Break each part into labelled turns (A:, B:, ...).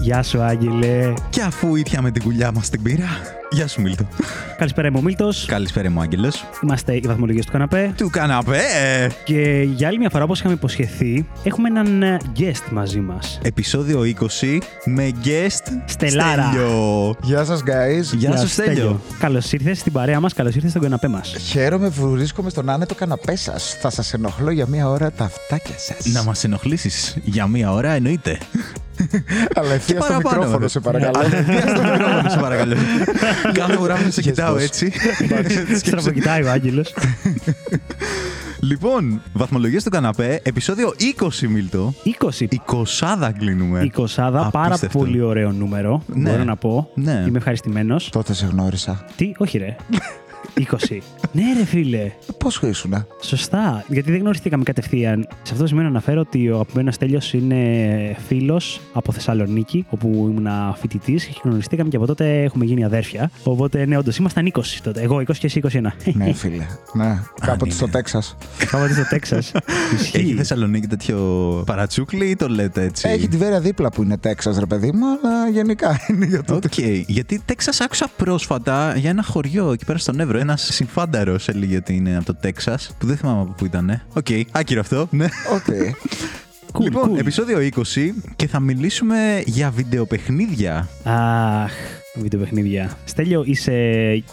A: Γεια σου, Άγγελε.
B: Και αφού ήπια με την κουλιά μας την πήρα, γεια σου, Μίλτο.
A: Καλησπέρα, είμαι ο Μίλτος.
B: Καλησπέρα, μου, Άγγελος.
A: Είμαστε οι βαθμολογίε του καναπέ.
B: Του καναπέ!
A: Και για άλλη μια φορά, όπως είχαμε υποσχεθεί, έχουμε έναν ε, guest μαζί μας.
B: Επισόδιο 20 με guest
A: Στελάρα.
B: Στέλιο.
C: Γεια σας guys.
B: Γεια σου, Στέλιο.
A: Καλώς ήρθες στην παρέα μας, καλώς ήρθες στον καναπέ μας.
C: Χαίρομαι που βρίσκομαι στον άνετο καναπέ σας. Θα σας ενοχλώ για μία ώρα τα αυτάκια σας.
B: Να μας ενοχλήσεις για μία ώρα, εννοείται.
C: Αλλά ευθεία στο
B: παραπάνω,
C: μικρόφωνο,
B: βέβαια. Ναι.
C: σε παρακαλώ.
B: Πιάσ' το μικρόφωνο, σε παρακαλώ. Κάθε φορά που σε κοιτάω έτσι. σκέψου-
A: Στραβοκοιτάει ο Άγγελος.
B: Λοιπόν, βαθμολογίες του καναπέ, επεισόδιο 20, Μίλτο.
A: 20.
B: 20 κλείνουμε.
A: 20, πάρα
B: Απίστευτο.
A: πολύ ωραίο νούμερο.
B: Ναι.
A: Μπορώ να πω.
B: Ναι.
A: Είμαι ευχαριστημένος.
C: Τότε σε γνώρισα.
A: Τι, όχι ρε. 20. ναι, ρε φίλε.
C: Πόσο ε? ήσουνα.
A: Σωστά. Γιατί δεν γνωριστήκαμε κατευθείαν. Σε αυτό το σημείο να αναφέρω ότι ο αγαπημένος Τέλειο είναι φίλος από Θεσσαλονίκη, όπου ήμουν φοιτητής και γνωριστήκαμε και από τότε έχουμε γίνει αδέρφια. Οπότε, ναι, όντως ήμασταν 20 τότε. Εγώ 20 και εσύ 21.
C: ναι, φίλε. Ναι, κάποτε
B: είναι.
C: στο Τέξα.
A: Πάμε στο Τέξας.
B: Έχει Θεσσαλονίκη τέτοιο παρατσούκλι ή το λέτε έτσι.
C: Έχει τη Βέρεια δίπλα που είναι Τέξας, ρε παιδί μου, αλλά γενικά είναι για το.
B: Οκ. Γιατί Τέξας άκουσα πρόσφατα για ένα χωριό εκεί πέρα στον Εύρο. Ένας συμφάνταρος έλεγε ότι είναι από το Τέξας, που δεν θυμάμαι από πού ήταν. ναι. Οκ, άκυρο αυτό. Ναι.
C: Οκ.
A: Cool,
B: λοιπόν,
A: cool.
B: επεισόδιο 20 και θα μιλήσουμε για βιντεοπαιχνίδια.
A: Αχ, βιντεοπαιχνίδια. Στέλιο, είσαι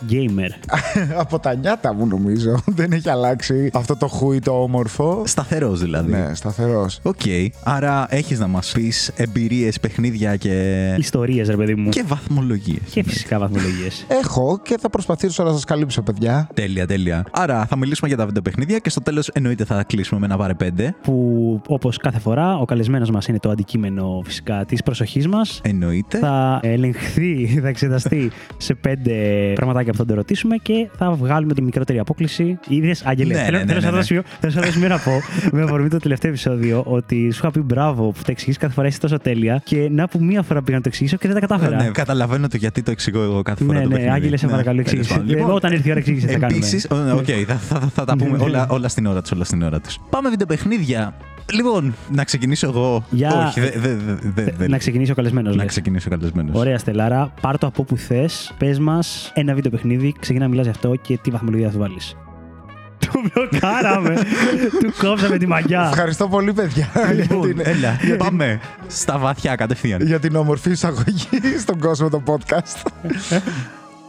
A: gamer.
C: Από τα νιάτα μου νομίζω. Δεν έχει αλλάξει αυτό το χούι το όμορφο.
B: Σταθερός δηλαδή.
C: Ναι, σταθερός.
B: Οκ. Άρα έχεις να μας πεις εμπειρίες, παιχνίδια και.
A: Ιστορίες, ρε παιδί μου.
B: Ναι. και βαθμολογίες.
A: Και φυσικά βαθμολογίες.
C: Έχω και θα προσπαθήσω να σας καλύψω, παιδιά.
B: Τέλεια, τέλεια. Άρα θα μιλήσουμε για τα βιντεοπαιχνίδια και στο τέλος εννοείται θα κλείσουμε με ένα βάρε 5.
A: που όπως κάθε φορά ο καλεσμένος μας είναι το αντικείμενο φυσικά της προσοχής μας
B: Εννοείται.
A: θα ελεγχθεί, θα εξεταστεί σε πέντε πραγματάκια που θα το ρωτήσουμε και θα βγάλουμε τη μικρότερη απόκληση. Είδες, Άγγελε,
B: Ναι,
A: θέλω,
B: ναι,
A: θέλω σε αυτό
B: ναι, ναι.
A: το σημείο- θέλω σε αυτό το σημείο να πω, με αφορμή το τελευταίο επεισόδιο, ότι σου είχα πει μπράβο που τα εξηγείς κάθε φορά είσαι τόσο τέλεια και να που μία φορά πήγα να το εξηγήσω και δεν τα κατάφερα.
B: Ναι, καταλαβαίνω το γιατί το εξηγώ εγώ κάθε φορά.
A: Ναι,
B: το
A: ναι,
B: παιχνίδι.
A: Άγγελε, σε
B: Ναι,
A: παρακαλώ,
B: τέλος
A: εξήγησε.
B: πάντων.
A: Λοιπόν, όταν ήρθε η ώρα, εξήγησε, θα κάνουμε.
B: Επίσης, ναι, οκ, θα, θα, θα, τα πούμε
A: Ναι.
B: όλα, όλα στην ώρα τους. Όλα στην ώρα τους. Πάμε βιντεοπαιχνίδια. Λοιπόν, να ξεκινήσω εγώ.
A: Για-
B: Όχι, δεν. Δε, δε, δε, δε-
A: Να ξεκινήσει ο καλεσμένος.
B: να ξεκινήσω καλεσμένος.
A: Ωραία, Στελάρα, πάρ το από όπου θες. Πες μας ένα βίντεο παιχνίδι, ξεκινά να μιλάς γι' αυτό και τι βαθμολογία θα του βάλει. Του μπλοκάραμε. του κόψαμε τη μαγιά.
C: Ευχαριστώ πολύ, παιδιά. για την-
B: Λοιπόν, έλα, πάμε στα βαθιά κατευθείαν.
C: για την όμορφη εισαγωγή στον κόσμο το podcast.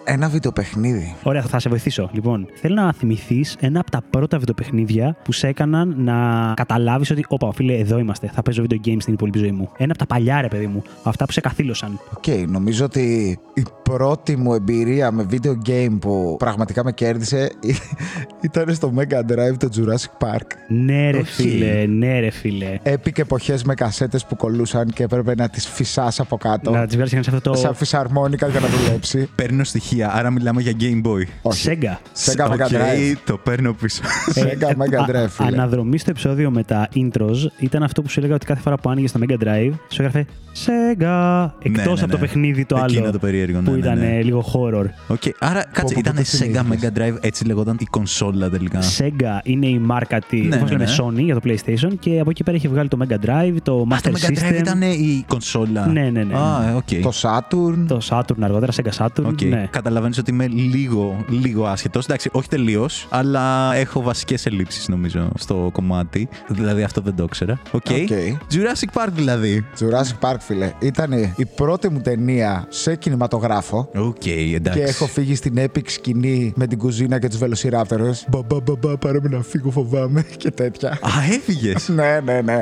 C: Ένα βιντεοπαιχνίδι.
A: Ωραία, θα σε βοηθήσω. Λοιπόν, θέλω να θυμηθείς ένα από τα πρώτα βιντεοπαιχνίδια που σε έκαναν να καταλάβεις ότι, όπα, φίλε, εδώ είμαστε. Θα παίζω video games στην υπόλοιπη ζωή μου. Ένα από τα παλιά, ρε παιδί μου. Αυτά που σε καθήλωσαν.
C: Οκ, νομίζω ότι η πρώτη μου εμπειρία με video game που πραγματικά με κέρδισε ήταν στο Mega Drive το Jurassic Park.
A: Ναι, ρε
B: Οκ.
A: φίλε, ναι, ρε φίλε.
C: Epic εποχές με κασέτες που κολούσαν και έπρεπε να τις φυσάς από κάτω.
A: Να τη βγάλει σε αυτό το.
C: Σαν φυσαρμόνικα για να δουλέψει.
B: Παίρνω στοιχεία, άρα μιλάμε για Game Boy.
C: Όχι.
A: Σέγγα.
C: Sega Mega
B: Οκ,
C: Drive.
B: το παίρνω πίσω.
C: Sega Mega
A: Ε, α-
C: Drive, φίλε.
A: Αναδρομή στο επεισόδιο με τα intros ήταν αυτό που σου έλεγα ότι κάθε φορά που άνοιγες το Mega Drive σου έγραφε Sega. Εκτός
B: ναι,
A: από
B: ναι.
A: το παιχνίδι το
B: Εκείνο
A: άλλο.
B: το περίεργο, ναι,
A: Που
B: ναι,
A: ήταν
B: ναι.
A: ε, λίγο horror.
B: Οκ, άρα κάτσε,
C: πω,
B: ήταν
C: το
B: Sega
C: θυμήθηκες.
B: Mega Drive, έτσι λεγόταν η κονσόλα τελικά.
A: Sega είναι η μάρκα τη.
B: Ναι,
A: όπως
B: ναι,
A: λέμε,
B: ναι.
A: Sony για το PlayStation και από εκεί πέρα είχε βγάλει το Mega Drive, το
B: Α,
A: Master
B: το Mega Drive
A: System.
B: ήταν η κονσόλα.
A: Ναι, ναι, ναι.
B: Α, ε, οκ.
C: Το Saturn.
A: Το Saturn αργότερα, Sega Saturn.
B: Οκ.
A: Ναι.
B: Καταλαβαίνεις ότι είμαι λίγο, λίγο άσχετος. Εντάξει, όχι τελείως, αλλά έχω βασικές ελλείψεις νομίζω στο κομμάτι. Δηλαδή αυτό δεν το ήξερα. Οκ.
C: Οκ.
B: Jurassic Park δηλαδή.
C: Jurassic Park, φίλε. Ήταν η πρώτη μου ταινία σε κινηματογράφο.
B: Οκ, εντάξει.
C: Και έχω φύγει στην epic σκηνή με την κουζίνα και τους βελοσιράπτερε. Μπαμπά, μπαμπά, πάρε με να φύγω, φοβάμαι και τέτοια.
B: Α, έφυγες.
C: ναι, ναι, ναι.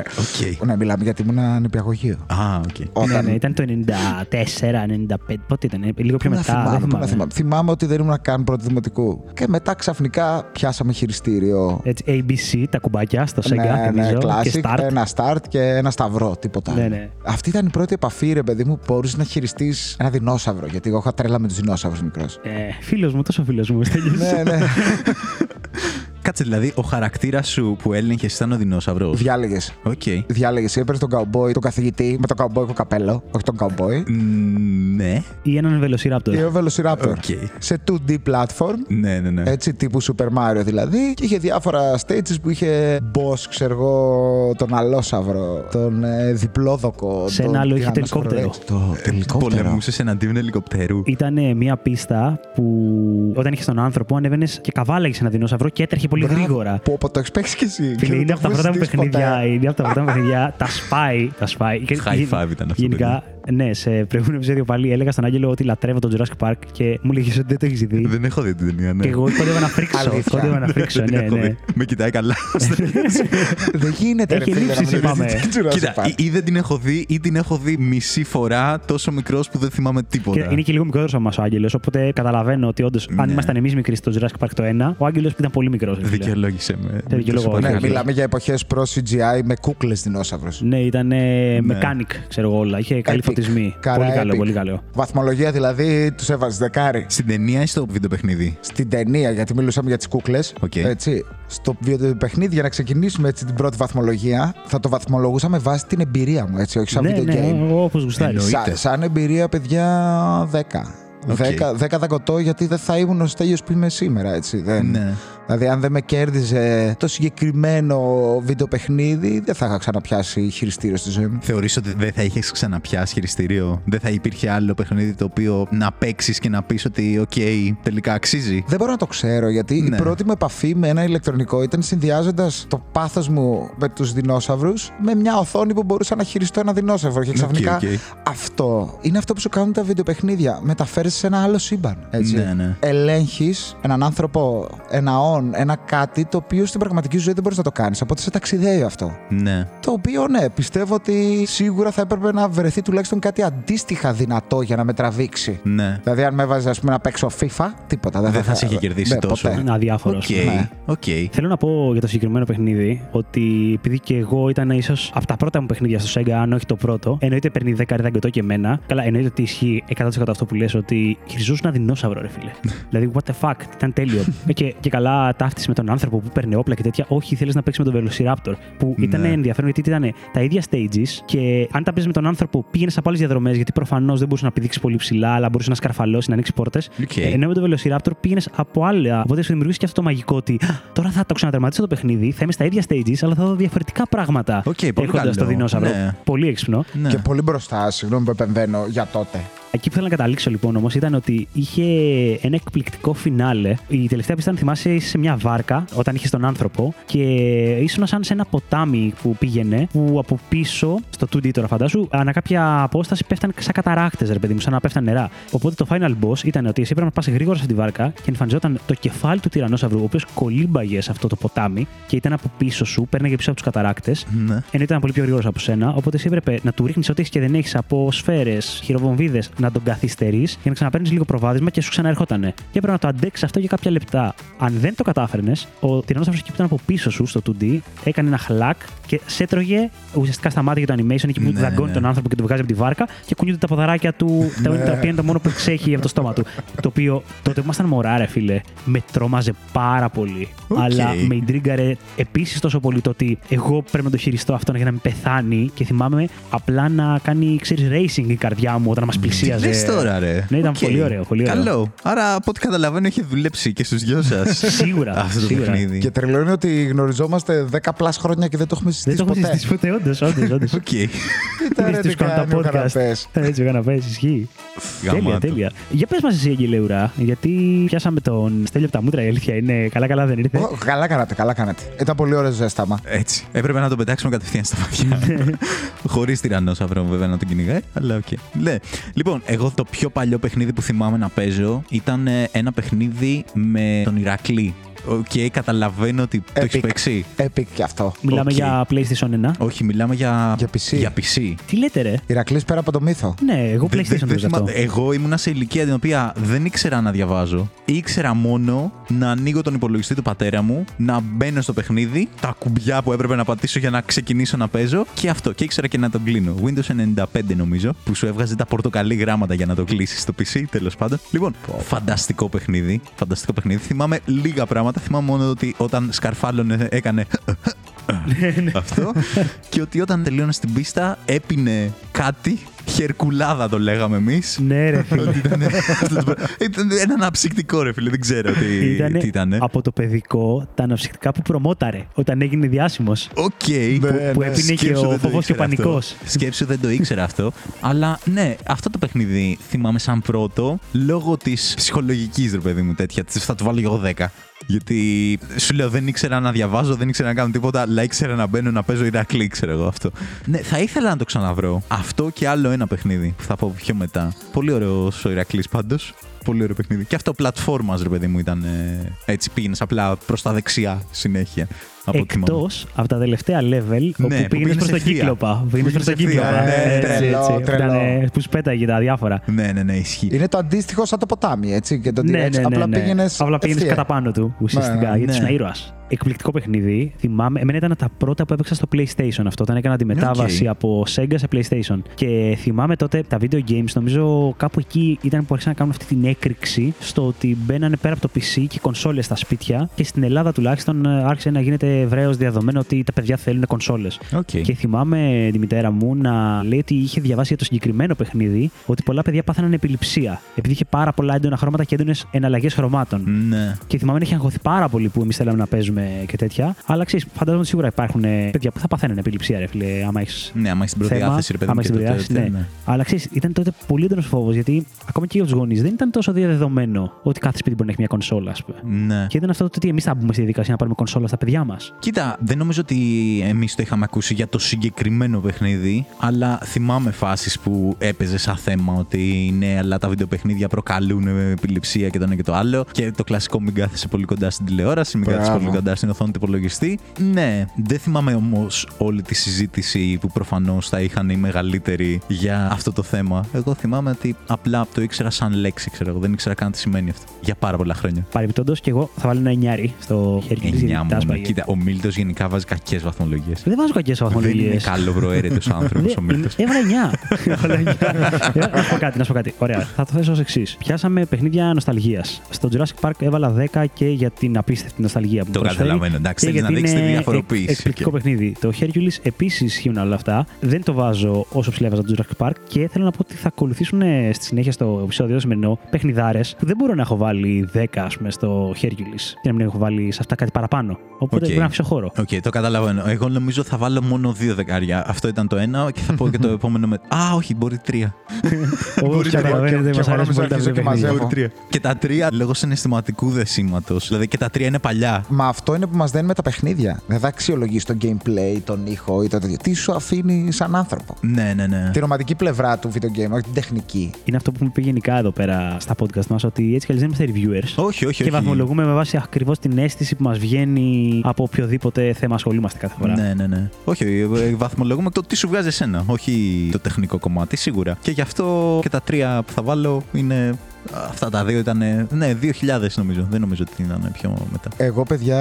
B: Οκ.
C: Ναι, μιλάμε γιατί ήμουν νηπιαγωγείο.
B: Α, οκ.
A: Ναι,
C: Όταν.
A: ναι, ήταν το 94-95. Πότε ήταν, ε, λίγο πιο
C: Πού
A: μετά.
C: να θυμάμαι,
A: δεν
C: πού να
A: θυμάμαι.
C: θυμάμαι. Θυμάμαι ότι δεν ήμουν καν πρώτη δημοτικού. Και μετά ξαφνικά πιάσαμε χειριστήριο.
A: Έτσι, ABC, τα κουμπάκια στο Sega,
C: ναι, ναι,
A: Ε, θυμίζω. και
C: classic,
A: Start.
C: ένα start και ένα σταυρό, τίποτα.
A: Ναι,
C: άλλο.
A: ναι.
C: Αυτή ήταν η πρώτη επαφή, ρε παιδί μου, που μπορούσε να χειριστείς ένα δεινόσαυρο. Γιατί εγώ είχα τρέλα με τους δεινόσαυρους μικρός.
B: Ναι,
A: Ε, φίλος μου, τόσο φίλος μου. Στέλιος.
C: ναι, ναι.
B: Κάτσε δηλαδή, ο χαρακτήρας σου που έλεγχες ήταν ο δεινόσαυρος.
C: Διάλεγες.
B: Οκ.
C: Διάλεγες, έπαιρνες τον καουμπόι, τον καθηγητή με τον καουμπόικο καπέλο. Όχι τον καουμπόι.
B: Μ, Ναι.
A: Ή έναν βελοσιράπτορ.
C: Ή ο Velociraptor.
B: Οκ.
C: Σε 2D platform.
B: Ναι, ναι, ναι.
C: Έτσι, τύπου Super Mario δηλαδή. Και είχε διάφορα stages που είχε boss, ξέρω εγώ, τον αλόσαυρο, τον ε, διπλόδοκο.
A: Σε
C: τον
A: ένα άλλο είχε Ε, το
C: τυρανόσαυρο
A: ελικόπτερο.
C: Rex. Το ελικόπτερο.
B: Πολεμούσε εναντίον ελικοπτέρου.
A: Ήταν ε, μια πίστα που όταν είχες τον άνθρωπο ανέβαινες και καβάλαγες ένα δεινόσαυρο και έτρεχε πολύ
C: Μπράβο.
A: γρήγορα.
C: Πω, πω, το έχεις παίξει κι εσύ.
A: Φίλε, είναι από τα πρώτα μου παιχνίδια.
C: Ποτέ.
A: Είναι από τα πρώτα μου παιχνίδια. Τα σπάει. Τα σπάει. Και
B: High
A: γεν-
B: five ήταν αυτό,
A: Γενικά, ναι, σε προηγούμενο επεισόδιο πάλι έλεγα στον Άγγελο ότι λατρεύω τον Jurassic Park και μου λέγε ότι δεν το έχεις δει.
B: Δεν έχω δει την ταινία, ναι.
A: Ε, Και εγώ κόντευα να φρίξω.
C: Αλήθεια.
A: Κόντευα να
B: Ναι,
A: φρίξω,
B: δεν την
A: ναι,
B: έχω
A: ναι.
B: δει. Με κοιτάει καλά.
C: Δεν γίνεται. ρε
A: Έχει
C: φίλε, να
A: λήψεις,
C: μην
A: είπαμε.
C: δεις την Jurassic
B: Κοίτα,
C: Park.
B: ή, ή δεν την έχω δει, ή την έχω δει μισή φορά τόσο μικρός που δεν θυμάμαι
A: Και
B: τίποτα.
A: είναι και λίγο μικρότερος από εμάς ο Άγγελος, οπότε καταλαβαίνω ότι όντως αν
B: Ναι.
A: ήμασταν εμείς μικροί στο Jurassic Park το 1, ο Άγγελος ήταν πολύ μικρός.
B: Δικαιολόγησε με. με
A: δικαιολόγο,
B: τόσο
A: όχι.
C: Ναι,
B: πολύ.
A: Μεγάλη.
C: μιλάμε για εποχές προ CGI με κούκλες δεινόσαυρος.
A: Ναι, ήταν ε,
B: Ναι.
A: mechanic, ξέρω εγώ όλα. Είχε καλή
C: Epic.
A: φωτισμή.
C: Καρά
A: πολύ καλό,
C: epic.
A: πολύ καλό.
C: Βαθμολογία δηλαδή τους έβαζες δεκάρι.
B: Στην ταινία ή στο βιντεοπαιχνίδι.
C: Στην ταινία, γιατί μιλούσαμε για τις κούκλες.
B: Οκ.
C: Έτσι. Στο βιντεοπαιχνίδι, για να ξεκινήσουμε έτσι την πρώτη βαθμολογία, θα το βαθμολογούσαμε βάσει την εμπειρία μου, έτσι, όχι σαν
A: Ναι,
C: video game.
A: ναι, όπως γουστάρεις.
B: Εννοεί.
C: Σαν,
B: Εννοείται.
C: σαν εμπειρία, παιδιά, 10.
B: Οκ.
C: 10, 10 δαγκωτώ γιατί δεν θα ήμουν ο Στέλιος που είμαι σήμερα, έτσι. Δεν...
B: Ναι.
C: Δηλαδή, αν δεν με κέρδιζε το συγκεκριμένο βιντεοπαιχνίδι, δεν θα είχα ξαναπιάσει χειριστήριο στη ζωή μου.
B: Θεωρείς ότι δεν θα είχες ξαναπιάσει χειριστήριο. Δεν θα υπήρχε άλλο παιχνίδι το οποίο να παίξεις και να πεις ότι, οκ, τελικά αξίζει.
C: Δεν μπορώ να το ξέρω γιατί
B: Ναι.
C: η πρώτη μου επαφή με ένα ηλεκτρονικό ήταν συνδυάζοντας το πάθος μου με τους δεινόσαυρους με μια οθόνη που μπορούσα να χειριστώ ένα δεινόσαυρο. Και ξαφνικά
B: οκ.
C: αυτό είναι αυτό που σου κάνουν τα βιντεοπαιχνίδια. Μεταφέρεσαι σε ένα άλλο σύμπαν. Έτσι.
B: Ναι, ναι.
C: Ελέγχεις έναν άνθρωπο, ένα όν, ένα κάτι το οποίο στην πραγματική ζωή δεν μπορείς να το κάνεις. Οπότε σε ταξιδεύει αυτό.
B: Ναι.
C: Το οποίο ναι, πιστεύω ότι σίγουρα θα έπρεπε να βρεθεί τουλάχιστον κάτι αντίστοιχα δυνατό για να με τραβήξει.
B: Ναι.
C: Δηλαδή, αν με έβαζες ας πούμε, να παίξω FIFA, τίποτα. Δεν,
B: Δεν θα σε είχε κερδίσει
C: ναι,
B: τόσο.
C: ποτέ.
A: Είναι αδιάφορος.
B: Οκ.
C: ναι.
B: Οκ.
A: Θέλω να πω για το συγκεκριμένο παιχνίδι ότι επειδή και εγώ ήταν ίσως από τα πρώτα μου παιχνίδια στο Sega, αν όχι το πρώτο, εννοείται παίρνει 10 ρινταγκωτό και εμένα. Καλά, εννοείται ότι ισχύει 100% αυτό που λες ότι χειριζόσουν ένα δεινόσαυρο, ρε φίλε.
B: Ναι.
A: δηλαδή, what the fuck, ήταν τέλειο. Ε, και, και καλά ταύτισες με τον άνθρωπο που παίρνει όπλα και τέτοια. Όχι, ήθελε να παίξεις με τον Velociraptor. Που ήταν
B: Ναι.
A: ενδιαφέρον γιατί ήταν τα ίδια stages και αν τα παίζεις με τον άνθρωπο πήγαινες από άλλες διαδρομές γιατί προφανώς δεν μπορούσες να πηδήξεις πολύ ψηλά, αλλά μπορούσες να σκαρφαλώσεις, να ανοίξεις πόρτες.
B: Οκ.
A: Ε, Ενώ με το Velociraptor πήγαινες από άλλα. Οπότε σου δημιουργήσεις και αυτό το μαγικό ότι «Α, τώρα θα το ξανατερματίσω το παιχνίδι, θα είμαι στα ίδια stages, αλλά θα δω διαφορετικά πράγματα
B: Οκ, πολύ
A: έχοντας
B: καλό.
A: το δεινόσαυρο.
B: Ναι.
A: Πολύ έξυπνο.
B: Ναι.
C: Και πολύ μπροστά, συγγνώμη που επεμβαίνω για τότε.
A: Εκεί που θέλω να καταλήξω λοιπόν όμως ήταν ότι είχε ένα εκπληκτικό φινάλε. Η τελευταία πίστα, αν θυμάσαι, είσαι σε μια βάρκα όταν είχες τον άνθρωπο και ήσουν σαν σε ένα ποτάμι που πήγαινε, που από πίσω, στο 2D τώρα φαντάσου, ανά κάποια απόσταση πέφταν σαν καταράκτε, ρε παιδί μου, σαν να πέφταν νερά. Οπότε το final boss ήταν ότι εσύ πρέπει να πας γρήγορα σε αυτή τη βάρκα και εμφανιζόταν το κεφάλι του τυρανόσαυρου, ο οποίος κολύμπαγε σε αυτό το ποτάμι και ήταν από πίσω σου, παίρναγε πίσω από τους καταράκτε
B: Ναι.
A: ενώ ήταν πολύ πιο γρήγορος από σένα. Οπότε εσύ έπρεπε να του ρίχνεις ό,τι έχεις και δεν έχεις από σφαίρες, χειροβομβίδες, να τον καθυστερείς για να ξαναπαίρνεις λίγο προβάδισμα και σου ξαναερχότανε. Και έπρεπε να το αντέξεις αυτό για κάποια λεπτά. Αν δεν το κατάφερνες, ο τυρανόσαυρο εκεί που ήταν από πίσω σου στο 2D έκανε ένα χλακ και σε έτρωγε ουσιαστικά στα μάτια για το animation εκεί που
B: Ναι,
A: δαγκώνει
B: ναι.
A: τον άνθρωπο και τον βγάζει από τη βάρκα και κουνιούνται τα ποδαράκια του, τα οποία είναι το μόνο που ξέχει από το στόμα του. Το οποίο τότε που ήμασταν μωρά, ρε φίλε, με τρόμαζε πάρα πολύ.
B: Οκ.
A: Αλλά με Τρίγκαρε επίσης τόσο πολύ το ότι εγώ πρέπει να το χειριστώ αυτόν για να μην πεθάνει και θυμάμαι απλά να κάνει, ξέρεις, racing η καρδιά μου όταν μας πλησίαζε.
B: Λες τώρα, ρε.
A: Ναι, ήταν
B: Οκ.
A: πολύ ωραίο, πολύ ωραίο.
B: Καλό. Άρα, από ό,τι καταλαβαίνω, έχει δουλέψει και στους δυο σας.
A: Σίγουρα,
B: Αυτό το
A: σίγουρα.
B: παιχνίδι.
C: Και τρελό είναι ότι γνωριζόμαστε 10 πλάσ χρόνια και δεν το έχουμε
A: Δεν το
C: συζητήσει
A: έχω
C: ποτέ.
A: συζητήσει ποτέ, όντως, όντως. όντως.
B: Οκ.
C: Κοίτα, ρε, τι κάνει ο καναπές.
A: Έτσι, ο καναπέ ισχύει. Τέλεια,
B: Γαμάτο.
A: τέλεια. Για πες μας εσύ, Αγγελέ Ουρά, γιατί πιάσαμε τον Στέλιο από τα μούτρα, η αλήθεια είναι. Καλά-καλά δεν ήρθε.
C: Ω, Καλά κάνατε, καλά κάνατε. Ήταν πολύ ωραίο ζέσταμα.
B: Έτσι. Έπρεπε να τον πετάξουμε κατευθείαν στα βαθιά.
A: Ναι.
B: Χωρίς τυρανόσαυρο, βέβαια, να τον κυνηγάει. Αλλά οκ. Ναι. Λοιπόν, εγώ το πιο παλιό παιχνίδι που θυμάμαι να παίζω ήταν ε, ένα παιχνίδι με τον Ηρακλή. Οκ, καταλαβαίνω ότι το έχεις
C: Epic.
B: παίξει.
C: Epic και αυτό.
A: Μιλάμε
B: Οκ.
A: για PlayStation 1.
B: Όχι, μιλάμε για.
C: Για PC.
B: Για PC.
A: Τι λέτε, ρε.
C: Ηρακλής πέρα από το μύθο.
A: Ναι, εγώ
B: Δεν-
A: PlayStation
B: δεν-
A: το
B: δεν
A: αυτό.
B: θυμάμαι. Εγώ ήμουνα σε ηλικία την οποία δεν ήξερα να διαβάζω. Ήξερα μόνο να ανοίγω τον υπολογιστή του πατέρα μου, να μπαίνω στο παιχνίδι, τα κουμπιά που έπρεπε να πατήσω για να ξεκινήσω να παίζω και αυτό. Και ήξερα και να τον κλείνω. Windows 95 νομίζω, που σου έβγαζε τα πορτοκαλί γράμματα για να το κλείσεις στο PC, τέλος πάντων. Λοιπόν, φανταστικό παιχνίδι. Φανταστικό παιχνίδι. Θυμάμαι λίγα πράγματα πράγματα. Θυμάμαι μόνο ότι όταν σκαρφάλωνε έκανε αυτό και ότι όταν τελείωνε στην πίστα έπινε κάτι, χερκουλάδα το λέγαμε εμείς.
A: Ναι, ρε φίλε.
B: Ότι ήταν, ήταν ένα αναψυκτικό ρε φίλε, δεν ξέρω τι,
A: Ήτανε
B: τι ήταν.
A: από το παιδικό τα αναψυκτικά που προμόταρε όταν έγινε διάσημος.
B: Οκ.
C: Ναι,
A: που
C: ναι.
A: έπινε και
B: Σκέψου
A: ο
B: δεν
A: φόβος και
B: το
A: ο
B: ήξερα αυτό.
A: πανικός.
B: Σκέψου δεν το ήξερα αυτό. Αλλά ναι, αυτό το παιχνίδι θυμάμαι σαν πρώτο λόγω της ψυχολογικής ρε παιδί μου τέτοια. της Θα του βάλω και εγώ 10. Γιατί σου λέω δεν ήξερα να διαβάζω, δεν ήξερα να κάνω τίποτα, αλλά ήξερα να μπαίνω να παίζω Ηρακλή, ξέρω εγώ αυτό. Ναι, θα ήθελα να το ξαναβρω. Αυτό και άλλο ένα παιχνίδι που θα πω πιο μετά. Πολύ ωραίο ο Ηρακλής πάντως. Πολύ ωραίο παιχνίδι. Και αυτό πλατφόρμα, ρε παιδί μου, ήταν ε, έτσι. Πήγαινες απλά προς τα δεξιά συνέχεια. από ό,τι θυμάμαι.
A: Εκτός από τα τελευταία level
B: Ναι,
A: όπου
B: που
A: πήγαινες
B: πήγαινες
A: προ τον
B: ευθεία.
A: κύκλοπα. Πήγαινες
B: Πήγαινες
A: προ τον
B: ευθεία,
A: κύκλοπα.
C: ναι,
A: Ε,
C: τρελό,
A: έτσι, έτσι.
C: τρελό.
A: Ήταν, ε, Που σου πέταγε τα διάφορα.
B: Ναι, ναι, ναι, ισχύει.
C: Είναι το αντίστοιχο σαν το ποτάμι, έτσι. Και το
A: Ναι, ναι,
C: direction.
A: ναι,
C: Απλά
A: ναι.
C: πήγαινες.
A: Απλά πήγαινες κατά πάνω του ουσιαστικά,
C: Ναι, ναι,
A: γιατί
B: ναι.
A: ήσουν ήρωας. Εκπληκτικό παιχνίδι. Θυμάμαι, εμένα ήταν από τα πρώτα που έπαιξα στο PlayStation αυτό, όταν έκανα τη μετάβαση
B: οκ.
A: από Sega σε PlayStation. Και θυμάμαι τότε τα video games, νομίζω κάπου εκεί ήταν που άρχισαν να κάνουν αυτή την έκρηξη στο ότι μπαίνανε πέρα από το PC και κονσόλες στα σπίτια. Και στην Ελλάδα τουλάχιστον ε, άρχισε να γίνεται ευρέως διαδομένο ότι τα παιδιά θέλουν κονσόλες.
B: Οκ.
A: Και θυμάμαι τη μητέρα μου να λέει ότι είχε διαβάσει για το συγκεκριμένο παιχνίδι ότι πολλά παιδιά πάθαναν επιληψία. Επειδή είχε πάρα πολλά έντονα χρώματα και έντονες εναλλαγές χρωμάτων.
B: Ναι.
A: Και θυμάμαι να είχε αγχωθεί πάρα πολύ που εμείς θέλαμε να παίζουμε και τέτοια. Αλλά ξέρεις, φαντάζομαι ότι σίγουρα υπάρχουν ε, παιδιά που θα παθαίνουν επιληψία, ρε φίλε, άμα έχεις.
B: Ναι, άμα έχεις την προδιάθεση, ρε παιδί μου.
A: άμα
B: και
A: έχεις την
B: το- το-
A: προδιάθεση,
B: το-
A: ναι. Αλλά ξέρεις, ήταν τότε πολύ έντονος φόβος γιατί ακόμα και για τους γονείς δεν ήταν τόσο διαδεδομένο ότι κάθε σπίτι μπορεί να έχει μια κονσόλα, ας πούμε.
B: Ναι.
A: Και ήταν αυτό το ότι εμείς θα μπούμε στη διαδικασία να πάρουμε κονσόλα στα παιδιά μας.
B: Κοίτα, δεν νομίζω ότι εμείς το είχαμε ακούσει για το συγκεκριμένο παιχνίδι, αλλά θυμάμαι φάσεις που έπαιζε σαν θέμα ότι ναι, αλλά τα βιντεοπαιχνίδια προκαλούν ε, επιληψία και το ένα και το άλλο. Και το κλασικό μην κάθεσαι πολύ κοντά στην τηλεόραση, μην κάθεσαι
C: Μπράβο.
B: πολύ κοντά στην οθόνη του υπολογιστή. Ναι, δεν θυμάμαι όμως όλη τη συζήτηση που προφανώς θα είχαν οι μεγαλύτεροι για αυτό το θέμα. Εγώ θυμάμαι ότι απλά το ήξερα σαν λέξη, ξέρω εγώ. Δεν ήξερα καν τι σημαίνει αυτό. Για πάρα πολλά χρόνια.
A: Παρεμπιπτόντως και εγώ θα βάλω ένα εννιάρι στο χέρι της, γιατί
B: Εννιά
A: τα
B: μόνο.
A: σπάγε.
B: Κοίτα, ο Μίλτος γενικά βάζει κακές βαθμολογίες.
A: Δεν βάζω κακές
B: Δεν είναι
A: βαθμολογίε.
B: καλό προαίρετο άνθρωπο ο Μίλτος.
A: Έβαλα 9. Να σου πω κάτι, να σου πω κάτι. Ωραία. Θα το θέσω ως εξής. Πιάσαμε παιχνίδια νοσταλγίας. Στο Jurassic Park έβαλα 10 και για την απίστευτη νοσταλγία που
B: Το
A: προσφέρει.
B: καταλαβαίνω, εντάξει,
A: Και
B: θέλεις
A: γιατί
B: να δείξεις τη
A: είναι
B: διαφοροποίηση.
A: εκ- Εκπληκτικό
B: Και-
A: παιχνίδι. Το Hercules επίσης ισχύουν όλα αυτά. Δεν το βάζω όσο ψηλά έβαζα το Jurassic Park και θέλω να πω ότι θα ακολουθήσουν ε, στη συνέχεια στο επεισόδιο το σημερινό παιχνιδάρες που δεν μπορώ να έχω βάλει 10 ας πούμε, στο Hercules και να μην έχω βάλει σε αυτά κάτι παραπάνω. Οπότε
B: Οκ.
A: μπορεί να αφήσω χώρο.
B: Οκ, το καταλαβαίνω. Εγώ νομίζω θα βάλω μόνο δύο δεκάρια. Αυτό ήταν το ένα και θα πω και το επόμενο με. Α, όχι, μπορεί τρία.
A: Όπω
B: Μπορεί να-
A: καταλαβαίνετε,
C: και-
A: μα
C: και εγώ
A: αρέσουν
C: νομίζω
A: πολύ τα
C: αρχίζω
A: βιβλία
C: και μαζεύω.
A: παιχνίδια.
C: Μπορεί τρία.
B: Και τα τρία λόγω συναισθηματικού δεσίματος. Δηλαδή και τα τρία είναι παλιά.
C: Μα αυτό είναι που μας δένει με τα παιχνίδια. Δεν θα αξιολογείς το gameplay, τον ήχο ή το τέτοιο. Τι σου αφήνει σαν άνθρωπο.
B: Ναι, ναι, ναι.
C: Τη ρομαντική πλευρά του video game, όχι την τεχνική.
A: Είναι αυτό που μου πει γενικά εδώ πέρα στα podcast μας, ότι έτσι κι αλλιώς δεν είμαστε reviewers.
B: Όχι, όχι, όχι.
A: και βαθμολογούμε με βάση ακριβώς την αίσθηση που μας βγαίνει από οποιοδήποτε θέμα ασχολούμαστε κάθε φορά.
B: Ναι, ναι, ναι. Όχι, ε, βαθμολογούμε το τι σου βγάζει εσένα, όχι το τεχνικό κομμάτι, σίγουρα. Και γι' αυτό και τα τρία που θα βάλω είναι. Αυτά τα δύο ήταν. Ναι, 2000 νομίζω. Δεν νομίζω ότι ήταν πιο μετά.
C: Εγώ, παιδιά,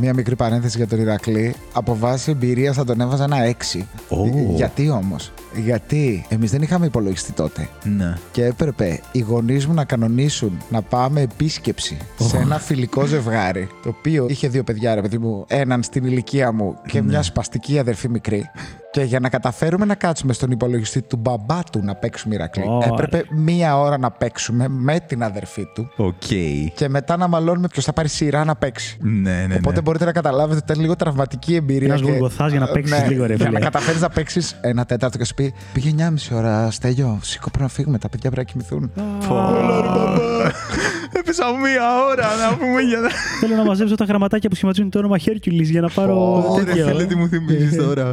C: μία μικρή παρένθεση για τον Ηρακλή. Από βάση εμπειρία θα τον έβαζα ένα 6.
B: Ω.
C: Γιατί όμως. Γιατί εμείς δεν είχαμε υπολογιστή τότε.
B: Ναι.
C: Και έπρεπε οι γονείς μου να κανονίσουν να πάμε επίσκεψη σε ένα φιλικό ζευγάρι. Το οποίο είχε δύο παιδιά, ρε παιδί μου. Έναν στην ηλικία μου και μια σπαστική αδερφή μικρή. Και για να καταφέρουμε να κάτσουμε στον υπολογιστή του μπαμπά του να παίξουμε Ηρακλή,
A: Ωραία.
C: έπρεπε μία ώρα να παίξουμε με την αδερφή του.
B: Οκ.
C: Και μετά να μαλώνουμε ποιος θα πάρει σειρά να παίξει.
B: Ναι, ναι,
C: Οπότε
B: ναι.
C: μπορείτε να καταλάβετε ότι ήταν λίγο τραυματική εμπειρία.
A: Ένας γολγοθάς για να
C: Ε,
A: παίξεις λίγο, ρε
C: Για
A: φίλε.
C: να καταφέρεις να παίξεις ένα τέταρτο και σου πει Πήγε 9,5 ώρα, Στέλιο. Σήκω πρέπει να φύγουμε. Τα παιδιά πρέπει να κοιμηθούν.
B: Έπεσα μία ώρα να πούμε για να.
A: Θέλω να μαζέψω τα γραμματάκια που σχηματίζουν το όνομα Hercules για να πάρω
C: Ω, ρε
A: τέτοιο.
B: Φίλε, τι μου θυμίζεις τώρα.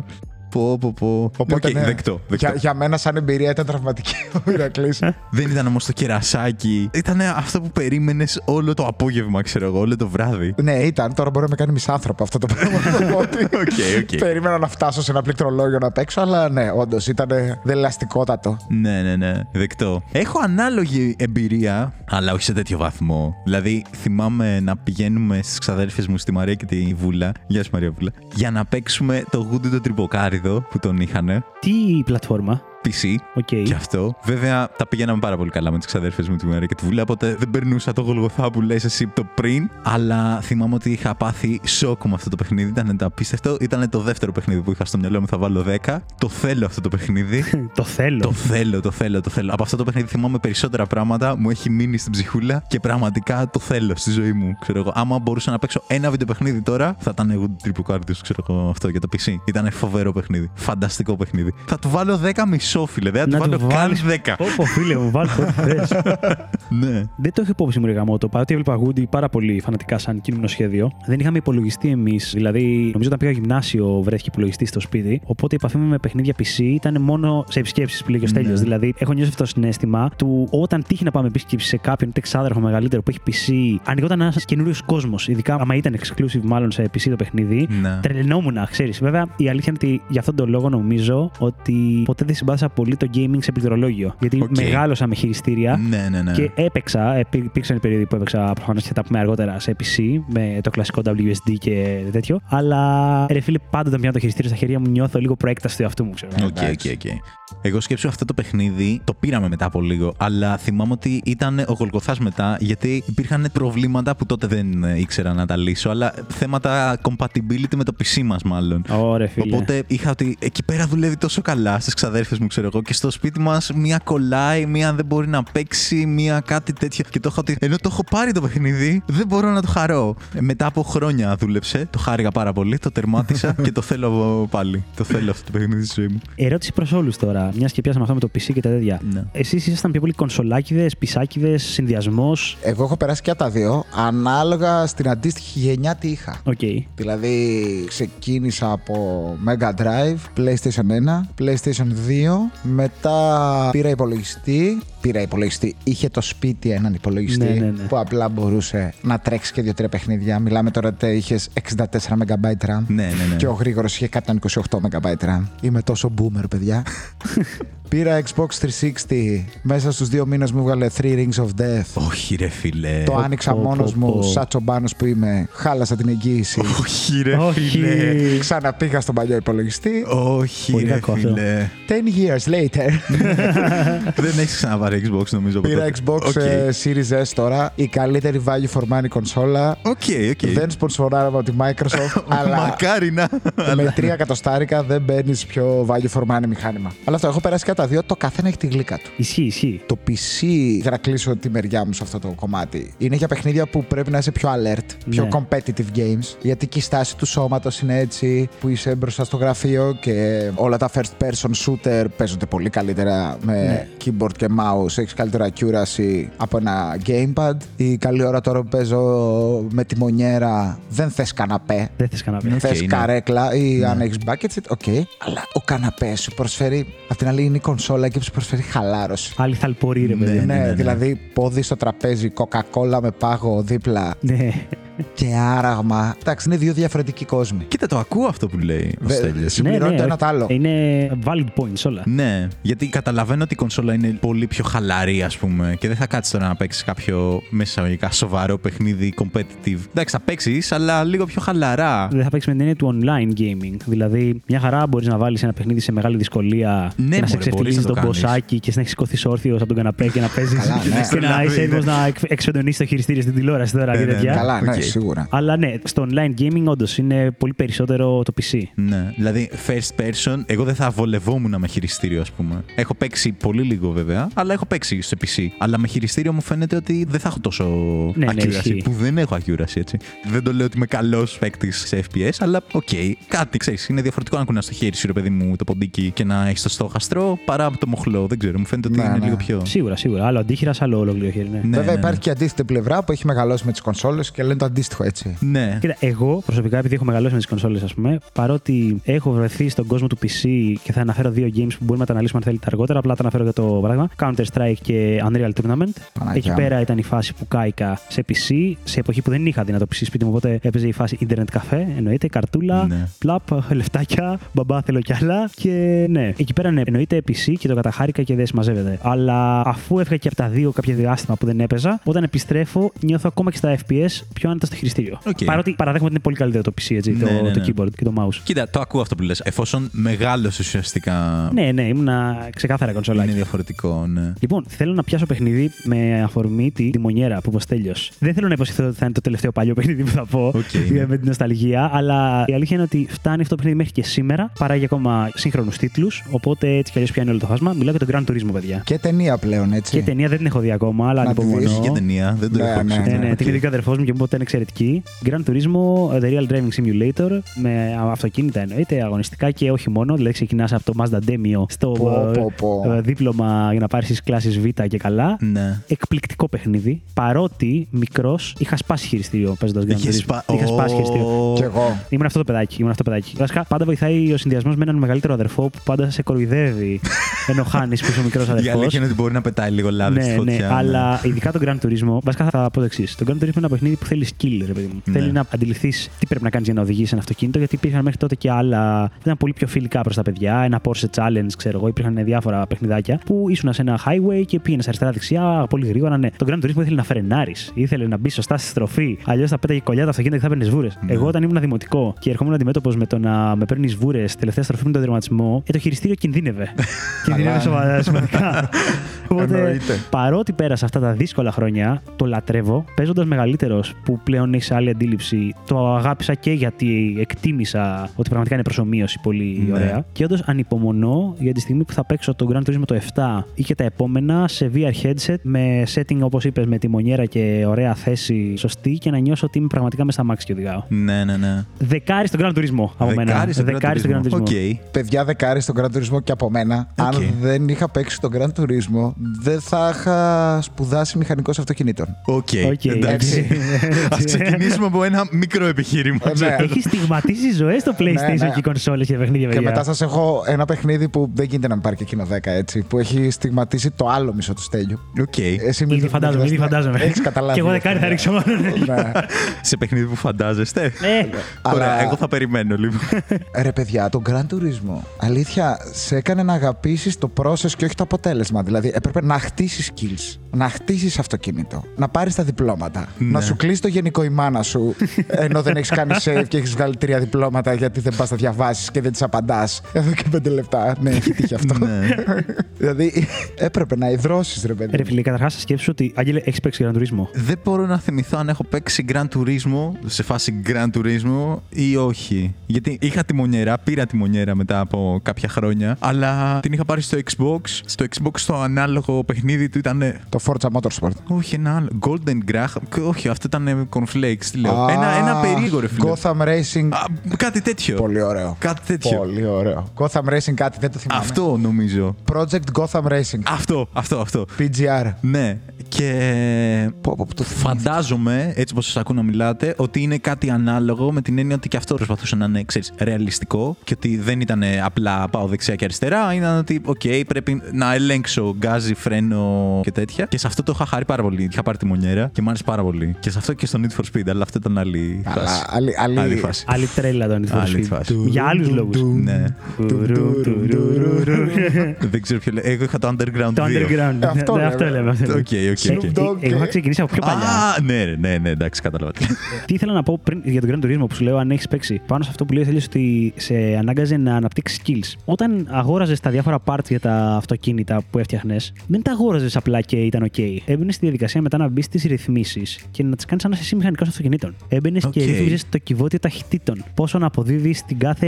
B: Πω, πω, πω. Οκ,
C: ναι,
B: δεκτό. δεκτό.
C: Για, για μένα, σαν εμπειρία, ήταν τραυματική ο Ηρακλής.
A: Ε.
B: Δεν ήταν όμως το κερασάκι. Ήταν αυτό που περίμενες όλο το απόγευμα, ξέρω εγώ, όλο το βράδυ.
C: ναι, ήταν. Τώρα μπορεί να με κάνει μισάνθρωπο αυτό το πράγμα. να το πω ότι
B: Οκ, οκ.
C: Περίμενα να φτάσω σε ένα πληκτρολόγιο να παίξω, αλλά ναι, όντως ήταν δελαστικότατο.
B: Ναι, ναι, ναι. Δεκτό. Έχω ανάλογη εμπειρία, αλλά όχι σε τέτοιο βαθμό. Δηλαδή, θυμάμαι να πηγαίνουμε στις ξαδέρφες μου στη Μαρία και τη Βούλα. Γεια σου, Μαρία Βούλα. Για να παίξουμε το γούντι το τρυποκάριδο που τον είχανε.
A: Τι πλατφόρμα.
B: PC.
A: Οκ.
B: Και αυτό. Βέβαια, τα πηγαίναμε πάρα πολύ καλά με τις ξαδέρφες μου τη μέρα και τη βουλή. Οπότε δεν περνούσα το γολγοθά που λες εσύ το πριν. Αλλά θυμάμαι ότι είχα πάθει σοκ με αυτό το παιχνίδι. Ήταν το απίστευτο. Ήταν το δεύτερο παιχνίδι που είχα στο μυαλό μου. Θα βάλω 10. Το θέλω αυτό το παιχνίδι.
A: Το θέλω.
B: Το θέλω, το θέλω, το θέλω. Από αυτό το παιχνίδι θυμάμαι περισσότερα πράγματα. Μου έχει μείνει στην ψυχούλα και πραγματικά το θέλω στη ζωή μου. Ξέρω εγώ. Άμα μπορούσα να παίξω ένα βιντεοπαιχνίδι τώρα, θα ήταν εγώ τρίπου κάρτιο, ξέρω εγώ αυτό για το PC. Ήταν φοβερό παιχνίδι. Φανταστικό παιχνίδι. Θα του βάλω 10 μισό, φίλε. Δεν θα του
A: το
B: βάλω καν 10.
A: Πω, πω, φίλε μου, βάλτε ό,τι θες.
B: ναι.
A: Δεν το έχω υπόψη μου, Ρεγαμό. Το παρότι έβλεπα Woody πάρα πολύ φανατικά σαν κείμενο σχέδιο, δεν είχαμε υπολογιστεί εμείς. Δηλαδή, νομίζω όταν πήγα γυμνάσιο βρέθηκε υπολογιστή στο σπίτι. Οπότε η επαφή μου με παιχνίδια PC ήταν μόνο σε επισκέψεις που λέγει ο Στέλιος.
B: Ναι.
A: Δηλαδή, έχω νιώσει αυτό το συνέστημα του όταν τύχει να πάμε επίσκεψη σε κάποιον είτε ξάδερφο μεγαλύτερο που έχει PC, ανοιγόταν ένας καινούριος κόσμος. Ειδικά άμα ήταν exclusive, μάλλον σε PC το παιχνίδι.
B: Ναι.
A: Τρελνόμουν, ξέρεις. Βέβαια, η αλήθεια είναι ότι για αυτόν τον λόγο νομίζω ότι ποτέ δεν συμπάθησα πολύ το gaming σε πληκτρολόγιο. Γιατί
B: Οκ.
A: μεγάλωσα με χειριστήρια.
B: Ναι, ναι, ναι.
A: Και έπαιξα, ε, υπή- υπήρξαν οι περίοδοι που έπαιξα προφανώς και θα τα πούμε αργότερα σε PC με το κλασικό WSD και τέτοιο. Αλλά ρε φίλε, πάντα όταν πιάνω το χειριστήριο στα χέρια μου νιώθω λίγο προέκταση του εαυτού μου, ξέρω.
B: Οκ, οκ,
C: εντάξει.
B: οκ. Εγώ σκέψω αυτό το παιχνίδι, το πήραμε μετά από λίγο, αλλά θυμάμαι ότι ήταν ο Γολγοθάς μετά, γιατί υπήρχαν προβλήματα που τότε δεν ε, ήξερα να τα λύσω, αλλά θέματα compatibility με το PC μας μάλλον.
A: Ωραία, φίλε.
B: Οπότε είχα ότι εκεί πέρα δουλεύει τόσο καλά στις ξαδέρφες μου, ξέρω εγώ, και στο σπίτι μας μία κολλάει, μία δεν μπορεί να παίξει, μία κάτι τέτοιο. Και το είχα ότι ενώ το έχω πάρει το παιχνίδι, δεν μπορώ να το χαρώ. Ε, Μετά από χρόνια δούλεψε, το χάρηκα πάρα πολύ, το τερμάτισα και το θέλω πάλι. Το θέλω αυτό το παιχνίδι στη ζωή μου.
A: Ερώτηση προς όλους τώρα, μιας και πιάσαμε αυτό με το PC και τα τέτοια.
B: Ναι.
A: Εσείς ήσασταν πιο πολύ κονσολάκιδε, πισάκιδε, συνδυασμός.
C: Εγώ έχω περάσει και από τα δύο, ανάλογα στην αντίστοιχη γενιά τι είχα.
A: Οκ.
C: Δηλαδή ξεκίνησα από Mega Drive, PlayStation 1, PlayStation 2, μετά πήρα υπολογιστή. Πήρα υπολογιστή. Είχε το σπίτι έναν υπολογιστή
A: Ναι, ναι, ναι.
C: που απλά μπορούσε να τρέξει και δύο-τρία παιχνίδια. Μιλάμε τώρα ότι είχες 64 MB RAM.
B: Ναι, ναι, ναι.
C: Και ο γρήγορος είχε 128 MB RAM. Είμαι τόσο boomer, παιδιά. Πήρα Xbox 360. Μέσα στους δύο μήνες μου έβγαλε 3 Rings of Death.
B: Όχι, ρε φιλέ.
C: Το άνοιξα
A: πω,
C: μόνος
A: πω, πω.
C: μου, σαν τσομπάνος που είμαι. Χάλασα την εγγύηση.
B: Όχι, ρε
A: Όχι.
B: φιλέ.
C: Ξαναπήγα στον παλιό υπολογιστή.
B: Όχι,
A: Πολύ
B: ρε
A: κακό αυτό.
B: φιλέ.
C: 10 years later.
B: Ναι, δεν έχεις ξαναπάρει Xbox, νομίζω. από
C: Πήρα
B: τότε.
C: Xbox
B: Οκ.
C: ε, Series S τώρα. Η καλύτερη value for money κονσόλα.
B: Οκ, οκ.
C: Δεν σπονσοράραμε από τη Microsoft, αλλά Ε,
B: Μακάρι να.
C: με τρία εκατοστάρικα δεν παίρνει πιο value for money μηχάνημα. Αλλά αυτό, έχω περάσει κατά δύο, το καθένα έχει τη γλύκα του.
A: Ισχύει, ισχύει.
C: Το PC, για να κλείσω τη μεριά μου σε αυτό το κομμάτι, είναι για παιχνίδια που πρέπει να είσαι πιο alert, πιο
A: Ναι.
C: competitive games. Γιατί και η στάση του σώματος είναι έτσι, που είσαι μπροστά στο γραφείο και όλα τα first person shooter παίζονται πολύ καλύτερα με
B: Ναι.
C: keyboard και mouse. Έχεις καλύτερα accuracy από ένα gamepad. Η καλή ώρα τώρα που παίζω με τη μονιέρα δεν θες καναπέ.
A: Δεν θες κανένα.
C: Θες
B: ναι.
C: καρέκλα ή αν έχει bucket seat, οκ. Αλλά ο καναπέ σου προσφέρει, απ' την άλλη είναι η κονσόλα και σου προσφέρει χαλάρωση.
A: Άλλη θαλπορή, ρε παιδί.
C: Ναι, δηλαδή πόδι στο τραπέζι, κοκακόλα με πάγο δίπλα
A: Ναι.
C: και άραγμα. Εντάξει, είναι δύο διαφορετικοί κόσμοι.
B: Κοίτα, το ακούω αυτό που λέει ο
C: Δε-
B: Στέλιος.
C: συμπληρώνει
A: Ναι, ναι,
C: το ένα
A: όχι.
C: το άλλο.
A: Είναι valid points όλα.
B: Ναι, γιατί καταλαβαίνω ότι η κονσόλα είναι πολύ πιο χαλαρή, ας πούμε, και δεν θα κάτσεις τώρα να παίξεις κάποιο μέσα εισαγωγικά σοβαρό παιχνίδι competitive. Εντάξει, θα παίξεις, αλλά λίγο πιο χαλαρά.
A: δεν θα παίξεις με την έννοια του online gaming. Δηλαδή, μια χαρά μπορείς να βάλεις ένα παιχνίδι σε μεγάλη δυσκολία
B: Ναι,
A: και να
B: μωρέ,
A: σε
B: μπορείς
A: ξεφτυλίζει
B: να το
A: τον
B: κάνεις.
A: κοσάκι και να έχεις σηκωθεί όρθιο από τον καναπέ και να παίζεις.
C: Καλά, ναι.
A: και να είσαι έτοιμο να εκ- εξοντωνίσει το χειριστήριο στην τηλεόραση τώρα και
B: Ναι, ναι,
A: τέτοια.
B: ναι.
C: Καλά, ναι,
B: Οκ.
C: σίγουρα.
A: Αλλά ναι, στο online gaming όντως είναι πολύ περισσότερο το PC.
B: Ναι, δηλαδή first person, εγώ δεν θα βολευόμουν με χειριστήριο, ας πούμε. Έχω παίξει πολύ λίγο βέβαια, αλλά έχω παίξει σε PC. Αλλά με χειριστήριο μου φαίνεται ότι δεν θα έχω τόσο
A: Ναι, ναι,
B: accuracy,
A: ισχύει.
B: που δεν έχω accuracy, έτσι. Δεν το λέω ότι είμαι καλός παίκτης σε FPS, αλλά οκ, κάτι ξέρεις. Είναι διαφορετικό να κουνάς το χέρι σου, ρε παιδί μου, το ποντίκι και να έχεις το στόχαστρο παρά από το μοχλό. Δεν ξέρω, μου φαίνεται ότι
C: Ναι,
B: είναι
C: ναι.
B: λίγο πιο.
A: Σίγουρα, σίγουρα. Άλλο αντίχειρα, άλλο ολόκληρο χέρι. Ναι.
B: Ναι,
C: Βέβαια,
B: ναι,
C: υπάρχει και αντίθετη πλευρά που έχει μεγαλώσει με τις κονσόλες και λένε το αντίστοιχο έτσι.
B: Ναι.
A: Κοίτα, εγώ προσωπικά, επειδή έχω μεγαλώσει με τις κονσόλες, ας πούμε, παρότι έχω βρεθεί στον κόσμο του PC και θα αναφέρω δύο games που μπορούμε να τα αναλύσουμε αν θέλετε αργότερα, απλά τα αναφέρω για το πράγμα. Counter-Strike και Unreal Tournament.
C: Παναγιά
A: Εκεί
C: μου.
A: πέρα ήταν η φάση που κάηκα σε PC, σε εποχή που δεν είχα δυνατό PC σπίτι μου, οπότε έπαιζε η φάση Internet καφέ, εννοείται, καρτούλα,
B: Ναι.
A: πλαπ, λεφτάκια, μπαμπά θέλω κι άλλα. Και ναι, εκεί πέρα ναι, εννοείται PC και το καταχάρηκα και δεν συμμαζεύεται. Αλλά αφού έφυγα και από τα δύο κάποια διάστημα που δεν έπαιζα, όταν επιστρέφω νιώθω ακόμα και στα FPS πιο δυνατότητα στο χειριστήριο.
B: Οκ.
A: Παρότι παραδέχομαι ότι είναι πολύ καλύτερο το PC, έτσι,
B: Ναι,
A: το,
B: ναι,
A: το
B: ναι.
A: keyboard και το mouse.
B: Κοίτα, το ακούω αυτό που λες. Εφόσον μεγάλωσε ουσιαστικά.
A: Ναι, ναι, ήμουνα ξεκάθαρα
B: είναι
A: κονσολάκι.
B: διαφορετικό, ναι.
A: Λοιπόν, θέλω να πιάσω παιχνίδι με αφορμή τη τιμονιέρα που πω τέλειος. Δεν θέλω να υποσχεθώ ότι θα είναι το τελευταίο παλιό παιχνίδι που θα πω
B: Οκ. ναι.
A: για- με την νοσταλγία, αλλά η αλήθεια είναι ότι φτάνει αυτό το παιχνίδι μέχρι και σήμερα. Παράγει ακόμα σύγχρονους τίτλους, οπότε έτσι κι αλλιώς πιάνει όλο το φάσμα. Μιλάω για τον Gran Turismo, παιδιά.
C: Και ταινία πλέον, έτσι.
A: Και ταινία δεν την έχω δει ακόμα, αλλά
C: Να τη δεις.
A: ανυπομονώ.
B: Είχε και ταινία, δεν το
C: Ναι,
B: έχω
C: ναι,
B: ψάξει.
A: Ναι, ναι,
B: Ε, Οκ.
A: την ειδική ο αδερφός μου και μου είπε ότι ήταν εξαιρετική. Gran Turismo, ε, The Real Driving Simulator, με αυτοκίνητα εννοείται, αγωνιστικά και όχι μόνο. Δηλαδή, ξεκινάς από το Mazda Demio στο
C: Πω, πω, πω.
A: ε, ε, δίπλωμα για να πάρεις τι κλάσεις Β και καλά.
B: Ναι.
A: Εκπληκτικό παιχνίδι. Παρότι μικρός είχα σπάσει χειριστήριο παίζοντας Gran
B: Είχες
A: Turismo.
B: σπα...
A: Είχα σπάσει χειριστήριο.
C: Κι εγώ.
A: Ήμουν αυτό το παιδάκι. Ήμουν αυτό το παιδάκι. Βασικά, πάντα βοηθάει ο συνδυασμός με έναν μεγαλύτερο αδερφό που πάντα σε κοροϊδεύει ενώ χάνεις που είσαι ο μικρός
B: Η αλήθεια
A: αδερφό.
B: είναι ότι μπορεί να πετάει λίγο λάδι στη
A: ναι,
B: φωτιά.
A: ναι, αλλά ειδικά τον Grand Turismo. Βασικά θα πω το εξής. Το Grand Turismo είναι ένα παιχνίδι που θέλεις skill, ρε παιδί μου.
B: Ναι.
A: Θέλει να αντιληφθείς τι πρέπει να κάνεις για να οδηγήσει ένα αυτοκίνητο, γιατί υπήρχαν μέχρι τότε και άλλα. Ήταν πολύ πιο φιλικά προς τα παιδιά. Ένα Porsche Challenge, ξέρω εγώ. Υπήρχαν διάφορα παιχνιδάκια που ήσουν σε ένα highway και πήγαινες αριστερά-δεξιά πολύ γρήγορα. Ναι. Το Grand Turismo ήθελε να φρενάρεις. Ήθελε να μπει σωστά στη στροφή. Αλλιώς θα πέταγε κολλιά τα αυτοκίνητα και θα παίρνει βούρες.
B: Ναι.
A: Εγώ όταν ήμουν δημοτικό και ερχόμουν αντιμέτωπος με το να με παίρνεις βούρες τελευταία στροφή με τον τερματισμό, ε, το χειριστήριο κινδύνευε. κινδύνευε
C: Καλά, ναι.
A: σοβα- σημαντικά. Οπότε,
C: Εννοείται.
A: παρότι πέρασα αυτά τα δύσκολα χρόνια, το λατρεύω. Παίζοντας μεγαλύτερος, που πλέον έχεις άλλη αντίληψη, το αγάπησα και γιατί εκτίμησα ότι πραγματικά είναι προσωμείωση πολύ
B: Ναι.
A: ωραία. Και όντως ανυπομονώ για τη στιγμή που θα παίξω το Grand Turismo το 7 ή και τα επόμενα σε VR headset με setting όπως είπες με τη μονιέρα και ωραία θέση σωστή και να νιώσω ότι είμαι πραγματικά μέσα στα μάξι και οδηγάω.
B: Ναι, ναι, ναι.
A: Δεκάρι στον Grand Turismo από μένα.
B: Δεκάρι στο Gran Turismo. Οκ.
C: Παιδιά δεκάρι στον Gran Turismo και από μένα.
B: Οκ.
C: Αν δεν είχα παίξει τον Gran Turismo, δεν θα είχα σπουδάσει μηχανικός αυτοκινήτων.
B: Οκ.
A: Οκ.
B: Εντάξει. Α ξεκινήσουμε από ένα μικρό επιχείρημα.
C: Ε, ναι.
A: Έχει στιγματίσει ζωές στο PlayStation
C: ναι.
A: και οι κονσόλες και τα παιχνίδια,
C: Και
A: παιδιά.
C: μετά σας έχω ένα παιχνίδι που δεν γίνεται να μην πάρει και εκείνο 10, έτσι. Που έχει στιγματίσει το άλλο μισό του στέλιου.
B: Οκ.
C: Εσύ μην
A: Ήδη φαντάζομαι, ήδη φαντάζομαι.
C: Έχεις καταλάβει.
A: Και εγώ δεκάρι θα ρίξω μάλλον.
C: Ναι.
B: Σε παιχνίδι που φαντάζεστε.
A: Ε,
B: Ωραία,
C: Αλλά-
B: εγώ θα περιμένω λοιπόν. λίγο.
C: Ρε παιδιά, τον Gran Turismo. Αλήθεια, σε έκανε να αγαπήσεις το process και όχι το αποτέλεσμα. Δηλαδή, έπρεπε να χτίσεις skills, να χτίσεις αυτοκίνητο, να πάρεις τα διπλώματα, να σου κλείσει το γενικό η μάνα σου, ενώ δεν έχεις κάνει save και έχεις βγάλει τρία διπλώματα γιατί δεν πας να διαβάσεις και δεν τις απαντάς. Εδώ και πέντε λεπτά. Ναι, έχει τύχει αυτό.
B: Ναι.
C: δηλαδή, έπρεπε να υδρώσεις, ρε παιδί.
A: Ρε φίλε, καταρχάς σκέψου ότι. Άγγελε, έχεις παίξει Gran Turismo.
B: Δεν μπορώ να θυμηθώ αν έχω παίξει Grand Turismo σε φάση Grand Turismo ή όχι. Γιατί είχα τη μονιέρα, πήρα τη μονιέρα μετά από κάποια χρόνια, αλλά την είχα πάρει στο Xbox. Στο Xbox το ανάλογο παιχνίδι του ήταν.
C: Το Forza Motorsport.
B: Όχι, ένα άλλο. Golden Graham. Όχι, αυτό ήταν ε, Cornflakes. Τι λέω. ένα, ένα περίεργο ρε φίλε.
C: Gotham Racing.
B: Α, κάτι τέτοιο.
C: Πολύ ωραίο.
B: Κάτι τέτοιο.
C: Πολύ ωραίο. Gotham Racing κάτι, δεν το θυμάμαι.
B: Αυτό νομίζω.
C: Project Gotham Racing.
B: Αυτό, αυτό, αυτό.
C: PGR.
B: Ναι. Και
C: Πω, πω, πω, το θυμάμαι.
B: Φαντάζομαι, έτσι όπως σας ακούω να μιλάτε, ότι είναι κάτι ανάλογο με την έννοια ότι και αυτό προσπαθούσε να είναι ξέρεις, ρεαλιστικό και ότι δεν ήταν ε, απλά πάω δεξιά και αριστερά. Ήταν ότι, οκ, πρέπει να ελέγξω γκάζι, φρένο και τέτοια. Και σε αυτό το είχα χάρη πάρα πολύ. Είχα πάρει τη μονιέρα και μου άρεσε πάρα πολύ. Και σε αυτό και στο Need for Speed, αλλά αυτό ήταν άλλη
C: Αλλά
B: φάση.
C: άλλη- άλλη-
B: άλλη φάση.
A: Άλλη τρέλα τον Need for
B: Άλλη
A: Speed.
B: φάση.
A: Για άλλους λόγους.
B: Ναι. δεν ξέρω ποιο λέει. Εγώ είχα το Underground 2.
A: Το underground.
C: Ε, αυτό
A: Ναι,
C: λέμε.
A: αυτό λέμε. αυτό λέμε.
B: Οκ, οκ, οκ.
A: Ε,
C: Snoop Dogg
A: ε, Εγώ είχα
C: και-
A: ξεκινήσει από πιο παλιά.
B: Α, ναι, ρε, ναι, ναι, εντάξει, κατάλαβα.
A: Τι ήθελα να πω πριν για τον Grand Turismo που σου λέω, αν έχεις παίξει. Πάνω σε αυτό που λέει, θέλει ότι σε ανάγκαζε να αναπτύξεις skills. Όταν αγόραζες τα διάφορα parts για τα αυτοκίνητα που έφτιαχνες, δεν τα αγόραζες απλά και ήταν OK. Έμπαινες στη διαδικασία μετά να μπεις στις ρυθμίσεις και να τις κάνεις σαν να είσαι εσύ μηχανικός αυτοκινήτων. Έμπαινε και
B: Οκ.
A: ρύθμιζες το κυβότιο ταχυτήτων. Πόσο να αποδίδεις στην κάθε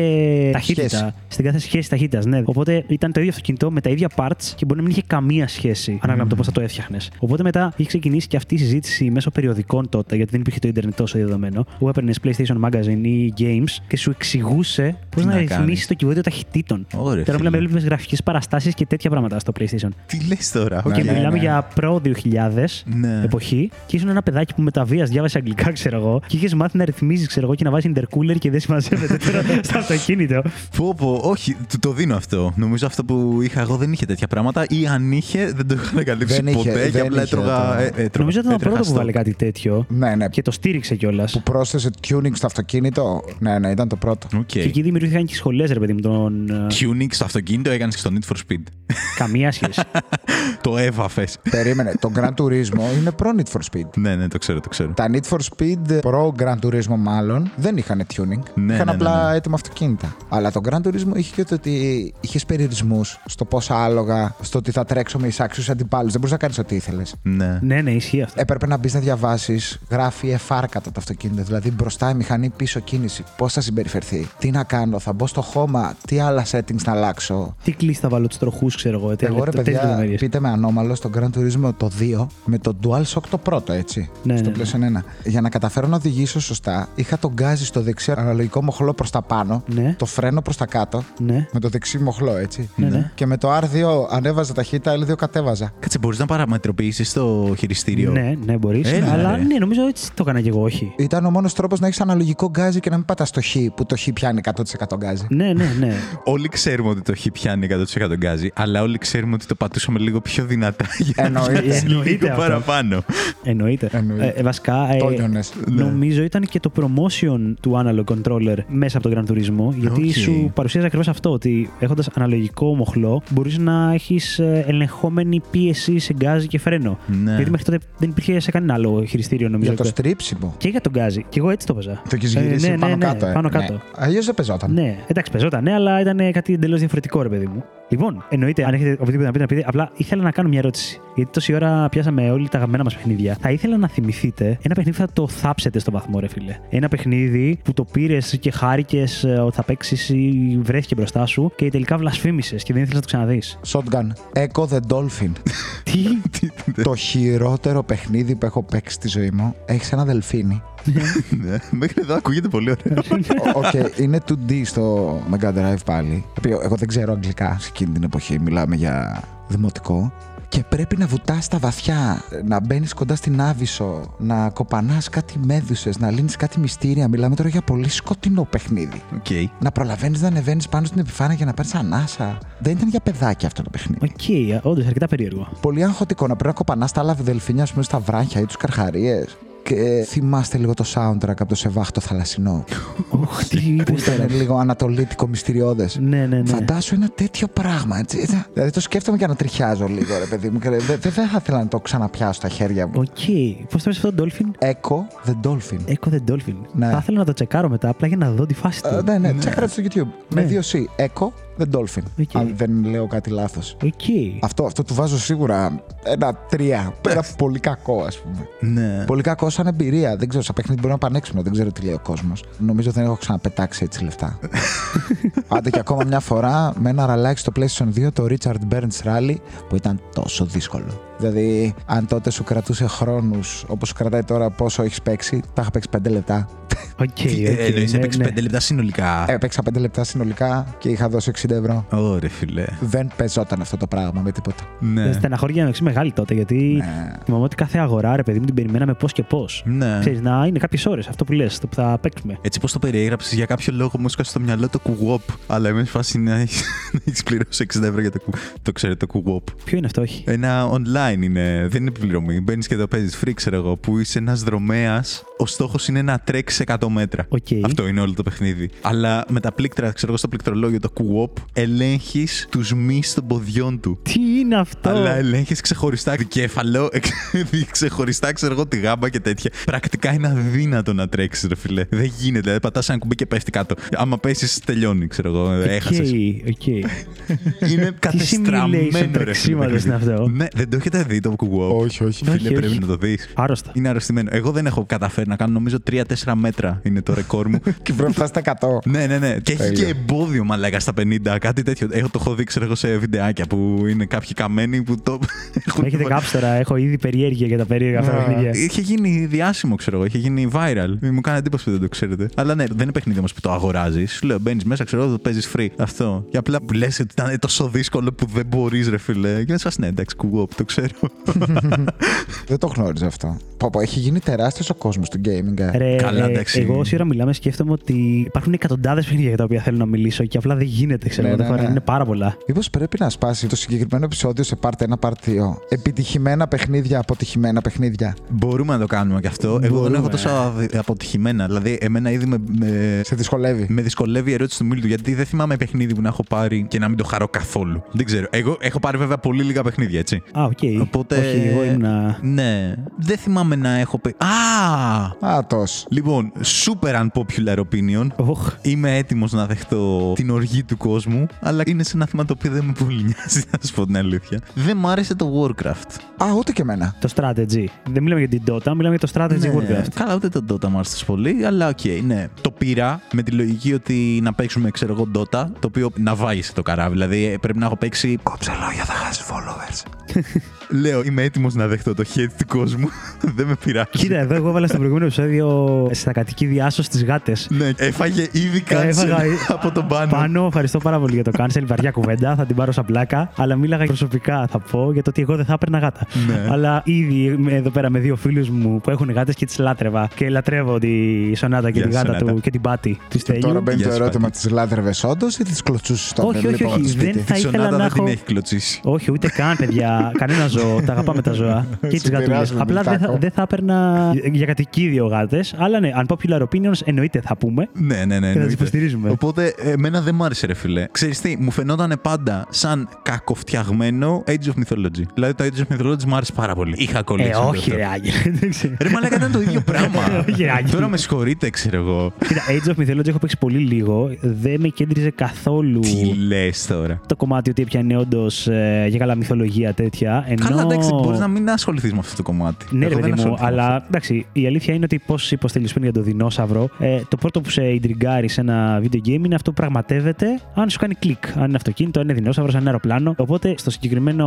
A: ταχύτητα.
C: Σχέση.
A: Στην κάθε σχέση ταχύτητας, ναι. Οπότε ήταν το ίδιο αυτοκίνητο με τα ίδια parts και μπορεί να μην είχε καμία σχέση ανάλογα με το πώς θα το έφτιαχνες. Οπότε μετά είχε ξεκινήσει και αυτή η συζήτηση μέσω περιοδικών τότε, γιατί δεν υπήρχε το Ιντερνετ τόσο δεδομένο, που έπαιρνες PlayStation Magazine ή Games και σου εξηγούσε πώς
B: Τι
A: να,
B: να κάνεις.
A: ρυθμίσει το κυβότιο ταχυτήτων.
B: Ωραία.
A: Τώρα μιλάμε για γραφικές παραστάσεις και τέτοια πράγματα στο PlayStation.
B: Τι λες τώρα, οκ.
A: Και
C: Ναι,
A: μιλάμε
C: ναι.
A: για προ 2000
B: Ναι.
C: Ε.
A: εποχή και ήσουν ένα παιδάκι που με τα βίας διάβασε αγγλικά, ξέρω εγώ, και είχες μάθει να ρυθμίζεις, ξέρω εγώ, και να βάζεις intercooler και δεν συμμαζεύεται τώρα στο αυτοκίνητο.
B: Πω, πω, όχι, του το δίνω αυτό. Νομίζω αυτό που είχα εγώ δεν είχε τέτοια πράγματα ή αν είχε δεν το είχα ανακαλύψει
C: Δεν είχε,
B: ποτέ και
C: δεν
B: απλά έτρωγα. ε, έτρωγα-
A: Νομίζω ήταν το
B: έτρεχα
A: πρώτο που
B: στο-
A: βάλε κάτι τέτοιο
C: Ναι, ναι.
A: και το στήριξε κιόλας.
C: Που πρόσθεσε tuning στο αυτοκίνητο. Ναι, ναι, ήταν το πρώτο.
B: Οκ.
A: Και εκεί δημιουργήθηκαν και σχολές, ρε παιδί μου, τον. ε,
B: Tuning στο αυτοκίνητο έκανες και στο Need for Speed.
A: Καμία σχέση.
B: το έβαφες.
C: Περίμενε. Το Gran Turismo είναι προ Need for Speed.
B: ναι, ναι, το ξέρω, το ξέρω.
C: Τα Need for Speed προ Gran Turismo μάλλον δεν είχαν tuning.
B: ναι,
C: είχαν
B: ναι,
C: απλά
B: ναι.
C: έτοιμα αυτοκίνητα. Αλλά το Gran Turismo είχε και το ότι είχες περιορισμούς στο πόσα άλογα, στο ότι θα τρέξω με εισάξιους αντιπάλους. Δεν μπορούσε να κάνεις ό,τι ήθελες.
B: Ναι.
A: ναι, ναι, ισχύει αυτό.
C: Έπρεπε να μπεις να διαβάσεις, γράφει εφάρκατα το αυτοκίνητο. Δηλαδή μπροστά η μηχανή, πίσω κίνηση. Πώς θα συμπεριφερθεί, τι να κάνω, θα μπω στο χώμα, τι άλλα settings να αλλάξω.
A: Τι κλείσει θα βάλω τους τροχούς, ξέρω εγώ. τέτοια-
C: Εγώ ρε
A: τέτοιες
C: παιδιά,
A: λεπτομέρειες.
C: πείτε με ανώμαλο στον Gran Turismo το 2 με το DualShock το πρώτο, έτσι.
A: Ναι,
C: στο
A: ναι,
C: PlayStation 1. Για να καταφέρω να οδηγήσω σωστά, είχα τον γκάζι στο δεξί αναλογικό μοχλό προς τα πάνω,
A: Ναι.
C: το φρένο προς τα κάτω,
A: Ναι.
C: με το δεξί μοχλό, έτσι.
A: Ναι, ναι.
C: Και με το R2 ανέβαζα ταχύτητα, L2 κατέβαζα.
B: Κάτσε, μπορείς να παραμετροποιήσεις το χειριστήριο.
A: Ναι, ναι, μπορείς.
B: Έλα,
A: Αλλά
B: ρε.
A: ναι, νομίζω έτσι το έκανα κι εγώ, όχι.
C: Ήταν ο μόνος τρόπος να έχεις αναλογικό γκάζι και να μην πατάς το χ που το χ πιάνει 100% γκάζι.
A: Ναι, ναι, ναι.
B: Όλοι ξέρουμε ότι το χ πιάνει 100% γκάζι, αλλά όλοι ξέρουμε ότι το πατούσαμε λίγο πιο δυνατά για να
C: Εννοείται.
B: πιάσει
A: Ε, Εννοείται
B: λίγο
A: αυτό.
B: παραπάνω.
A: Εννοείται.
C: Εννοείται.
A: Ε, ε, βασικά, ε,
C: Το Ναι. λιώνες.
A: νομίζω ήταν και το promotion του Analog Controller μέσα από τον Gran Turismo. Γιατί
B: Οκ.
A: σου παρουσίαζε ακριβώς αυτό, ότι έχοντας αναλογικό μοχλό, μπορείς να έχεις ελεγχόμενη πίεση σε γκάζι και φρένο.
B: Ναι.
A: Γιατί μέχρι τότε δεν υπήρχε σε κανένα άλλο χειριστήριο, νομίζω.
C: Για το στρίψιμο.
A: Και για τον γκάζι. Και εγώ έτσι το παίζα.
C: Το έχεις
A: ναι. Ε,
C: γυρίσει
A: ναι, ναι,
C: πάνω
A: ναι,
C: κάτω. Ε.
A: Πάνω κάτω.
C: Ναι. Αλλιώς δεν πεζόταν.
A: Ναι, εντάξει, παίζονταν, ναι, αλλά ήταν ε, κάτι εντελώς διαφορετικό, ρε παιδί μου. Λοιπόν, εννοείται, αν έχετε οτιδήποτε να πείτε, να πείτε. Απλά ήθελα να κάνω μια ερώτηση. Γιατί τόση ώρα πιάσαμε όλοι τα αγαπημένα μας παιχνίδια. Θα ήθελα να θυμηθείτε ένα παιχνίδι που θα το θάψετε στο βαθμό, ρε φίλε. Ένα παιχνίδι που το πήρες και χάρηκες ότι θα παίξεις ή βρέθηκε μπροστά σου και τελικά βλασφήμισες και δεν ήθελες να το ξαναδείς.
C: Shotgun. Echo the Dolphin.
A: Τι.
C: το χειρότερο παιχνίδι που έχω παίξει στη ζωή μου. Έχεις ένα δελφίνι.
B: Ναι, Μέχρι εδώ ακούγεται πολύ
A: Ναι.
B: ωραίο.
C: Ο- Οκ, είναι 2D στο Mega Drive πάλι. Το οποίο εγώ δεν ξέρω αγγλικά σε εκείνη την εποχή. Μιλάμε για δημοτικό. Και πρέπει να βουτάς στα βαθιά, να μπαίνεις κοντά στην Άβυσσο, να κοπανάς κάτι μέδουσες, να λύνεις κάτι μυστήρια. Μιλάμε τώρα για πολύ σκοτεινό παιχνίδι.
B: Οκ.
C: Να προλαβαίνεις να ανεβαίνεις πάνω στην επιφάνεια για να παίρνεις ανάσα. Δεν ήταν για παιδάκια αυτό το παιχνίδι.
A: Οκ, όντως αρκετά περίεργο.
C: Πολύ αγχωτικό να πρέπει να κοπανάς τα άλλα δελφίνια, ας πούμε, στα βράχια ή τους καρχαρίες. Και θυμάστε λίγο το soundtrack από το Σεβάχτο Θαλασσινό.
A: Οχ, τι
C: που
A: είπες τώρα.
C: ήταν λίγο ανατολίτικο, μυστηριώδες.
A: Ναι, ναι, ναι.
C: Φαντάσου ένα τέτοιο πράγμα, έτσι. Ήταν- Δηλαδή το σκέφτομαι και ανατριχιάζω λίγο, ρε παιδί μου. και Δεν δεν θα ήθελα να το ξαναπιάσω στα χέρια μου.
A: Οκ, πώς το αυτό το Dolphin.
C: Echo the Dolphin.
A: Echo the Dolphin.
C: Ναι.
A: Θα ήθελα να το τσεκάρω μετά, απλά για να δω τη φάση
C: Ε,
A: του.
C: Ναι, ναι, τσέκαρα στο YouTube. Με
A: Ναι.
C: δύο C. Echo the Dolphin.
A: Οκ.
C: Αν δεν λέω κάτι λάθος.
A: Οκ.
C: Αυτό, αυτό του βάζω σίγουρα ένα τρία. Ένα πολύ κακό, ας πούμε.
B: Ναι.
C: Ε. Πολύ κακό σαν εμπειρία. Δεν ξέρω, σαν παιχνίδι μπορεί να είναι πανέξυπνο. Δεν ξέρω τι λέει ο κόσμος. Νομίζω δεν έχω ξαναπετάξει έτσι λεφτά. Άντε και ακόμα μια φορά με ένα ραλάκι στο PlayStation 2 το Richard Burns Rally που ήταν τόσο δύσκολο. Δηλαδή, αν τότε σου κρατούσε χρόνους όπως σου κρατάει τώρα πόσο έχεις παίξει, τα είχα παίξει 5 λεπτά.
A: Οκ, οκ,
B: Εννοείς
A: ναι,
B: ε, έπαιξες
A: ναι. Ε,
B: 5 λεπτά συνολικά.
C: Έπαιξα 5 λεπτά συνολικά και είχα δώσει 60 ευρώ.
B: Ωρε φιλέ.
C: Δεν παίζονταν αυτό το πράγμα με τίποτα.
B: Ναι.
A: Στεναχώρια μεταξύ μεγάλη τότε, γιατί
C: Ναι.
A: θυμάμαι ότι κάθε αγορά, ρε παιδί μου, την περιμέναμε πώς και πώς.
B: Ναι. Ε.
A: Ξέρεις, να είναι κάποιες ώρες αυτό που λες, το που θα παίξουμε.
B: Έτσι πώ το περιέγραψες, για κάποιο λόγο μου έσκασε στο μυαλό το κουγόπ. Αλλά είμαι σε φάση να έχεις πληρώσει 60 ευρώ για το κουγόπ. Το ξέρετε, το κουγόπ.
A: Ποιο είναι αυτό, όχι.
B: Ένα online είναι, δεν είναι επιπληρωμή. Μπαίνεις και το παίζεις free, ξέρω εγώ, που είσαι ένας δρομέας. Ο στόχος είναι να τρέξεις 100 μέτρα.
A: Οκ.
B: Αυτό είναι όλο το παιχνίδι. Αλλά με τα πλήκτρα, ξέρω εγώ, στο πληκτρολόγιο, το κουόπ, ελέγχεις τους μη των ποδιών του.
A: Τι είναι αυτό.
B: Αλλά ελέγχεις ξεχωριστά κέφαλο, ξεχωριστά ξέρω εγώ τη γάμπα και τέτοια. Πρακτικά είναι αδύνατο να τρέξεις, ρε φιλέ. Δεν γίνεται. Δηλαδή, πατάς ένα κουμπί και πέφτει κάτω. Άμα πέσεις, τελειώνει, ξέρω εγώ. Έχασες.
A: Οκ, οκ.
B: είναι
A: simulation
B: κατεστραμμένο, ρε
A: τρεξίματος
B: φίλε.
A: είναι αυτό?
B: Ναι, δεν το έχετε δει το κουγό.
C: Όχι, όχι.
B: Φίλε,
A: Όχι,
B: πρέπει
A: όχι.
B: να το δεις.
A: Άρρωστα.
B: Είναι αρρωστημένο. Εγώ δεν έχω καταφέρει να κάνω, νομίζω, 3-4 μέτρα είναι το ρεκόρ μου.
C: Και πρέπει να φτάσεις 100.
B: ναι, ναι, ναι. Και έχει
C: Τέλεια.
B: και εμπόδιο, μαλάκα, στα 50, κάτι τέτοιο. Έχω το έχω δει, ξέρω εγώ, σε βιντεάκια που είναι κάποιοι καμένοι που το έχουν
A: Με έχετε κάψει τώρα, έχω ήδη περιέργεια για τα περίεργα αυτά
C: Ναι.
A: παιχνίδια.
B: Ε, Είχε γίνει διάσημο, ξέρω εγώ. Είχε γίνει viral. Μου κάνει εντύπωση που δεν το ξέρετε. Αλλά ναι, δεν είναι παιχνίδι όμως που το αγοράζεις. Σου λέω, μπαίνεις μέσα, ξέρω εγώ, το παίζεις free. Αυτό. Και απλά που λες ότι ήταν τόσο δύσκολο που δεν μπορείς, ρε φιλέ. Και λες, ναι, εντάξει, κουγόπ, το ξέρω.
C: Δεν το γνώριζα αυτό. Πω, πω, έχει γίνει τεράστιος ο κόσμος του gaming. ε.
A: Ρε,
B: Καλά,
A: ε,
B: εντάξει.
A: εγώ όση ώρα μιλάμε σκέφτομαι ότι υπάρχουν εκατοντάδες παιχνίδια για τα οποία θέλω να μιλήσω και απλά δεν γίνεται, ξέρω
C: Ναι,
A: εγώ. δεν
C: ναι,
A: χωράει,
C: ναι.
A: Είναι πάρα πολλά.
C: Μήπως πρέπει να σπάσει το συγκεκριμένο επεισόδιο σε part 1, part 2. Επιτυχημένα παιχνίδια, αποτυχημένα παιχνίδια.
B: Μπορούμε να το κάνουμε κι αυτό. Εγώ δεν
A: Μπορούμε.
B: έχω τόσα δι- αποτυχημένα. Δηλαδή, εμένα ήδη με, με,
C: Σε δυσκολεύει.
B: με δυσκολεύει η ερώτηση του Μίλτου γιατί δεν θυμάμαι παιχνίδι που να έχω πάρει και να μην το χαρώ καθόλου. Δεν ξέρω. Εγώ έχω πάρει βέβαια πολύ λίγα παιχνίδια, έτσι.
A: Α, οκ.
B: Οπότε.
A: Ε, Όχι, εγώ ήμουνα.
B: Ναι. Δεν θυμάμαι να έχω. παι- Α!
C: Α, τόσο.
B: Λοιπόν, super unpopular opinion.
A: Οχ.
B: Είμαι έτοιμος να δεχτώ την οργή του κόσμου, αλλά είναι σε ένα θέμα το οποίο δεν με πολύ νοιάζει, να σου πω την αλήθεια. Δεν μ' άρεσε το Warcraft.
C: Α, ούτε και εμένα.
A: Το strategy. Δεν μιλάμε για την Dota, μιλάμε για το
B: Ναι,
A: strategy Warcraft.
B: Καλά, ούτε το Dota μου άρεσε πολύ, αλλά οκ, ναι. Το πήρα με τη λογική ότι να παίξουμε, ξέρω εγώ, Dota, το οποίο να βάγει το καράβι. Δηλαδή ε, πρέπει να έχω παίξει. Κόψε λόγια, θα χάσεις followers. Λέω, είμαι έτοιμος να δεχτώ το hate του κόσμου. δεν με πειράζει.
A: Κοίτα, εδώ εγώ έβαλα στο προηγούμενο επεισόδιο στα κατοική διάσωση τι γάτες.
B: Ναι, έφαγε ήδη
A: Ε, Έφαγα
B: cancel
A: ήδη.
B: από τον πάνω.
A: Πάνω, ευχαριστώ πάρα πολύ για το cancel. Βαριά κουβέντα, θα την πάρω σαν πλάκα. Αλλά μίλαγα προσωπικά, θα πω, για το ότι εγώ δεν θα έπαιρνα γάτα.
B: Ναι.
A: Αλλά ήδη είμαι εδώ πέρα με δύο φίλους μου που έχουν γάτες και τις λάτρευα. Και λατρεύω τη Σονάτα και
B: Γεια
A: τη
B: σου,
A: γάτα
B: Σονάτα.
A: του και την πάτη του
C: Τώρα
A: Στέλιου.
C: μπαίνει
B: Γεια
C: το
B: σου,
C: ερώτημα
B: Παντή.
C: τη λάτρευες όντως ή τη κλωτσούσε όταν
A: Όχι, όχι,
C: λείπαμε
A: όχι,
C: από το
A: δεν
C: λοιπόν, σπίτι.
A: θα
B: Η
A: ήθελα να
B: Σονάτα δεν την
A: έχω.
B: έχει κλωτσίσει.
A: Όχι, ούτε καν, παιδιά. Κανένα ζώο. Τα αγαπάμε τα ζώα. και τις
C: Σε
A: γατούλε.
C: πειράζουμε,
A: Απλά δεν θα,
C: Τάκο.
A: δεν θα έπαιρνα για κατοικίδιο γάτες. Αλλά ναι, unpopular opinions εννοείται θα πούμε.
B: Ναι, ναι, ναι.
A: τις
B: εννοείται.
A: υποστηρίζουμε.
B: Οπότε, εμένα δεν μ' άρεσε, ρε φιλέ. Ξέρεις τι, μου φαινόταν πάντα σαν κακοφτιαγμένο Age of Mythology. Δηλαδή, το Age of Mythology μου άρεσε πάρα πολύ. Είχα κολλήσει.
A: Ε,
B: με
A: όχι,
B: αυτό.
A: ρε Άγγελε. δεν ξέρω.
B: Ρε μαλάκα ήταν το ίδιο πράγμα.
A: Όχι, ρε, Άγγελε.
B: Τώρα με συγχωρείτε, ξέρω εγώ.
A: Κοίτα, Age of Mythology έχω παίξει πολύ λίγο. Δεν με κέντριζε καθόλου
B: Τι λες τώρα.
A: το κομμάτι ότι έπιανε όντως για καλά μυθολογία τέτοια. Ενώ...
B: Καλά, εντάξει, μπορείς να μην ασχοληθείς με αυτό το κομμάτι.
A: Ναι,
B: Εγώ
A: ρε
B: δεν
A: παιδί μου,
B: ασχολήθηκα με αυτό.
A: αλλά εντάξει, η αλήθεια είναι ότι πώς υποστελεί πριν για τον δεινόσαυρο, ε, το πρώτο που σε ιντριγκάρει σε ένα video game είναι αυτό που πραγματεύεται αν σου κάνει κλικ. Αν είναι αυτοκίνητο, αν είναι δεινόσαυρος, αν είναι αεροπλάνο. Οπότε στο συγκεκριμένο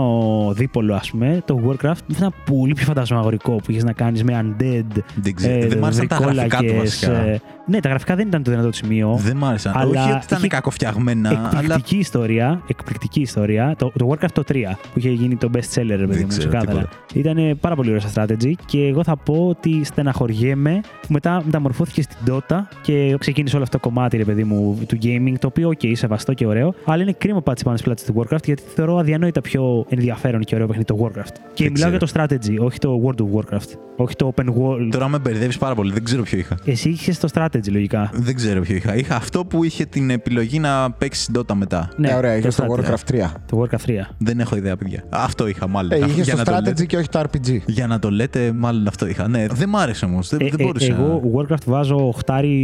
A: δίπολο, ας πούμε, το Warcraft ήταν ένα πολύ πιο φαντασμαγορικό που είχες να κάνεις με undead.
B: Δεν ξέρω. δεν μ' άρεσαν τα γραφικά του
A: ε, βρικόλακες,
B: βασικά.
A: ε, ναι, τα γραφικά δεν ήταν το δυνατό του σημείο.
B: Δεν μ' άρεσαν.
A: αλλά
B: Όχι ότι ήταν
A: είχε
B: κακοφτιαγμένα, αλλά.
A: Εκπληκτική ιστορία. Εκπληκτική ιστορία. Το, το Warcraft το 3 που είχε γίνει το best seller, ρε παιδί μου,
B: ξέρω
A: ξεκάθαρα. Ήταν πάρα πολύ ωραίο σαν strategy και εγώ θα πω ότι στεναχωριέμαι που μετά μεταμορφώθηκε στην Dota και ξεκίνησε όλο αυτό το κομμάτι, ρε παιδί μου, του gaming, το οποίο, οκ, σεβαστό και ωραίο, αλλά είναι κρίμα που πάτησε πάνω στις πλάτη του Warcraft γιατί θεωρώ αδιανόητα πιο ενδιαφέρον και ωραίο παιχνίδι το Warcraft. Και
B: Δεν
A: μιλάω για
B: ξέρω.
A: το strategy, όχι το World of Warcraft. Όχι το open world.
B: Τώρα με μπερδεύεις πάρα πολύ. Δεν ξέρω ποιο είχα.
A: Εσύ είχες το strategy, λογικά.
B: Δεν ξέρω ποιο είχα. Είχα αυτό που είχε την επιλογή να παίξει Dota μετά.
C: Ε, ωραία,
A: Ναι, το
C: είχε στο
A: strategy.
C: Warcraft 3.
A: Το Warcraft 3.
B: Δεν έχω ιδέα, παιδιά. Αυτό είχα, μάλλον.
C: Ε,
B: Αυτό-
C: είχε το
B: να το λέτε,
C: strategy και όχι το RPG.
B: για να το λέτε, μάλλον αυτό είχα. Ναι, δεν μ' άρεσε όμως. Δεν,
A: Ε,
B: δεν
A: ε,
B: μπορούσα.
A: εγώ Warcraft βάζω χτάρι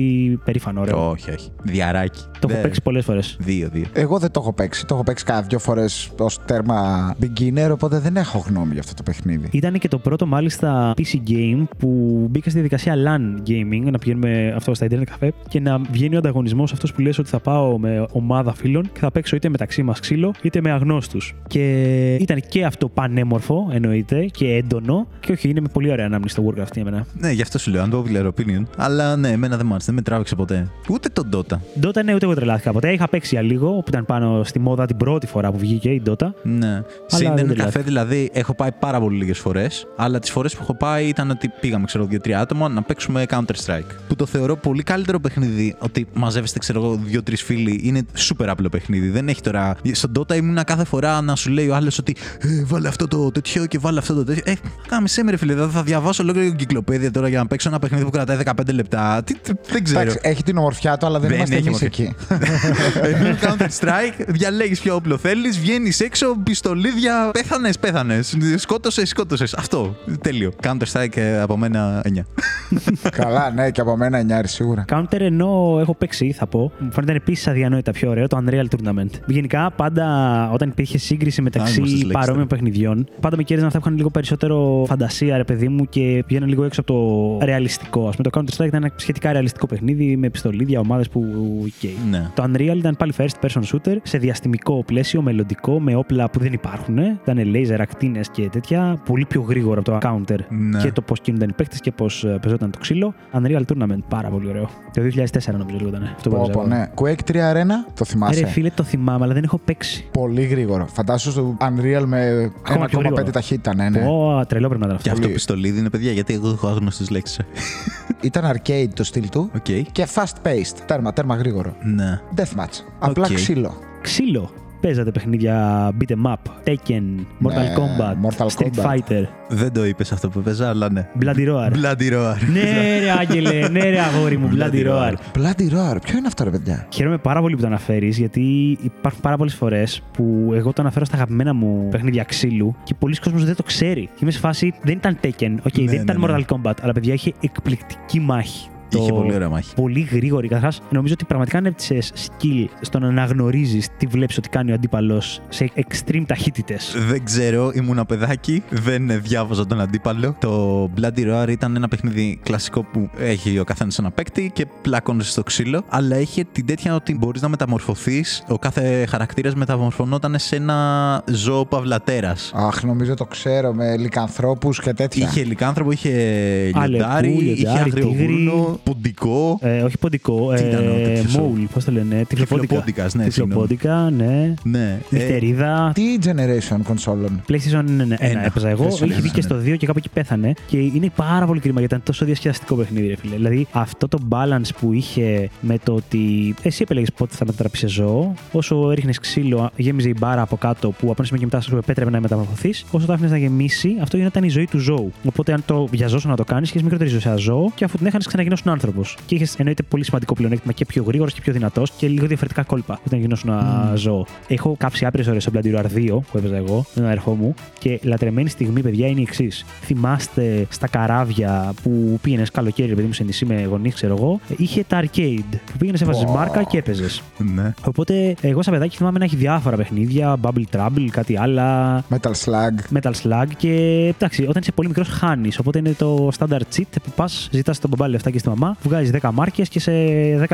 A: περήφανο, ωραίο.
B: Όχι, όχι. Διαράκι.
A: Το έχω
B: Δεν-
A: παίξει πολλές φορές.
B: Δύο, δύο.
C: Εγώ δεν το έχω παίξει. Το έχω παίξει κάνα δύο φορές ως τέρμα beginner, οπότε δεν έχω γνώμη για αυτό το παιχνίδι.
A: Ήταν και το πρώτο μάλιστα PC game που μπήκα στη διαδικασία LAN gaming, να πηγαίνουμε αυτό στα Internet Cafe και να βγαίνει ο ανταγωνισμός αυτός που λες ότι θα πάω με ομάδα φίλων και θα παίξω είτε μεταξύ μας ξύλο είτε με αγνώστους. Και ήταν και αυτό πανέμορφο εννοείται και έντονο. Και όχι, είναι με πολύ ωραία ανάμνηση το Warcraft για μένα.
B: Ναι, γι' αυτό σου λέω. Αν το popular opinion. Αλλά ναι, εμένα δεν μ' άρεσε. Δεν με τράβηξε ποτέ. Ούτε τον Dota.
A: Dota ναι, ούτε εγώ τρελάθηκα ποτέ. Είχα παίξει για λίγο που ήταν πάνω στη μόδα την πρώτη φορά που βγήκε η Dota.
B: Ναι. Σε
A: δεν
B: Ιντερνετ
A: δηλαδή.
B: καφέ δηλαδή έχω πάει πάρα πολύ λίγες φορές. Αλλά τις φορές που έχω πάει ήταν ότι πήγαμε, ξέρω, δύο-τρία άτομα να παίξουμε Counter-Strike. Που το θεωρώ πολύ καλύτερο παιχνίδι. Ότι μαζεύεστε, ξέρω εγώ, δύο-τρει φίλοι. Είναι σούπερ απλό παιχνίδι. Δεν έχει τώρα. Στον Dota ήμουνα κάθε φορά να σου λέει ο άλλος ότι ε, βάλε αυτό το τέτοιο και βάλε αυτό το τέτοιο. Ε, κάμε σε ρε φίλε. Δηλαδή θα διαβάσω ολόκληρη εγκυκλοπαίδεια τώρα για να παίξω ένα παιχνίδι που κρατάει 15 λεπτά. Τι, τι- δεν ξέρω.
C: Εντάξει, έχει την ομορφιά του, αλλά δεν,
B: Δεν
C: είμαστε
B: Ναι, έχει
C: εμείς
B: ομορφιά.
C: εκεί.
B: Ενώ Ε, Counter Strike διαλέγεις ποιο όπλο θέλεις, βγαίνεις έξω, πιστολίδια. Πέθανες, πέθανες. Σκότωσες, σκότωσες. Αυτό. Τέλειο. Counter Strike ε, από μένα 9.
C: Καλά, ναι, και από μένα εννιάρη σίγουρα.
A: Counter ενώ έχω παίξει, θα πω, μου φαίνεται επίσης αδιανόητα πιο ωραίο το Unreal Tournament. Γενικά, πάντα όταν υπήρχε σύγκριση μεταξύ
B: Άγνωστες λέξεις,
A: παρόμοιων
B: τώρα.
A: παιχνιδιών, πάντα με κέρδισαν αυτά που είχαν λίγο περισσότερο φαντασία, ρε παιδί μου, και πηγαίναν λίγο έξω από το ρεαλιστικό. Ας πούμε, το Counter Strike ήταν ένα σχετικά ρεαλιστικό παιχνίδι με πιστολίδια, ομάδες που. Okay.
B: Ναι.
A: Το Unreal ήταν πάλι first person shooter σε διαστημικό πλαίσιο, μελλοντικό, με όπλα που δεν υπάρχουν. Ήταν laser, ακτίνες και τέτοια. Πολύ πιο γρήγορο από το Counter.
B: Ναι.
A: Και το πώς κινούνταν οι παίκτες και πώς πεζόταν το ξύλο. Unreal Tournament, πάρα πολύ ωραίο. Το 2004 νομίζω λίγο ήταν. Αυτό που
C: Πω,
A: έπαιζα
C: πω,
A: εγώ.
C: ναι. Quake 3 Arena, το
A: Ε, Ρε
C: θυμάσαι.
A: φίλε, το θυμάμαι, αλλά δεν έχω παίξει.
C: Πολύ γρήγορο. Φαντάσου στο Unreal με
A: πιο γρήγορο.
C: 1,5 ταχύτητα, ναι, ναι.
A: Πω, τρελό πρέπει να ήταν
B: Και
A: αυτό.
B: αυτό
C: Πολύ-
B: Αριστολίδη είναι παιδιά, γιατί εγώ έχω άγνωστες λέξεις.
C: Ήταν arcade το στυλ του
B: Οκ.
C: και fast paced. Τέρμα, τέρμα γρήγορο.
B: Ναι.
C: Deathmatch. Απλά
B: Οκ.
C: ξύλο.
A: Ξύλο. Παίζατε παιχνίδια beat em up, Tekken, Mortal Kombat,
C: Ναι, Mortal
A: Street
C: Kombat.
A: Fighter,
B: Δεν το είπες αυτό που παίζα, αλλά ναι.
A: Bloody Roar.
B: Bloody Roar.
A: ναι, ρε Άγγελε, ναι, ρε αγόρι μου, Bloody Roar.
C: Bloody Roar. Ποιο είναι αυτό, ρε παιδιά.
A: Χαίρομαι πάρα πολύ που το αναφέρεις, γιατί υπάρχουν πάρα πολλές φορές που εγώ το αναφέρω στα αγαπημένα
B: Ναι.
A: μου παιχνίδια ξύλου και πολλοί κόσμοι δεν το ξέρει. Είμαι σε φάση, δεν ήταν Tekken, οκ,
B: Ναι,
A: δεν ήταν
B: ναι, ναι.
A: Mortal Kombat, αλλά παιδιά είχε εκπληκτική μάχη.
B: Είχε
A: Το-
B: πολύ ωραία μάχη.
A: Πολύ γρήγορη. Καταρχάς, νομίζω ότι πραγματικά ανέπτυσε skill στο να αναγνωρίζεις τι βλέπεις ότι κάνει ο αντίπαλος σε extreme ταχύτητες.
B: Δεν ξέρω, ήμουν παιδάκι, δεν διάβαζα τον αντίπαλο. Το Bloody Roar ήταν ένα παιχνίδι κλασικό που έχει ο καθένας ένα παίκτη και πλάκωνε στο ξύλο. Αλλά είχε την τέτοια ότι μπορείς να μεταμορφωθείς. Ο κάθε χαρακτήρας μεταμορφωνόταν σε ένα ζώο παυλατέρας.
C: Αχ, νομίζω το ξέρω με λικανθρώπους και τέτοια.
B: Είχε λικάνθρωπο, είχε
A: Αλεπού,
B: λιοντάρι, είχε
A: λιοντάρι, τίγρη.
B: αγριογούρνο, ποντικό.
A: Ε, όχι ποντικό,
B: Τι ήταν ο
A: ε,
B: τέτοιος ο-
A: μόουλ, πώς το λένε, τυφλοπόντικα.
B: Τυφλοπόντικας, ναι, συγγνώμη.
A: Τυφλοπόντικα, ναι.
B: Ναι. Ε,
A: Νυχτερίδα.
C: Τι generation κονσόλων.
A: PlayStation 1
B: Ένα.
A: έπαιζα εγώ.
B: PlayStation
A: Είχε βγει
B: ένα, ναι.
A: και στο 2 και κάπου εκεί πέθανε. Και είναι πάρα πολύ κρίμα γιατί ήταν τόσο διασκεδαστικό παιχνίδι, ρε φίλε. Δηλαδή αυτό το balance που είχε με το ότι εσύ επέλεγες πότε θα μετατραπείς σε ζώο. Όσο έριχνε ξύλο, γέμιζε η μπάρα από κάτω που από ένα σημείο και μετά σου επέτρεπε να μεταμορφωθείς. Όσο το άφηνες να γεμίσει, αυτό γινόταν η ζωή του ζώου. Οπότε αν το βιαζόσουν να το κάνεις, είχες μικρότερη ζωή σε ένα ζώο και αφού την έχανες ξαναγινώσουν άνθρωπος. Και είχες εννοείται πολύ σημαντικό πλεονέκτημα και πιο γρήγορος και πιο δυνατός και λίγο διαφορετικά κόλπα όταν γινώσουν ένα ζώο. Έχω κάψει άπειρες ώρες στο Bloody Roar 2 που έπαιζα εγώ, με τον αερχό μου. Και λατρεμένη στιγμή, παιδιά, είναι η εξής. Θυμάστε στα καράβια που πήγαινες καλοκαίρι, παιδί μου, σε νησί με γονείς, ξέρω εγώ. Είχε τα arcade που πήγαινες, έβαζες
C: Wow.
A: μάρκα και έπαιζες.
B: ναι.
A: Οπότε εγώ σαν παιδάκι θυμάμαι να έχει διάφορα παιχνίδια, Bubble Trouble, κάτι άλλα.
C: Metal Slug.
A: Metal Slug και εντάξει, όταν είσαι πολύ μικρός, χάνεις. Οπότε είναι το standard cheat που πας, ζητάς τον μπαμπά λεφτά και στη μαμά, βγάζει 10 μάρκες και σε 10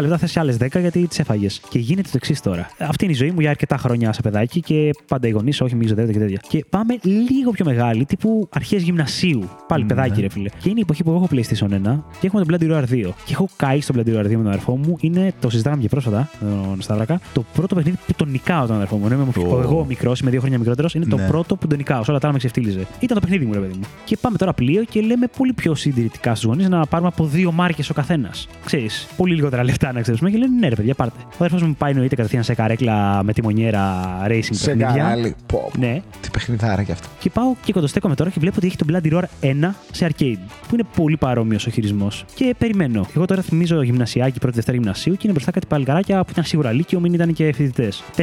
A: λεπτά θες άλλε 10 γιατί τις έφαγες. Και γίνεται το εξής τώρα. Αυτή είναι η ζωή μου για αρκετά χρόνια σε παιδάκι και πάντα οι γονείς, όχι μη ξοδεύετε και τέτοια. Και πάμε λίγο πιο μεγάλη, τύπου αρχές γυμνασίου. Πάλι
B: Ναι.
A: παιδάκι, ρε φίλε. Και είναι η εποχή που εγώ έχω PlayStation 1 και έχουμε τον Bloody Roar 2. Και έχω καεί στο Bloody Roar 2 με τον αδερφό μου. Είναι, το συζητάμε και πρόσφατα, τον Σταύρακα, το πρώτο παιχνίδι που τον νικάω τον αδερφό μου. Ενώ είμαι
B: Ω.
A: εγώ μικρός, είμαι δύο χρόνια μικρότερος, είναι το
B: Ναι.
A: πρώτο που τον νικάω. Σε όλα τα άλλα με ξεφτύλιζε. Ήταν το παιχνίδι μου, ρε παιδί μου. Και πάμε τώρα πλοίο και λέμε πολύ πιο συντηρητικά στους γονείς να πάρουμε από δύο μάρκες ο καθένας. Ξέρεις, πολύ λιγότερα λεφτά να ξέρουμε και λένε ναι, ρε παιδιά, πάρτε. Ο αδερφός μου πάει νοείται κατευθείαν σε καρέκλα με τιμονιέρα racing
C: Σε
A: παιχνίδια.
C: κανάλι. Πω, πω.
A: Ναι,
C: Τι παιχνιδάρα κι αυτό.
A: και πάω και κοντοστέκομαι τώρα και βλέπω ότι έχει τον Bloody Roar 1 σε arcade. Που είναι πολύ παρόμοιος ο χειρισμός. Και περιμένω. Εγώ τώρα θυμίζω γυμνασιάκι, πρώτη Δευτέρα γυμνασίου και είναι μπροστά κάτι παλικαράκια που ήταν σίγουρα λύκειο, μην ήταν και φοιτητές. 4-5.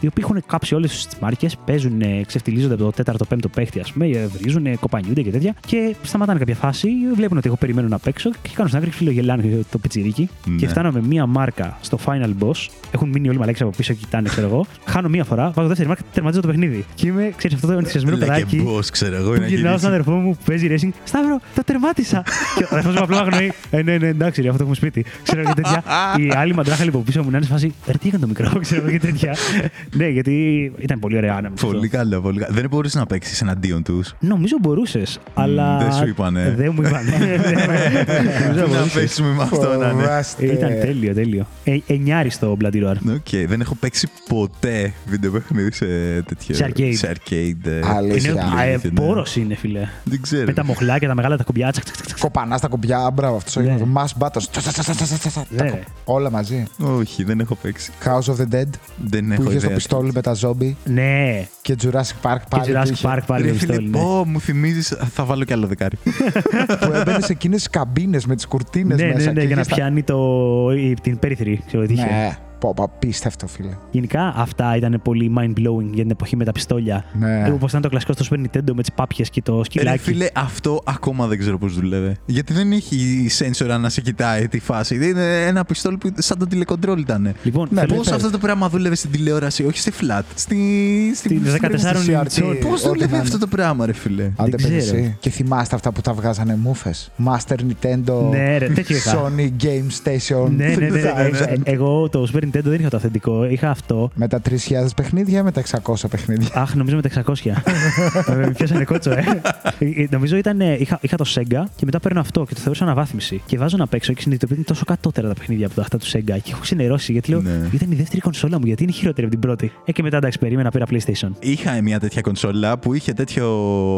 A: Οι οποίοι έχουν κάψει όλες τις μάρκες, παίζουν, ε, ξεφτυλίζονται από το 4ο-5ο παίχτη, ας πούμε, ε, βρίζουν, ε, κοπανιούνται και τέτοια. Και σταματάνε κάποια φάση, βλέπουν ότι εγώ περιμένω να παίξω και κάνουν στην άκρη φιλογελάνε το πιτσιρίκι.
B: Ναι.
A: Και φτάναμε μία μάρκα στο final boss. Έχουν μείνει όλοι μαλέξα από πίσω και κοιτάνε, ξέρω εγώ. Χάνω μία φορά, βάζω δεύτερη μάρκα, τερματίζω το παιχνίδι. Και είμαι, ξέρεις, αυτό το ενθουσιασμένο
B: Λέει και
A: παιδάκι
B: boss, ξέρω εγώ.
A: που
B: είναι
A: γυρνάω
B: γυρίσει.
A: στον αδερφό μου που παίζει racing. Σταύρο, το τερμάτισα. και ο αδερφός μου απλά αγνοεί. Ε, ναι, ναι, εντάξει, ρε, αυτό έχουμε σπίτι. Ξέρω και τέτοια. Η άλλη μαντράχα λοιπόν πίσω μου να είναι σε φάση. Ρε, τι έκανε το μικρό, ξέρω και τέτοια. ναι, γιατί ήταν πολύ ωραία άνεμο.
B: Πολύ καλό, πολύ καλό. Δεν μπορούσες να παίξεις εναντίον τους.
A: Νομίζω μπορούσες, αλλά.
B: δεν σου είπανε.
A: Δεν μου είπανε. Ναι, Νομίζω
B: Να
A: μπορούσες.
B: παίξουμε με αυτό να είναι.
C: Φοβάστε.
A: Ήταν τέλειο, τέλειο. Ε, εννιάριστο Bloody Roar.
B: Οκ, δεν έχω παίξει ποτέ βίντεο παιχνίδι σε τέτοιο.
A: Σε arcade. ε,
B: Σε arcade. ε,
C: Αλήθεια.
A: Είναι
B: σε
C: α,
B: πλήρη, ναι.
A: αεπόρο είναι, φιλε.
B: Δεν ξέρω.
A: Με τα μοχλάκια, τα μεγάλα, τα κουμπιά. τσακ, τσακ, τσακ, τσακ.
C: Κοπανάς στα κουμπιά, μπράβο αυτός.
A: Ναι.
C: Mass battles. Τσα, τσα, τσα, τσα, τσα, τσα, τσα.
A: Ναι,
C: Τα
A: ρε.
C: κο- Όλα μαζί.
B: Όχι, δεν έχω παίξει.
C: House of the Dead
B: Δεν
C: που
B: έχω
C: είχε το
B: ιδέα.
C: πιστόλι με τα ζόμπι
A: Ναι,
C: και Jurassic Park
A: και
C: πάλι που
A: Jurassic
C: είχε,
A: Park πάλι
B: Ρε
A: με
B: φίλε,
A: πιστόλι, ναι.
B: πω, μου θυμίζεις. Θα βάλω κι άλλο δεκάρι.
C: που έμπαινε σε εκείνες τις καμπίνες με τις κουρτίνες
A: Ναι, ναι,
C: μέσα.
A: ναι,
C: και
A: για να
C: είχες τα-
A: πιάνει το, η- την περίθρη. Ξέρω, τι είχε.
C: Ναι, πω, πω, απίστευτο φίλε.
A: Γενικά αυτά ήταν πολύ mind-blowing για την εποχή με τα πιστόλια.
C: Ναι.
A: Όπω ήταν το κλασικό στο Super Nintendo με τις πάπιες και το
B: Ρε
A: σκυλάκι.
B: φίλε, αυτό ακόμα δεν ξέρω πώς δουλεύει. Γιατί δεν έχει σένσορα να σε κοιτάει τη φάση. Είναι ένα πιστόλι που σαν το τηλεκοντρόλ ήταν.
A: Λοιπόν,
C: Ναι,
A: θέλω-
C: πώς
B: Πώ
C: πες.
B: αυτό το πράγμα δούλευε στην τηλεόραση, όχι στη flat. Στη.
A: Στην 14
C: στην
A: inch.
C: CRT.
B: Πώ
C: ό,τι να
B: δούλευε
C: είναι.
B: αυτό το πράγμα, ρε φίλε.
C: Αν δεν
A: ξέρω.
C: παίζεις εσύ. Και θυμάστε αυτά που τα βγάζανε μούφες. Master Nintendo,
A: Ναι, ρε, τέτοιο είχα.
C: Sony Game Station.
A: Ναι, ναι, ναι.
C: Zazen.
A: Ε, Εγώ το Super Nintendo δεν είχα το αυθεντικό, είχα αυτό.
C: Με τα 3.000 παιχνίδια, με τα 600 παιχνίδια.
A: Αχ, νομίζω με τα 600. Ε, με Πιάσανε κότσο, ε. Ε, Νομίζω ήταν. ε, Είχα, είχα το Sega και μετά παίρνω αυτό και το θεωρούσα αναβάθμιση. Και βάζω να παίξω και συνειδητοποιώ ότι είναι τόσο κατώτερα τα παιχνίδια από τα αυτά του Sega. Και έχω ξενερώσει γιατί λέω.
B: Ναι.
A: Ήταν η δεύτερη κονσόλα μου, γιατί είναι χειρότερη από την πρώτη. Ε, και μετά εντάξει, περίμενα, πήρα PlayStation.
B: Είχα μια τέτοια κονσόλα που είχε τέτοιο,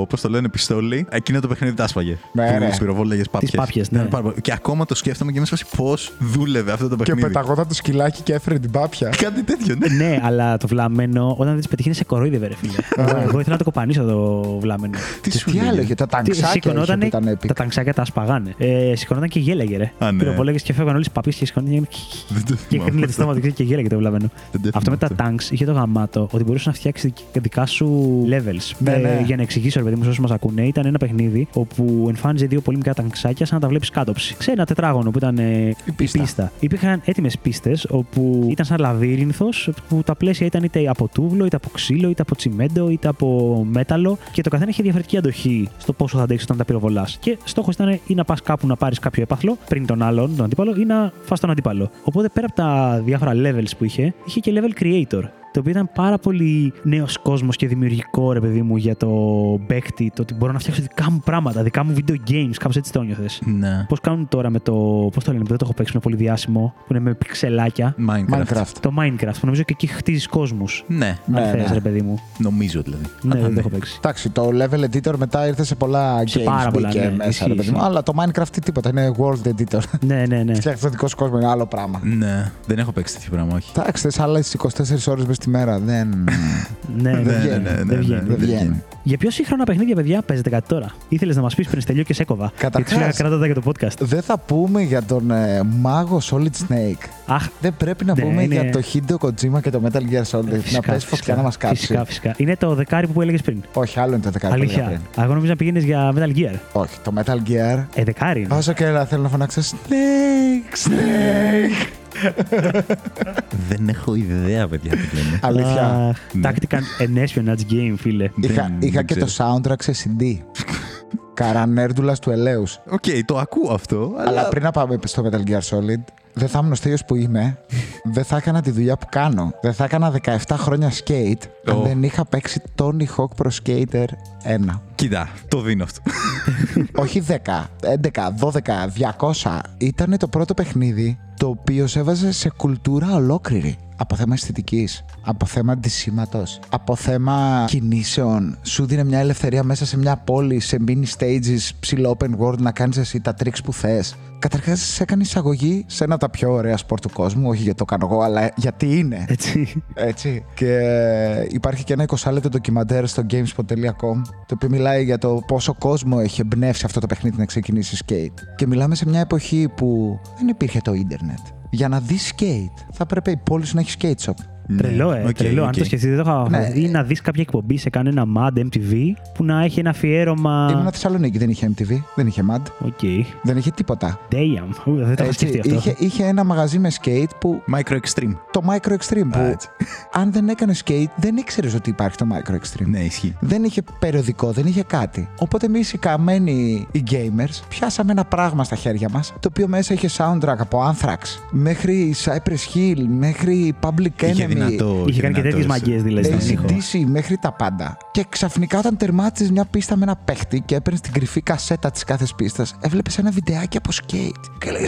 B: πώς το λένε, πιστόλι. Εκείνο το παιχνίδι τα άσπαγε.
C: Ναι,
B: Που
C: ρε.
B: τις πυροβόλαγες πάπιες.
A: πάπιες, ναι.
B: πάρα πολύ. Και ακόμα το σκέφτομαι και είμαι σε φάση πώς δούλευε αυτό το
C: και
B: παιχνίδι.
C: πεταγόταν το σκυλάκι και έφερε την πάπια.
B: Κάτι τέτοιο, ναι.
A: ναι, αλλά το βλαμμένο, όταν δεν τι πετυχαίνει, σε κορόιδευε, ρε φίλε. Εγώ ήθελα να το κοπανίσω το βλαμμένο.
B: Τι
C: Και
B: σου
C: τι
B: λέγε?
C: άλλο είχε, τα
A: Τι,
C: ταξάκια είχε
A: σηκωνότανε,
C: που ήταν epic.
A: τα ταξάκια τα σπαγάνε. Ε, σηκωνόταν και γέλαγε, ρε.
B: Α, ναι.
A: Πυροβόλαγες και φεύγαν όλοι τι παπίες και σηκωνόταν.
B: Δεν το
A: Και
B: θυμάμαι
A: κρίνεται το
B: αυτό.
A: στόμα δεξιά και γέλαγε το βλαμμένο.
B: Δεν το
A: Αυτό με τα
B: θυμάμαι
A: tanks είχε το γαμάτο ότι μπορούσε να φτιάξει δικ- δικά σου levels. Ε,
C: Ναι, ναι.
A: Για να εξηγήσω, ρε παιδί μου, σε όσους μας ακούνε, ήταν ένα παιχνίδι όπου εμφάνιζε δύο πολύ μικρά ταξάκια σαν να τα βλέπεις κάτωψη. Σε ένα τετράγωνο που ήταν ε, η
C: πίστα.
A: Υπήρχαν έτοιμες πίστες όπου ήταν σαν λαβύρινθος που τα πλαίσια ήταν είτε από τούβλο, είτε από ξύλο, είτε από τσιμέντο, είτε από μέταλλο και το καθένα είχε διαφορετική αντοχή στο πόσο θα αντέξεις όταν τα πυροβολάς. Και στόχος ήταν ή να πας κάπου να πάρεις κάποιο έπαθλο πριν τον άλλον, τον αντίπαλο, ή να φας τον αντίπαλο. Οπότε πέρα από τα διάφορα levels που είχε, είχε και level creator. Το οποίο ήταν πάρα πολύ νέος κόσμος και δημιουργικό, ρε παιδί μου, για το παίκτη. Το ότι μπορώ να φτιάξω δικά μου πράγματα, δικά μου video games, κάπως έτσι το νιώθες.
B: Ναι.
A: Πώς κάνουν τώρα με το. Πώς το λένε, που δεν το έχω παίξει, είναι πολύ διάσημο, που είναι με πιξελάκια.
C: Ναι.
B: Minecraft.
C: Minecraft.
A: Το Minecraft, που νομίζω και εκεί χτίζεις κόσμους.
B: Ναι,
C: Ναι,
A: αν θε,
C: ναι.
A: ρε παιδί μου.
B: νομίζω δηλαδή.
A: Ναι,
B: Α,
A: δεν το
B: ναι.
A: έχω παίξει.
C: Εντάξει, το level editor μετά ήρθε σε πολλά
A: Σε
C: games
A: πάρα πολλά,
C: μπήκε
A: ναι,
C: μέσα,
A: ισχύει,
C: ρε παιδί μου.
A: ισχύει.
C: Αλλά το Minecraft τι τίποτα, είναι world editor.
A: Ναι, ναι, ναι.
C: Φτιάχνεις το δικό σου κόσμο, είναι άλλο πράγμα.
B: Ναι, δεν έχω παίξει τέτοιο πράγμα, όχι.
C: Εντάξει, θες άλλες 24 ώρες μέσα στη μέρα. Δεν.
A: ναι, ναι,
B: Ναι,
A: ναι,
B: ναι, ναι, ναι,
A: δεν
B: ναι,
A: βγαίνει.
B: δεν
C: βγαίνει.
B: βγαίνει.
A: Για πιο σύγχρονα παιχνίδια, παιδιά, παίζετε κάτι τώρα. Ήθελες να μας πεις πριν τελειώ και σε έκοβα.
C: Καταρχάς-
A: Γιατί σου λέγα κράτα τα για το podcast.
C: Δεν θα πούμε για τον ε, μάγο Solid Snake.
A: Αχ,
C: Δεν πρέπει να
A: Ναι,
C: πούμε
A: είναι-
C: για το Hideo Kojima και το Metal Gear Solid. να πέσει φωτιά να μας κάψει.
A: Φυσικά, φυσικά. Είναι το δεκάρι που έλεγες πριν.
C: Όχι, άλλο είναι το δεκάρι. που έλεγα
A: Αλήθεια.
C: πριν.
A: Α, Εγώ νομίζω να πηγαίνεις για Metal Gear.
C: Όχι, το Metal Gear.
A: Ε, δεκάρι είναι.
C: Όσο και να θέλω να φωνάξω Snake, Snake.
B: Δεν έχω ιδέα, παιδιά, τι λένε.
C: Αλήθεια. Ναι.
A: Αχ, Tactical and Espionage Game, φίλε.
B: Δεν-
C: Είχα,
B: δεν
C: είχα και
B: ξέρω.
C: το soundtrack σε CD. Καρανέρντουλας του Ελέους.
B: Οκ, το ακούω αυτό,
C: Αλλά
B: αλλά.
C: πριν να πάμε στο Metal Gear Solid, δεν θα ήμουν ο στέλιος που είμαι. δεν θα έκανα τη δουλειά που κάνω. Δεν θα έκανα 17 χρόνια skate. Αν
B: Ω.
C: δεν είχα παίξει Tony Hawk Pro Skater 1.
B: Κοίτα, το δίνω αυτό.
C: Όχι 10, 11, 12, 200. Ήταν το πρώτο παιχνίδι το οποίο σε έβαζε σε κουλτούρα ολόκληρη. Από θέμα αισθητικής, από θέμα αντισήματο, από θέμα κινήσεων. Σου δίνει μια ελευθερία μέσα σε μια πόλη, σε mini stages, ψηλό open world να κάνεις εσύ τα tricks που θες. Καταρχάς, σε έκανε εισαγωγή σε ένα από τα πιο ωραία σπορ του κόσμου. Όχι γιατί το κάνω εγώ, αλλά γιατί είναι.
A: Έτσι.
C: Έτσι. Και ε, υπάρχει και ένα 20 λεπτό ντοκιμαντέρ στο gamespot.com το οποίο μιλάει για το πόσο κόσμο έχει εμπνεύσει αυτό το παιχνίδι να ξεκινήσει skate. Και μιλάμε σε μια εποχή που δεν υπήρχε το ίντερνετ. Για να δεις skate, θα πρέπει η πόλη σου να έχει skate shop.
A: Τρελό, ε.
B: Ναι, Οκ,
A: τρελό. Αν
B: οκ.
A: το σκεφτείτε, δεν το είχα.
C: Ναι.
A: Ή να δεις κάποια εκπομπή σε κανένα MAD MTV που να έχει ένα αφιέρωμα.
C: Ήμουν Θεσσαλονίκη, δεν είχε MTV, δεν είχε MAD,
A: Οκ.
C: δεν είχε τίποτα.
A: Damn. Ου, Δεν το είχα
C: Έτσι,
A: σκεφτεί αυτό.
C: Ε, είχε, είχε ένα μαγαζί με skate που.
B: Micro Extreme.
C: Το Micro Extreme. Που,
B: Α, έτσι.
C: αν δεν έκανε skate, δεν ήξερες ότι υπάρχει το Micro Extreme.
B: Ναι, ισχύει.
C: Δεν είχε περιοδικό, δεν είχε κάτι. Οπότε εμείς οι καμένοι οι gamers πιάσαμε ένα πράγμα στα χέρια μας, το οποίο μέσα είχε soundtrack από Anthrax μέχρι Cypress Hill, μέχρι Public Enemy.
B: Είχε δυνατός.
A: Είχε κάνει και τέτοιες
B: δυνατός, Ε,
A: μαγκέ δηλαδή.
B: στον
A: στον
B: ήχο.
C: ACDC μέχρι τα πάντα. Και ξαφνικά, όταν τερμάτιζε μια πίστα με ένα παίχτη και έπαιρνες την κρυφή κασέτα της κάθε πίστας, έβλεπες ένα βιντεάκι από σκέιτ. Και λέγε,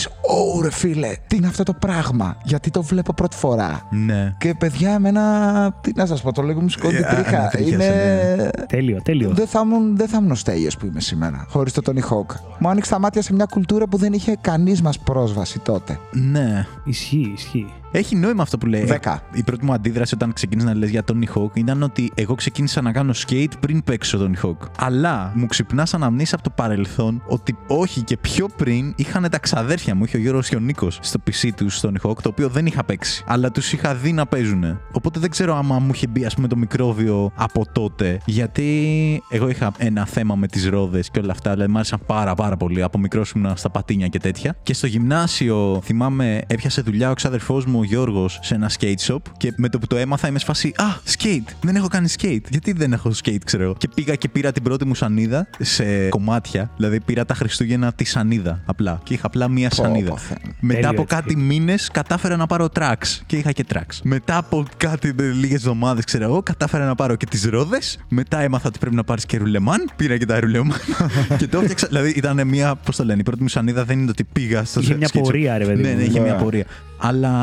C: Ω ρε φίλε, τι είναι αυτό το πράγμα, γιατί το βλέπω πρώτη φορά.
B: Ναι.
C: Και παιδιά, εμένα, τι να σας πω, το λέγω μου σηκώνει την
B: Ε,
C: τρίχα.
B: ανατρίχιασε, ναι.
C: Είναι.
A: Τέλειο, τέλειο.
C: Δεν θα ήμουν, δεν θα ήμουν ο Στέλιος που είμαι σήμερα, χωρίς το Tony Hawk. Μου άνοιξε τα μάτια σε μια κουλτούρα που δεν είχε κανείς μας πρόσβαση τότε.
B: Ναι.
A: Ισχύει, ισχύει.
B: Έχει νόημα αυτό που λέει. Ε,
C: Δέκα.
B: Η πρώτη μου αντίδραση όταν ξεκίνησα να λες για Tony Hawk ήταν ότι εγώ ξεκίνησα να κάνω skate πριν παίξω Tony Hawk. Αλλά μου ξυπνάς αναμνήσεις από το παρελθόν ότι όχι και πιο πριν είχαν τα ξαδέρφια μου, είχε ο Γιώργος και ο Νίκος στο PC τους Tony Hawk, το οποίο δεν είχα παίξει. Αλλά τους είχα δει να παίζουν. Οπότε δεν ξέρω άμα μου είχε μπει ας πούμε το μικρόβιο από τότε. Γιατί εγώ είχα ένα θέμα με τις ρόδες και όλα αυτά, δηλαδή μου άρεσαν πάρα πάρα πολύ. Από μικρός ήμουνα στα πατίνια και τέτοια. Και στο γυμνάσιο θυμάμαι έπιασε δουλειά ο ξαδερφός μου ο Γιώργος σε ένα skate shop και με το που το έμαθα είμαι σφασί. Α, skate! Δεν έχω κάνει skate. Γιατί δεν έχω skate, ξέρω εγώ. Και πήγα και πήρα την πρώτη μου σανίδα σε κομμάτια. Δηλαδή πήρα τα Χριστούγεννα τη σανίδα απλά. Και είχα απλά μία
C: Πω,
B: σανίδα.
C: πω, Θεέ.
B: Μετά
A: Τέλειο,
B: από
A: έτσι.
B: κάτι μήνες κατάφερα να πάρω tracks και είχα και tracks. Μετά από κάτι λίγες εβδομάδες, ξέρω εγώ, κατάφερα να πάρω και τις ρόδες. Μετά έμαθα ότι πρέπει να πάρεις και ρουλεμάν. Πήρα και τα ρουλεμάν και το έφτιαξα. δηλαδή ήταν μια. Πώς το λένε, η πρώτη μου σανίδα δεν είναι το ότι πήγα στο
A: Είχε μια
B: skate shop.
A: πορεία, ρε παιδί
B: Ναι,
A: μου.
B: ναι, είχε μια
C: Ωραία.
B: πορεία. Αλλά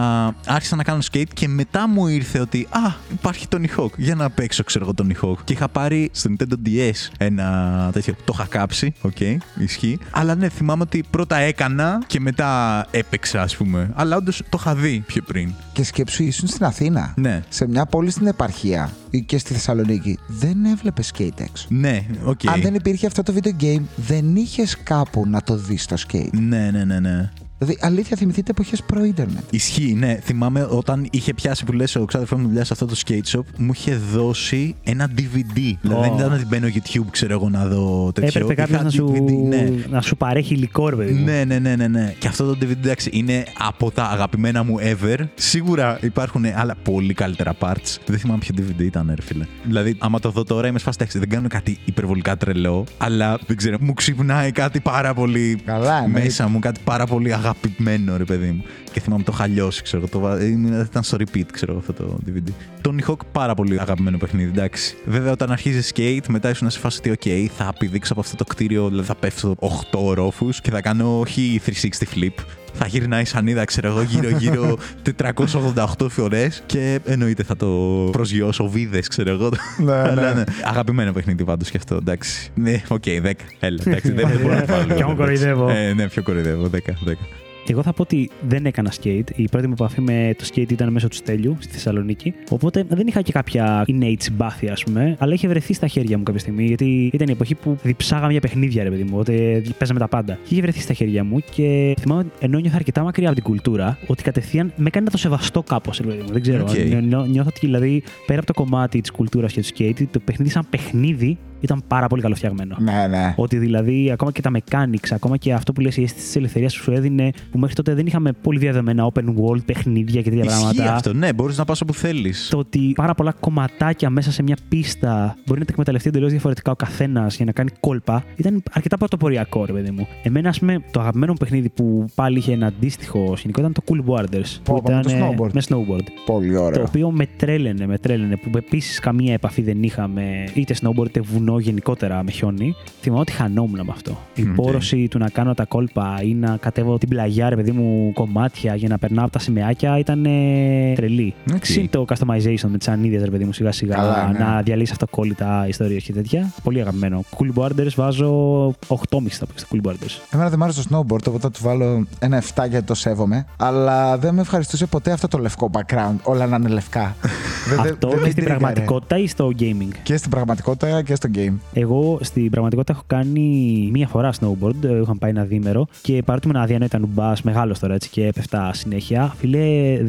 B: άρχισα να κάνω skate και μετά μου ήρθε ότι Α, υπάρχει το Hawk. Για να παίξω, ξέρω εγώ, τον Hawk. Και είχα πάρει στο Nintendo DS ένα τέτοιο. Το είχα κάψει, οκ, ισχύει. Αλλά ναι, θυμάμαι ότι πρώτα έκανα και μετά έπαιξα, ας πούμε. Αλλά όντως το είχα δει πιο πριν.
C: Και σκέψου, ήσουν στην Αθήνα.
B: Ναι.
C: Σε μια πόλη στην επαρχία ή και στη Θεσσαλονίκη. Δεν έβλεπες skate έξω.
B: Ναι, οκ.
C: Αν δεν υπήρχε αυτό το video game, δεν είχες κάπου να το δεις το skate.
B: Ναι, ναι, ναι, ναι.
C: Δηλαδή, αλήθεια, θυμηθείτε εποχέ προ-Ιντερνετ.
B: Ισχύει, ναι. Θυμάμαι όταν είχε πιάσει που λες ο ξάδερφός μου δουλειά σε αυτό το skate shop, μου είχε δώσει ένα DVD. Δηλαδή δεν ήταν ότι μπαίνω YouTube, ξέρω εγώ, να δω τέτοιο.
A: Έπρεπε κάποιο
B: Είχα
A: να, σου...
B: DVD, ναι.
A: να σου παρέχει υλικό, ρε παιδί μου.
B: Ναι, ναι, ναι, ναι, ναι. Και αυτό το DVD εντάξει είναι από τα αγαπημένα μου ever. Σίγουρα υπάρχουν άλλα πολύ καλύτερα parts. Δεν θυμάμαι ποιο DVD ήταν, ρε φίλε. Δηλαδή, άμα το δω τώρα, είμαι σφασί. εντάξει, Δεν κάνω κάτι υπερβολικά τρελό, αλλά δεν ξέρω, μου ξυπνάει κάτι πάρα πολύ
C: Καλά, ναι. εννοείται.
B: μέσα μου, κάτι πάρα πολύ αγαπημένο, ρε παιδί μου. Και θυμάμαι το είχα λιώσει, ξέρω. Το... βα- ε, ήμουν- Ήταν στο repeat, ξέρω αυτό το DVD. Τον Hawk πάρα πολύ αγαπημένο παιχνίδι, εντάξει. Βέβαια, όταν αρχίζει skate, μετά ήσουν σε φάση ότι, OK, θα πηδήξω από αυτό το κτίριο, δηλαδή θα πέφτω 8 ρόφους και θα κάνω όχι 360 flip. Θα γυρνάει σανίδα, ξέρω εγώ, γύρω-γύρω 488 φορές και εννοείται θα το προσγειώσω βίδες, ξέρω εγώ.
C: Ναι,
B: Αλλά
C: ναι.
B: Αγαπημένο παιχνίδι πάντως και αυτό, εντάξει. Ναι, οκ, 10. Έλα, εντάξει, δεν δεν μπορώ να βάλω.
A: Κι εγώ κοροϊδεύω.
B: Ε, ναι, πιο κοροϊδεύω, 10, 10.
A: Εγώ θα πω ότι δεν έκανα skate. Η πρώτη μου επαφή με το skate ήταν μέσω του Στέλιου στη Θεσσαλονίκη. Οπότε δεν είχα και κάποια innate συμπάθεια, ας πούμε, αλλά είχε βρεθεί στα χέρια μου κάποια στιγμή. Γιατί ήταν η εποχή που διψάγαμε για παιχνίδια, ρε παιδί μου. Οπότε παίζαμε τα πάντα. Και είχε βρεθεί στα χέρια μου και θυμάμαι ότι ενώ νιώθα αρκετά μακριά από την κουλτούρα, ότι κατευθείαν με έκανε να το σεβαστώ κάπως, ρε παιδί μου. Δεν ξέρω.
B: Οκ.
A: Νιώ- νιώ- νιώθω ότι δηλαδή πέρα από το κομμάτι της κουλτούρας και του skate, το παιχνίδι σαν παιχνίδι ήταν πάρα πολύ καλοφτιαγμένο.
C: Ναι, ναι.
A: Ότι δηλαδή ακόμα και τα mechanics, ακόμα και αυτό που λες η αίσθηση της ελευθερίας που σου έδινε, που μέχρι τότε δεν είχαμε πολύ διαδεδομένα open world παιχνίδια και τέτοια
B: Ισχύει
A: πράγματα.
B: αυτό, ναι, μπορείς να πας όπου θέλεις.
A: Το ότι πάρα πολλά κομματάκια μέσα σε μια πίστα μπορεί να τα εκμεταλλευτεί εντελώς διαφορετικά ο καθένας για να κάνει κόλπα, ήταν αρκετά πρωτοποριακό, ρε παιδί μου. Εμένα, ας πούμε, το αγαπημένο μου παιχνίδι που πάλι είχε ένα αντίστοιχο σκηνικό ήταν το Cool Borders.
C: Πω, πω, με το
A: ε,
C: snowboard.
A: με snowboard.
C: Πολύ
A: Το
C: ωραίο.
A: οποίο με τρέλαινε, με τρέλαινε, που επίσης καμία επαφή δεν είχαμε είτε snowboard είτε βουνό γενικότερα με χιόνι. Θυμάμαι ότι χανόμουν με αυτό. Η
B: Οκ.
A: πόρωση του να κάνω τα κόλπα ή να κατέβω την πλαγιά, ρε παιδί μου, κομμάτια για να περνάω από τα σημαίακια ήταν ε, τρελή.
B: Οκ.
A: Συν το customization με τις ανίδες, ρε παιδί μου, σιγά σιγά
C: Καλά, ναι.
A: να διαλύσεις αυτοκόλλητα ιστορίες και τέτοια. Πολύ αγαπημένο. Cool Borders βάζω 8,5 θα πω στο Cool Borders.
C: Εμένα δεν μ' άρεσε το snowboard, οπότε θα του βάλω ένα 7 γιατί το σέβομαι. Αλλά δεν με ευχαριστούσε ποτέ αυτό το λευκό background. Όλα να είναι λευκά. Δεν- δεν-
A: αυτό
C: δεν με ναι.
A: και στην
C: τρίγκαρε.
A: πραγματικότητα ή στο gaming.
C: Και στην πραγματικότητα και στο game.
A: Εγώ στην πραγματικότητα έχω κάνει μία φορά snowboard. ε, Είχαμε πάει ένα δίμερο και παρότι ήμουν αδιανό, ήταν μπας μεγάλος τώρα έτσι και έπεφτα συνέχεια. Φίλε,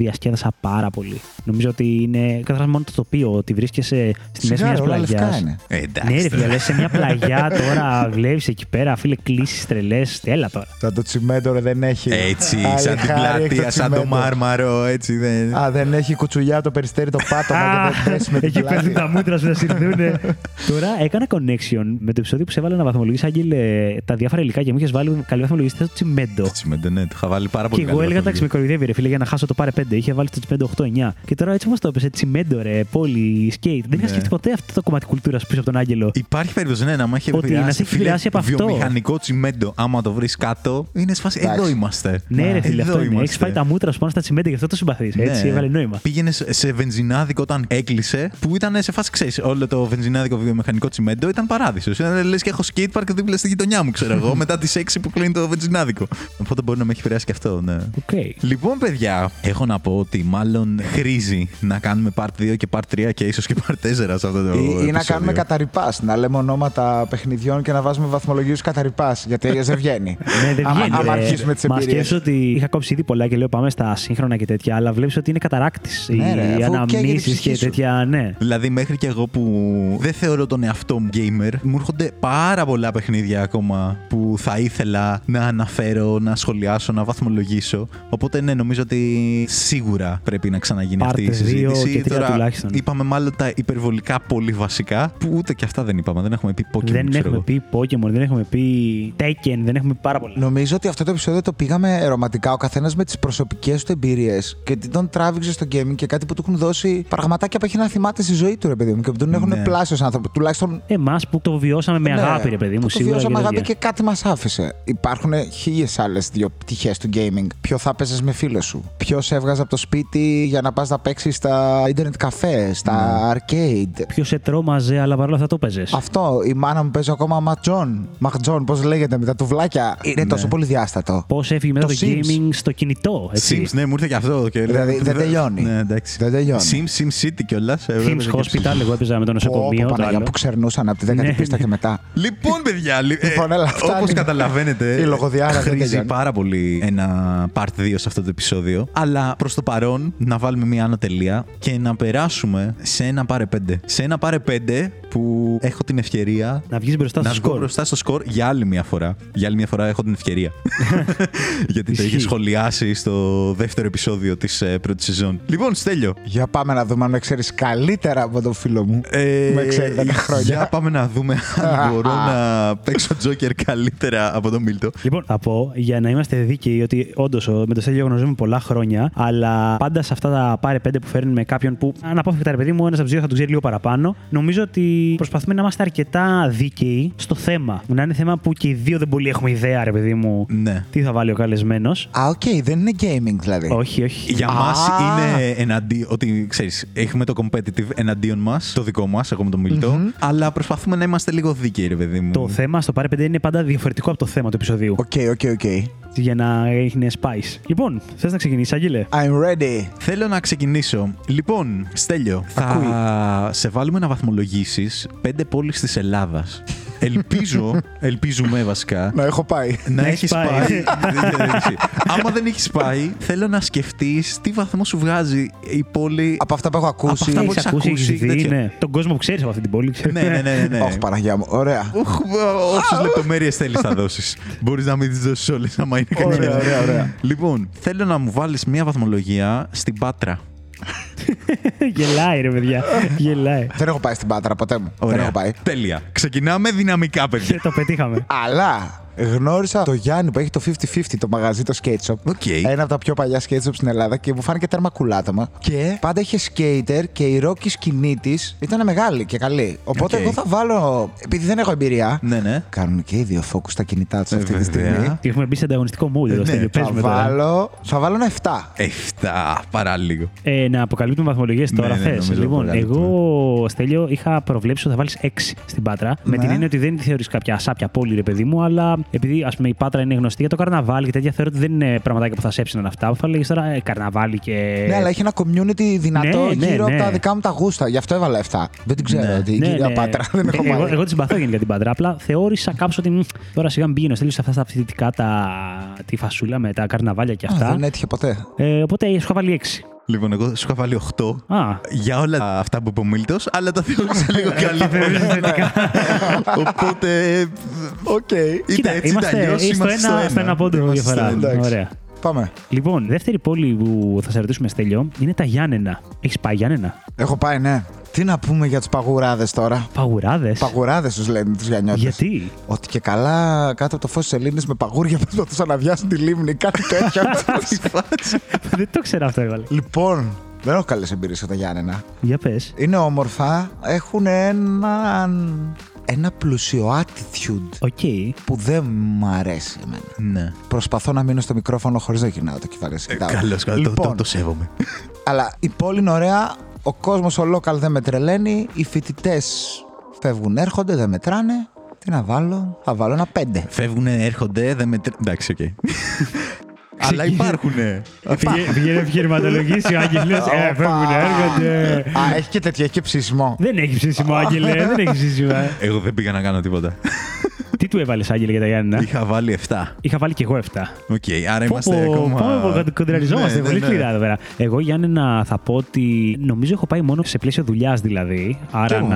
A: διασκέδασα πάρα πολύ. Νομίζω ότι είναι καταρχάς μόνο το τοπίο ότι βρίσκεσαι στη μέση
C: Σιγά,
A: μια
C: ρε, όλα λευκά
A: πλαγιάς.
C: είναι.
B: Ε, εντάξει.
A: Ναι, ρε
B: τώρα.
A: φίλε, λες, σε μια πλαγιά τώρα βλέπεις εκεί πέρα, φίλε, κλήσει τρελές. Έλα τώρα.
C: Σαν το τσιμέντο ρε, δεν έχει.
B: Έτσι,
C: Άλλη
B: σαν την
C: χάρη εκ το
B: πλατεία, σαν το
C: τσιμέντο.
B: μάρμαρο, έτσι δεν.
C: Α, δεν έχει κουτσουλιά το περιστέρι το πάτωμα και δεν πέσει με την
A: Εκεί πέφτουν
C: πλάτη.
A: τα μούτρα σου να συνδούνε. Τώρα έκανα connection με το επεισόδιο που σε έβαλα να βαθμολογήσει, Άγγελε, τα διάφορα υλικά και μου είχες βάλει καλή βαθμολογιστή στο τσιμέντο.
B: Το τσιμέντο, ναι, το είχα βάλει πάρα
A: Και
B: πολύ.
A: εγώ
B: καλό
A: έλεγα
B: το
A: εντάξει, με κοροϊδεύει ρε φίλε για να χάσω το πάρε 5. Είχε βάλει το 5-8-9. Και τώρα έτσι όπως το έπεσε, τσιμέντο ρε, πόλη, σκέιτ. Δεν είχα
B: Ναι.
A: σκεφτεί ποτέ αυτό το κομμάτι κουλτούρας πίσω από τον Άγγελο.
B: Υπάρχει περίπτωση ναι, να μ' έχει
A: Ότι να σε
B: επηρεάσει.
A: έχει επηρεάσει από αυτό.
B: Βιομηχανικό τσιμέντο, άμα το βρεις κάτω, είναι σφασί. Εδώ
C: Εντάξει.
B: είμαστε.
A: Ναι, ρε φίλε,
B: Εδώ
A: αυτό είναι.
B: είμαστε.
A: Έχει φάει τα μούτρα σου πάνω στα τσιμέντα και αυτό το συμπαθείς. Έτσι,
B: Ναι.
A: έβαλε νόημα.
B: Πήγαινε σε σε βενζινάδικο όταν έκλεισε, που ήταν σε φάση ξέρεις. Όλο το βενζινάδικο βιομηχανικό τσιμέντο ήταν παράδεισο. Ήταν λες και έχω skate park δίπλα στη γειτονιά μου, ξέρω εγώ, μετά τις 6 που κλείνει το βενζινάδικο. Οπότε μπορεί να με έχει επηρεάσει και αυτό, ναι.
A: Οκ.
B: Λοιπόν, παιδιά, έχω να πω ότι μάλλον χρήζει να κάνουμε part 2 και part 3 και ίσως και part 4 σε αυτό το
C: Ή, ή να
B: επεισόδιο.
C: κάνουμε καταρρυπά. Να λέμε ονόματα παιχνιδιών και να βάζουμε βαθμολογίους καταρρυπά. Γιατί αλλιώς δεν βγαίνει.
A: Ναι, δεν
C: Άμα-
A: βγαίνει.
C: άμα
A: ρε.
C: αρχίσουμε τις
A: Μα
C: εμπειρίες.
A: σκέψω ότι είχα κόψει ήδη πολλά και λέω πάμε στα σύγχρονα και τέτοια, αλλά βλέπεις ότι είναι καταράκτης.
C: Ναι,
A: οι
C: ρε, αφού καίγεται η
A: αναμνήσεις
C: ψυχή
A: και
C: σου.
A: τέτοια, ναι.
B: Δηλαδή, μέχρι και εγώ που δεν θεωρώ τον εαυτό home gamer, μου έρχονται πάρα πολλά παιχνίδια ακόμα που θα ήθελα να αναφέρω, να σχολιάσω, να βαθμολογήσω. Οπότε ναι, νομίζω ότι σίγουρα πρέπει να ξαναγίνει αυτή η
A: Πάρτε δύο
B: συζήτηση.
A: και τρία τουλάχιστον.
B: είπαμε μάλλον τα υπερβολικά πολύ βασικά, που ούτε και αυτά δεν είπαμε. Δεν έχουμε πει Pokemon,
A: δεν
B: ξέρω
A: έχουμε
B: εγώ.
A: πει Pokemon, δεν έχουμε πει Tekken, δεν έχουμε πει πάρα πολλά.
C: Νομίζω ότι αυτό το επεισόδιο το πήγαμε ερωματικά ο καθένας με τις προσωπικές του εμπειρίες και τι τον τράβηξε στο gaming και κάτι που του έχουν δώσει πραγματάκια που έχει να θυμάται στη ζωή του, ρε παιδί μου, και που τον έχουν
B: Ναι.
C: πλάσει ως άνθρωπο. Τουλάχιστον.
A: Εμάς που το βιώσαμε με
C: ναι,
A: αγάπη, ρε παιδί μου,
C: που
A: σίγουρα.
C: Το βιώσαμε
A: και
C: αγάπη
A: τέτοια.
C: και κάτι μας άφησε. Υπάρχουν χίλιες άλλες δύο πτυχές του gaming. Ποιο θα παίζε με φίλο σου. Ποιος σε έβγαζε από το σπίτι για να πας να παίξεις στα internet καφέ, στα
A: Ναι.
C: arcade.
A: Ποιος σε τρόμαζε, αλλά παρόλα αυτά το παίζες.
C: Αυτό, η μάνα μου παίζει ακόμα ματζόν. Μαχτζόν, πώς λέγεται με τα τουβλάκια.
A: Ναι.
C: Είναι τόσο πολυδιάστατο.
A: Πώς έφυγε μετά
C: Το
A: το,
C: Sims.
A: gaming στο κινητό. Έτσι.
B: Sims, ναι, μου ήρθε και αυτό. Και
C: Δηλαδή, δεν τελειώνει.
B: Ναι, εντάξει.
C: Δεν τελειώνει.
B: Sims, Sim City ε, κιόλα.
A: Sims Hospital, εγώ έπαιζα με το νοσοκομείο. το
C: Παναγία,
A: άλλο.
C: που ξερνούσαν από τη 10η
A: Ναι,
C: πίστα
A: ναι.
C: και μετά.
B: Λοιπόν, παιδιά, λι...
C: Λοιπόν, έλα, φτάνει.
B: όπως καταλαβαίνετε,
C: Η λογοδιάρα δεν
B: χρήζει
C: τελειώνει.
B: πάρα πολύ ένα part 2 σε αυτό το επεισόδιο. Αλλά προς το παρόν, να βάλουμε μια άνω τελεία και να περάσουμε σε ένα πάρε 5. Σε ένα πάρε 5 που έχω την ευκαιρία
A: Να βγεις μπροστά
B: να
A: στο
B: βγω
A: σκορ.
B: μπροστά στο σκορ για άλλη μια φορά. Για άλλη μια φορά έχω την ευκαιρία. Γιατί το είχε
A: Ισχύει.
B: σχολιάσει στο δεύτερο επεισόδιο της ε, πρώτης σεζόν. Λοιπόν, Στέλιο,
C: Για πάμε να δούμε αν με ξέρεις καλύτερα από τον φίλο μου.
B: ε,
C: με ξέρει 10
B: Για
C: χρόνια.
B: πάμε να δούμε αν μπορώ να παίξω Τζόκερ καλύτερα από τον Μίλτο.
A: Λοιπόν, θα πω για να είμαστε δίκαιοι ότι όντως με το Στέλιο γνωρίζουμε πολλά χρόνια, αλλά πάντα σε αυτά τα πάρε πέντε που φέρνουν με κάποιον που αναπόφευκτα ρε παιδί μου, ένας από τους δύο θα του ξέρει λίγο παραπάνω. Νομίζω ότι προσπαθούμε να είμαστε αρκετά δίκαιοι στο θέμα. Να είναι θέμα που και οι δύο δεν πολύ έχουμε ιδέα, ρε παιδί μου,
B: Ναι.
A: τι θα βάλει ο καλεσμένος.
C: Α, οκ, δεν είναι gaming δηλαδή.
A: Όχι, όχι.
B: Ε, Για
C: Α.
B: μας είναι εναντίον. Ότι ξέρεις, έχουμε το competitive εναντίον μας, το δικό μας, εγώ με τον μιλτο Αλλά προσπαθούμε να είμαστε λίγο δίκαιοι, ρε παιδί μου.
A: Το θέμα στο πάρε πέντε είναι πάντα διαφορετικό από το θέμα του επεισοδίου.
C: Οκ, οκ, οκ.
A: Για να έχει spice. Λοιπόν, θες να ξεκινήσεις, Αγγίλε.
C: I'm ready.
B: Θέλω να ξεκινήσω. Λοιπόν, Στέλιο, θα σε βάλουμε να βαθμολογήσεις πέντε πόλεις της Ελλάδας. Ελπίζω, ελπίζουμε βασικά,
C: Να έχω πάει.
A: Να
B: να έχεις
A: έχεις
B: πάει.
A: πάει.
B: Δεν ξέρω, έτσι. Άμα δεν έχεις πάει, θέλω να σκεφτείς τι βαθμό σου βγάζει η πόλη.
C: από αυτά που έχω ακούσει.
B: αυτά που
A: Έχεις
B: Ναι, έχεις ακούσει,
A: έχεις δει,
B: τέτοιο.
A: ναι. Τον κόσμο που ξέρεις από αυτή την πόλη. ξέρεις.
B: Ναι, ναι, ναι, ναι, ναι.
C: Όχι, Παναγία μου. Ωραία.
B: Όσε λεπτομέρειες θέλεις θα δώσεις. Μπορείς να μην τις δώσεις όλες, άμα είναι κανένα.
C: Ωραία, ωραία, ωραία.
B: Λοιπόν, θέλω να μου βάλεις μία βαθμολογία στην Πάτρα. Ναι.
A: Γελάει, ρε παιδιά. Γελάει.
C: δεν έχω πάει στην Πάτρα ποτέ μου. Δεν έχω πάει.
B: Τέλεια. Ξεκινάμε δυναμικά, παιδιά.
A: Και το πετύχαμε.
C: Αλλά γνώρισα το Γιάννη που έχει το 50-50 το μαγαζί, το skate shop.
B: Οκ.
C: Ένα από τα πιο παλιά skate shop στην Ελλάδα και μου φάνηκε τέρμα κουλάταμα. Και πάντα είχε skater και η ρόκη σκηνή της ήταν μεγάλη και καλή. Οπότε
B: Οκ.
C: εγώ θα βάλω. Επειδή δεν έχω εμπειρία.
B: Ναι, ναι.
C: Κάνουν και οι δύο focus τα κινητά τους
B: Ε,
C: αυτή τη
B: βέβαια.
C: στιγμή.
A: Και έχουμε μπει σε ανταγωνιστικό mood εδώ.
B: Ναι,
A: Στέλιο.
B: θα
A: Πες
C: Θα
A: με τώρα.
C: βάλω, θα βάλω ένα 7.
B: Εφτά, παρά λίγο.
A: Ε, να αποκαλύπτουμε βαθμολογίες
B: Ναι,
A: τώρα.
B: ναι,
A: θες.
B: νομίζω
A: Λοιπόν,
B: αποκαλύπτουμε.
A: εγώ, Στέλιο, είχα προβλέψει ότι θα βάλεις 6 στην Πάτρα. Με
C: Ναι.
A: την έννοια ότι δεν τη θεωρείς κάποια σάπια πόλη, ρε παιδί μου, αλλά επειδή ας πούμε, η Πάτρα είναι γνωστή για το καρναβάλι και τέτοια, θεωρώ ότι δεν είναι πραγματάκια που θα σέψουν αυτά. Που θα λέγε τώρα ε, καρναβάλι και.
C: Ναι, αλλά έχει ένα community δυνατό
A: ναι, ναι,
C: γύρω από
A: ναι.
C: τα δικά μου τα γούστα. Γι' αυτό έβαλα 7. Δεν την ξέρω. Ναι, την κυρία Πάτρα δεν έχω
A: Ε, εγώ,
C: πάει.
A: εγώ την συμπαθώ γενικά την Πάτρα. Απλά θεώρησα κάπως ότι μ, τώρα σιγά μην πήγαινε τέλειω σε αυτά στα φοιτητικά τα, τη φασούλα με τα καρναβάλια και
C: Α,
A: αυτά.
C: δεν έτυχε ποτέ.
A: Ε, οπότε σου είχα βάλει 6.
B: Λοιπόν, εγώ σου είχα βάλει 8
A: Α,
B: για όλα αυτά που είπε ο Μίλτος, αλλά τα θεώρησα λίγο καλύτερα. Οπότε. Οκ. Είτε
A: Κοίτα,
B: έτσι, είτε
A: είμαστε,
B: αλλιώς.
A: στο ένα- στο ένα πόντο διαφορά.
C: Εντάξει.
A: Ωραία.
C: Πάμε.
A: Λοιπόν, δεύτερη πόλη που θα σε ρωτήσουμε, Στέλιο, είναι τα Γιάννενα. Έχεις πάει Γιάννενα.
C: Έχω πάει, ναι. Τι να πούμε για τους παγουράδες τώρα.
A: Παγουράδες.
C: Παγουράδες τους λένε τους Γιαννιώτε.
A: Γιατί.
C: Ότι και καλά κάτω από το φως της Ελλήνης με παγούρια προσπαθούσαν να διάσουν τη λίμνη, κάτι τέτοιο.
A: Δεν το ξέρω αυτό, έβαλε.
C: λοιπόν, δεν έχω καλές εμπειρίες από τα Γιάννενα.
A: Για πες.
C: Είναι όμορφα, έχουν έναν. ένα πλουσιο attitude
A: Οκ.
C: που δεν μ' αρέσει εμένα.
B: Ναι.
C: Προσπαθώ να μείνω στο μικρόφωνο χωρίς να γυρνάω το κεφάλι. κοιτάω.
B: Καλώ,
C: Λοιπόν,
B: Ε, το σέβομαι.
C: αλλά η πόλη είναι ωραία. Ο κόσμος ο local δεν με τρελαίνει. Οι φοιτητές φεύγουν, έρχονται, δεν μετράνε. Τι να βάλω, θα βάλω ένα πέντε.
B: Φεύγουν, έρχονται, δεν με. τρε- Εντάξει, οκ. Αλλά υπάρχουνε.
A: Βγαίνει επιχειρηματολογήσει ο Άγγελος. Ε,
C: Όπα.
A: φεύγουν, έρχονται.
C: Α, έχει και τέτοια, έχει και ψήσιμο.
A: Δεν έχει ψήσιμο, Άγγελε. Δεν έχει ψήσιμο. ε.
B: Εγώ δεν πήγα να κάνω τίποτα.
A: Τι του έβαλες, Άγγελε, για τα Γιάννηνα.
B: Είχα βάλει 7.
A: Είχα βάλει κι εγώ 7.
B: Οκ, άρα είμαστε
A: Πω, πω,
B: ακόμα.
A: πω, πω, κοντραριζόμαστε
B: Ναι, ναι,
A: πολύ
B: ναι.
A: σκληρά εδώ πέρα. Εγώ, Γιάννενα, θα πω ότι νομίζω έχω πάει μόνο σε πλαίσιο δουλειάς δηλαδή.
B: Κι
A: Άρα
B: εγώ.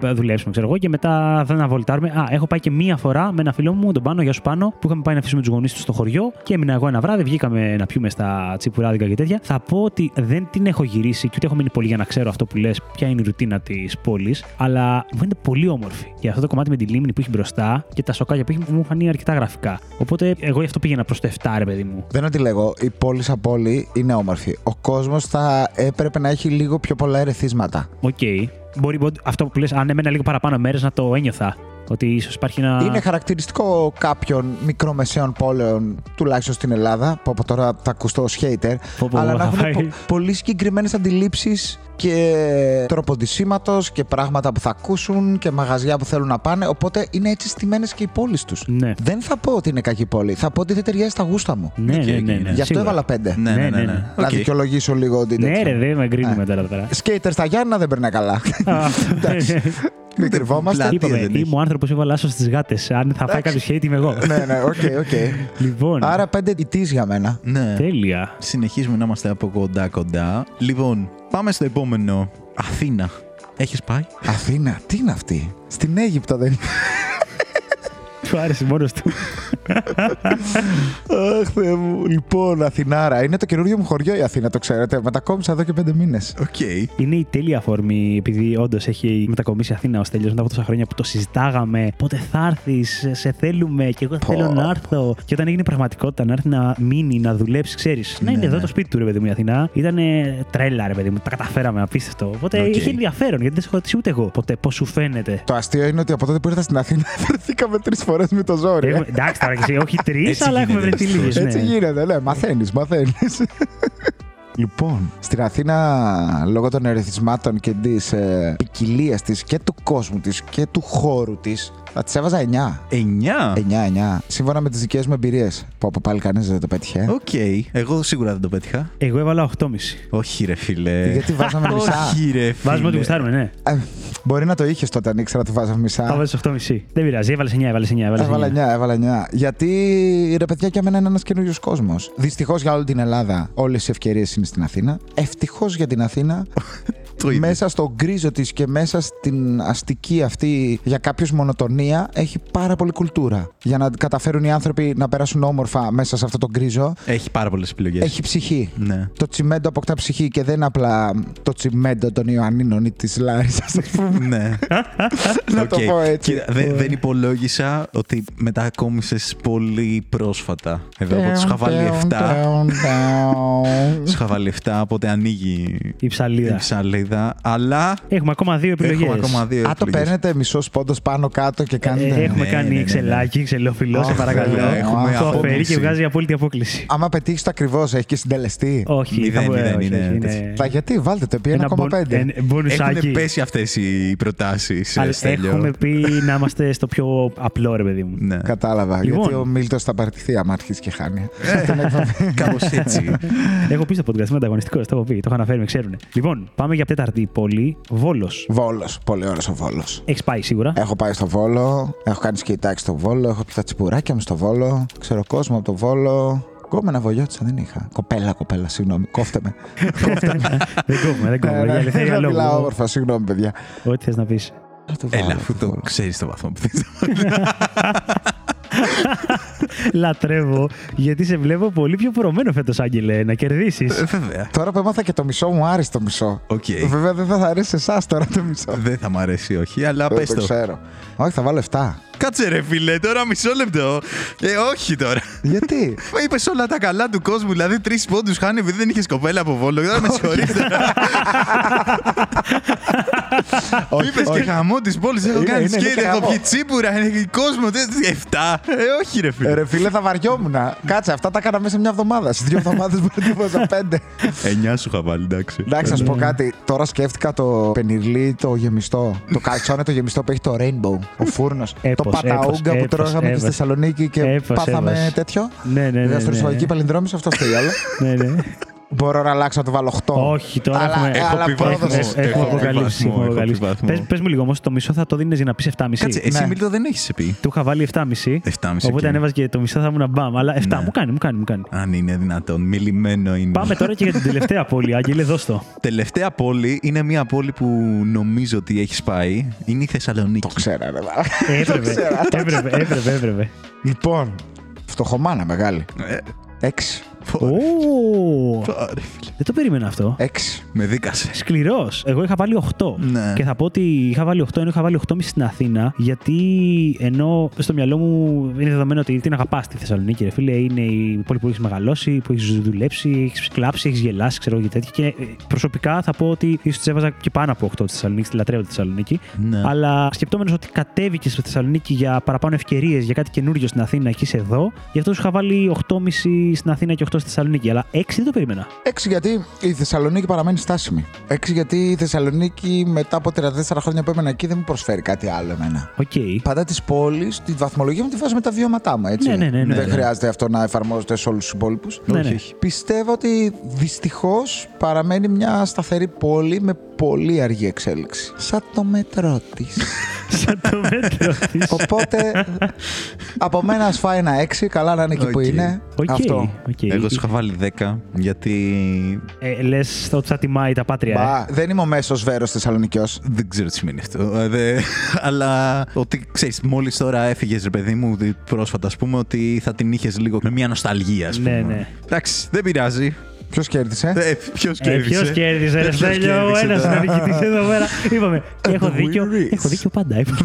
A: να δουλέψουμε, ξέρω εγώ, και μετά θα να βολτάρουμε. Α, έχω πάει και μία φορά με ένα φίλο μου, τον Πάνο, γεια σου Πάνο, που είχαμε πάει να αφήσουμε τους γονείς του στο χωριό και έμεινα εγώ ένα βράδυ, βγήκαμε να πιούμε στα τσιπουράδικα και τέτοια. Θα πω ότι δεν την έχω γυρίσει και ούτε έχω μείνει πολύ για να ξέρω αυτό που λες, ποια είναι η ρουτίνα της πόλης, αλλά μου φαίνεται πολύ όμορφη. Και αυτό το κομμάτι με τη λίμνη που έχει μπροστά και τα σοκάκια που έχει μου φανεί αρκετά γραφικά. Οπότε εγώ γι' αυτό πήγαινα προς το 7, ρε παιδί μου.
C: Δεν αντιλέγω. Η πόλη σαν πόλη είναι όμορφη. Ο κόσμος θα έπρεπε να έχει λίγο πιο πολλά ερεθίσματα.
A: Οκ. Μπορεί, μπορεί αυτό που λες, αν έμενα λίγο παραπάνω μέρες να το ένιωθα. Ότι ίσως υπάρχει ένα.
C: Είναι χαρακτηριστικό κάποιων μικρομεσαίων πόλεων, τουλάχιστον στην Ελλάδα, που από τώρα θα ακουστώ ως hater,
A: Πω, πω,
C: αλλά
A: θα
C: να έχουν
A: πάει.
C: πο- πολύ συγκεκριμένες αντιλήψεις και τροποντισήματο και πράγματα που θα ακούσουν και μαγαζιά που θέλουν να πάνε. Οπότε είναι έτσι στημένες και οι πόλεις τους.
A: Ναι.
C: Δεν θα πω ότι είναι κακή πόλη. Θα πω ότι δεν ταιριάζει στα γούστα μου.
A: Ναι,
B: Οκ,
A: ναι,
B: οκ,
A: ναι.
B: ναι.
A: ναι.
C: Γι' αυτό
A: σίγουρα.
C: έβαλα πέντε.
B: Ναι, ναι, ναι.
A: Ναι,
B: ναι.
A: ναι.
C: Να
B: Οκ.
C: δικαιολογήσω λίγο ότι.
A: Ναι,
C: τέτοιο.
A: ρε, δεν με γκρίνουμε τώρα εδώ πέρα.
C: Σκέιτερ στα Γιάννα δεν περνάει καλά.
A: Α,
C: Μην κρυβόμαστε.
B: πλάτη
A: Είπαμε,
B: δεν έχει.
A: είμαι ο άνθρωπος που έβαλε άσο στις γάτες. Αν θα φάει κάποιος hate, είμαι εγώ.
C: ναι, ναι, οκ, οκ.
A: λοιπόν,
C: Άρα πέντε ητή για μένα.
B: Ναι.
A: τέλεια.
B: Συνεχίζουμε να είμαστε από κοντά κοντά. Λοιπόν, πάμε στο επόμενο. Αθήνα. Έχεις πάει.
C: Αθήνα, τι είναι αυτή. Στην Αίγυπτο δεν
A: Του άρεσε μόνος του.
C: είναι. Αχ, Θεέ μου. Λοιπόν, Αθηνάρα. Είναι το καινούριο μου χωριό η Αθήνα, το ξέρετε. Μετακόμισα εδώ και πέντε μήνες.
B: Οκ.
A: Είναι η τέλεια αφορμή, επειδή όντως έχει μετακομίσει η Αθήνα ως τέλειος μετά από τόσα χρόνια που το συζητάγαμε. Πότε θα έρθεις, σε θέλουμε, και εγώ θέλω να έρθω. Και όταν έγινε πραγματικότητα, να έρθει να μείνει, να δουλέψει, ξέρεις. Να
B: Ναι,
A: είναι εδώ το σπίτι του, ρε παιδί μου, η Αθηνά. Ήταν τρέλα, ρε παιδί μου, τα καταφέραμε, απίστευτο. Οπότε
B: Οκ.
A: είχε ενδιαφέρον, γιατί δεν σε έχω ρωτήσει ούτε εγώ ποτέ πώς σου φαίνεται.
C: Το αστείο είναι ότι από τότε που ήρθα στην Αθήνα βρεθήκαμε τρεις φορές με το ζόρι. ε.
A: Έχουμε- Εντάξει, τώρα και εσύ, όχι τρεις,
B: Έτσι
A: αλλά έχουμε
B: γίνεται,
A: βρεθεί
B: δυστυχώς.
A: λίγες.
C: Έτσι γίνεται, ναι. Μαθαίνεις, μαθαίνεις. Λοιπόν, στην Αθήνα, λόγω των ερεθισμάτων και της ε, ποικιλίας της και του κόσμου της και του χώρου της, θα τη έβαζα 9.
B: 9.
C: 9-9. Σύμφωνα με τις δικές μου εμπειρίες. Που από πάλι κανείς δεν το πέτυχε. ε.
B: Οκ. Εγώ σίγουρα δεν το πέτυχα.
A: Εγώ έβαλα 8,5.
B: Όχι, ρε φίλε.
C: Γιατί βάζαμε μισά.
B: Ε. Όχι, ρε φίλε.
A: Βάζουμε ότι γουστάρουμε, ναι.
C: Ε, μπορεί να το είχες τότε αν ήξερα ότι βάζαμε
A: Θα
C: μισά.
A: βάλει 8,5. Δεν πειράζει, έβαλες 9, έβαλε 9.
C: Έβαλα 9, έβαλα 9. Γιατί ρε παιδιά, για μένα είναι ένας καινούριος κόσμος. Δυστυχώς για όλη την Ελλάδα όλες οι ευκαιρίες είναι στην Αθήνα. Ευτυχώς για την Αθήνα,
B: Το ίδιο.
C: μέσα στο γκρίζο της και μέσα στην αστική αυτή για κάποιους μονοτονία, έχει πάρα πολύ κουλτούρα. Για να καταφέρουν οι άνθρωποι να περάσουν όμορφα μέσα σε αυτό το γκρίζο,
B: Έχει πάρα πολλές επιλογές.
C: έχει ψυχή.
B: Ναι.
C: Το τσιμέντο αποκτά ψυχή και δεν είναι απλά το τσιμέντο των Ιωαννίνων ή της Λάρισας, ας πούμε.
B: ναι.
C: Να το
B: Οκ.
C: πω έτσι.
B: Κοίτα, δε- δεν υπολόγισα ότι μετακόμισε πολύ πρόσφατα. Εδώ από του είχα βάλει 7. Του είχα βάλει 7, οπότε ανοίγει
A: Η
B: η
A: ψαλίδα.
B: ψαλίδα. Αλλά
A: Έχουμε ακόμα δύο επιλογέ.
B: έχουμε ακόμα δύο.
C: Α, το
B: επιλογές.
C: παίρνετε μισός πόντος πάνω κάτω και
A: Ε,
C: κάνετε.
A: έχουμε
B: ναι,
A: κάνει
B: ναι, ναι, ναι.
A: ξελάκι, ξελόφιλο, σε
C: Αχ,
A: παρακαλώ.
C: βέβαια, έχουμε
A: το αφαιρεί
B: απόκληση.
A: και βγάζει απόλυτη απόκληση.
C: Άμα πετύχεις το ακριβώς, έχεις και συντελεστή.
A: Όχι,
B: Μηδέν,
A: θα πω, ε,
B: μηδέν,
A: όχι,
B: είναι
A: όχι,
B: τέτοιο.
A: είναι
C: Μα γιατί, βάλτε το επί
A: ένα μπον-
C: 1,5.
A: εν- μπονουσάκι.
B: Έχουν πέσει αυτές οι ε, προτάσει.
A: Αλλά Έχουμε πει να είμαστε στο πιο απλό, ρε παιδί μου.
B: Ναι.
C: Κατάλαβα.
A: Λοιπόν. Ε.
C: Γιατί ο Μίλτος θα παρτιθεί άμα αρχίσει και χάνει. Στην εκπομπή.
B: Κάπως έτσι.
A: Έχω πει στο podcast, είμαι ανταγωνιστικός, το έχω πει, το έχω αναφέρει, με ξέρουν. Λοιπόν, πάμε για τέταρτη πόλη, Βόλος.
C: Βόλος. Πολύ ωραίος ο Βόλος.
A: Έχεις πάει σίγουρα.
C: Έχω πάει στο Βόλο, έχω κάνει σκητάκι στο Βόλο, έχω πιει τα τσιπουράκια μου στο Βόλο, ξέρω κόσμο από το Βόλο. Κόμμενα βολιώτησα δεν είχα. Κοπέλα, κοπέλα, συγγνώμη, κόφτε με.
B: Ε, ναι.
A: δεν κόβουμε, δεν κόβουμε. Για ελευθερία
C: Δεν μιλάω
A: λόγου.
C: όμορφα, συγγνώμη, παιδιά.
A: Ό,τι θες να πεις.
C: Θα το
B: Έλα,
C: βάλω,
B: αφού
C: θα
B: το ξέρεις το βαθμό που θες.
A: Λατρεύω, γιατί σε βλέπω πολύ πιο προωμένο φέτος, Άγγελε, να κερδίσεις.
B: Ε, Βέβαια.
C: Τώρα που έμαθα και το μισό μου άρεσε το μισό.
B: Οκ.
C: Βέβαια δεν θα αρέσει εσάς τώρα το μισό.
B: Δεν θα μ' αρέσει, όχι, αλλά
A: Ε,
C: Δεν
B: πες
C: το
B: το.
C: ξέρω. Όχι, θα βάλω 7.
B: Κάτσε ρε φίλε, τώρα μισό λεπτό. Ε, όχι τώρα.
C: Γιατί.
B: Μα είπες όλα τα καλά του κόσμου, δηλαδή τρεις πόντους χάνει επειδή δεν είχες κοπέλα από βόλο. Τώρα με συγχωρείτε. Είπες και χαμό της πόλης. Έχω
C: Είναι,
B: κάνει
C: είναι, είναι
B: σκέτη,
C: και
B: έχω
C: χαμό.
B: πιει τσίπουρα, έχει κόσμο. τε- τε- Εφτά. Ε, όχι ρε
C: Ε,
B: φίλε.
C: Ρε φίλε, θα βαριόμουν. Κάτσε, αυτά τα έκανα μέσα σε μια εβδομάδα. Σε δύο εβδομάδες μπορεί να βάζα πέντε.
B: Εννιά σου είχα βάλει, εντάξει.
C: Εντάξει, να σου πω κάτι. Τώρα σκέφτηκα το πενιρλί το γεμιστό. Το καλτσόνε το γεμιστό που έχει το rainbow. Ο φούρνος. Το
A: Έπος, έπος,
C: παταούγκα που
A: έπος,
C: τρώγαμε και στη
A: έπος.
C: Θεσσαλονίκη και
A: Έπος,
C: πάθαμε
A: έπος.
C: τέτοιο.
A: Ναι, ναι, ναι, ναι.
C: Γαστροσωματική παλινδρόμηση, αυτό το άλλο.
A: Ναι, ναι.
C: Μπορώ να αλλάξω να το βάλω 8.
A: Όχι, τώρα
C: Λοιπόν, Αλλά- ε,
A: έχουμε-
C: αλλά
B: Έχω πει
C: πρόδωσες.
B: βαθμό.
A: Έχουμε- Έχουμε
B: Έχω
A: αποκαλύψει.
B: βαθμό,
A: έχουμε
B: έχω
A: αποκαλύψει.
B: βαθμό.
A: Πες- Πες μου λίγο όμως, το μισό θα το δίνεις για να πεις 7,5.
B: Κάτσε, ε, εσύ
C: Ναι.
B: Μίλτο δεν έχεις πει.
A: Του είχα βάλει 7,5.
B: 7,5
A: Οπότε
B: εκεί.
A: ανέβαζε και το μισό θα ήμουν μπαμ. Αλλά 7
B: Ναι.
A: μου κάνει, μου κάνει, μου κάνει.
B: Αν είναι δυνατόν, μιλημένο είναι.
A: Πάμε τώρα και για την τελευταία πόλη, Άγγελε, δώσ' το.
B: Τελευταία πόλη είναι μια πόλη που νομίζω ότι έχει πάει. Είναι η Θεσσαλονίκη.
C: Το ξέρα, ρε. μαλάκα.
A: Ε, Έπρεπε, έπρεπε, έπρεπε, έπρεπε.
C: Λοιπόν, φτωχομάνα μεγάλη.
B: Ε,
C: 6.
B: πω,
A: Ω,
B: πω, ρε φίλε.
A: Δεν το περίμενα αυτό.
C: 6.
B: Με δίκασε.
A: Σκληρός. Εγώ είχα βάλει 8.
B: Ναι.
A: Και θα πω ότι είχα βάλει 8 ενώ είχα βάλει 8,5 στην Αθήνα. Γιατί ενώ στο μυαλό μου είναι δεδομένο ότι την αγαπάς τη Θεσσαλονίκη, ρε φίλε. Είναι η πόλη που έχεις μεγαλώσει, που έχεις δουλέψει, έχεις κλάψει, έχεις γελάσει, ξέρω εγώ και τέτοια. Και ε, προσωπικά θα πω ότι ίσως τη έβαζα και πάνω από 8 τη Θεσσαλονίκη, τη λατρεύω τη Θεσσαλονίκη.
B: Ναι.
A: Αλλά σκεπτόμενος ότι κατέβηκες στη Θεσσαλονίκη για παραπάνω ευκαιρίες, για κάτι καινούριο στην Αθήνα και είσαι εδώ, γι' αυτό σου είχα βάλει 8,5 στην Αθήνα και 8 στη Θεσσαλονίκη. Αλλά 6 δεν το περίμενα.
C: 6 γιατί η Θεσσαλονίκη παραμένει στάσιμη. 6 γιατί η Θεσσαλονίκη μετά από 34 χρόνια που έμενα εκεί δεν μου προσφέρει κάτι άλλο εμένα.
A: Οκ.
C: Πάντα τη πόλη, τη βαθμολογία μου τη βάζω με τα βιώματά μου, έτσι.
A: Ναι, ναι, ναι, ναι,
C: δεν
A: ναι.
C: χρειάζεται αυτό να εφαρμόζεται σε όλους τους υπόλοιπους.
A: Ναι,
B: Όχι,
A: ναι.
B: όχι.
C: Πιστεύω ότι δυστυχώς παραμένει μια σταθερή πόλη με πολύ αργή εξέλιξη. Σαν το μετρό της.
A: Σαν το μέτρο της.
C: Οπότε από μένα σφάει ένα 6, καλά να είναι εκεί που
B: Οκ.
C: είναι.
A: Οκ,
C: Αυτό.
A: οκ.
B: Εγώ σου είχα βάλει 10 γιατί
A: Ε, Λες ότι θα τιμάει τα πάτρια. ε.
C: Μπα, δεν είμαι ο μέσος βέρος Θεσσαλονικιός.
B: δεν ξέρω τι σημαίνει αυτό. Ε, δε- Αλλά ότι ξέρεις, μόλις τώρα έφυγες, ρε παιδί μου, δι- πρόσφατα, ας πούμε, ότι θα την είχες λίγο με μια νοσταλγία, ας
A: Ναι,
B: πούμε.
A: ναι.
B: Εντάξει, δεν πειράζει.
C: Ποιος κέρδισε.
B: Ε, Ποιος
A: Ε,
B: κέρδισε.
A: Ποιος κέρδισε, ρε
B: Ποιος
A: Στέλιο, ο
B: κέρδισε
A: ένας
B: τώρα?
A: είναι νικητή εδώ πέρα. Είπαμε, έχω δίκιο.
B: winner is-
A: Έχω δίκιο πάντα. είπαμε.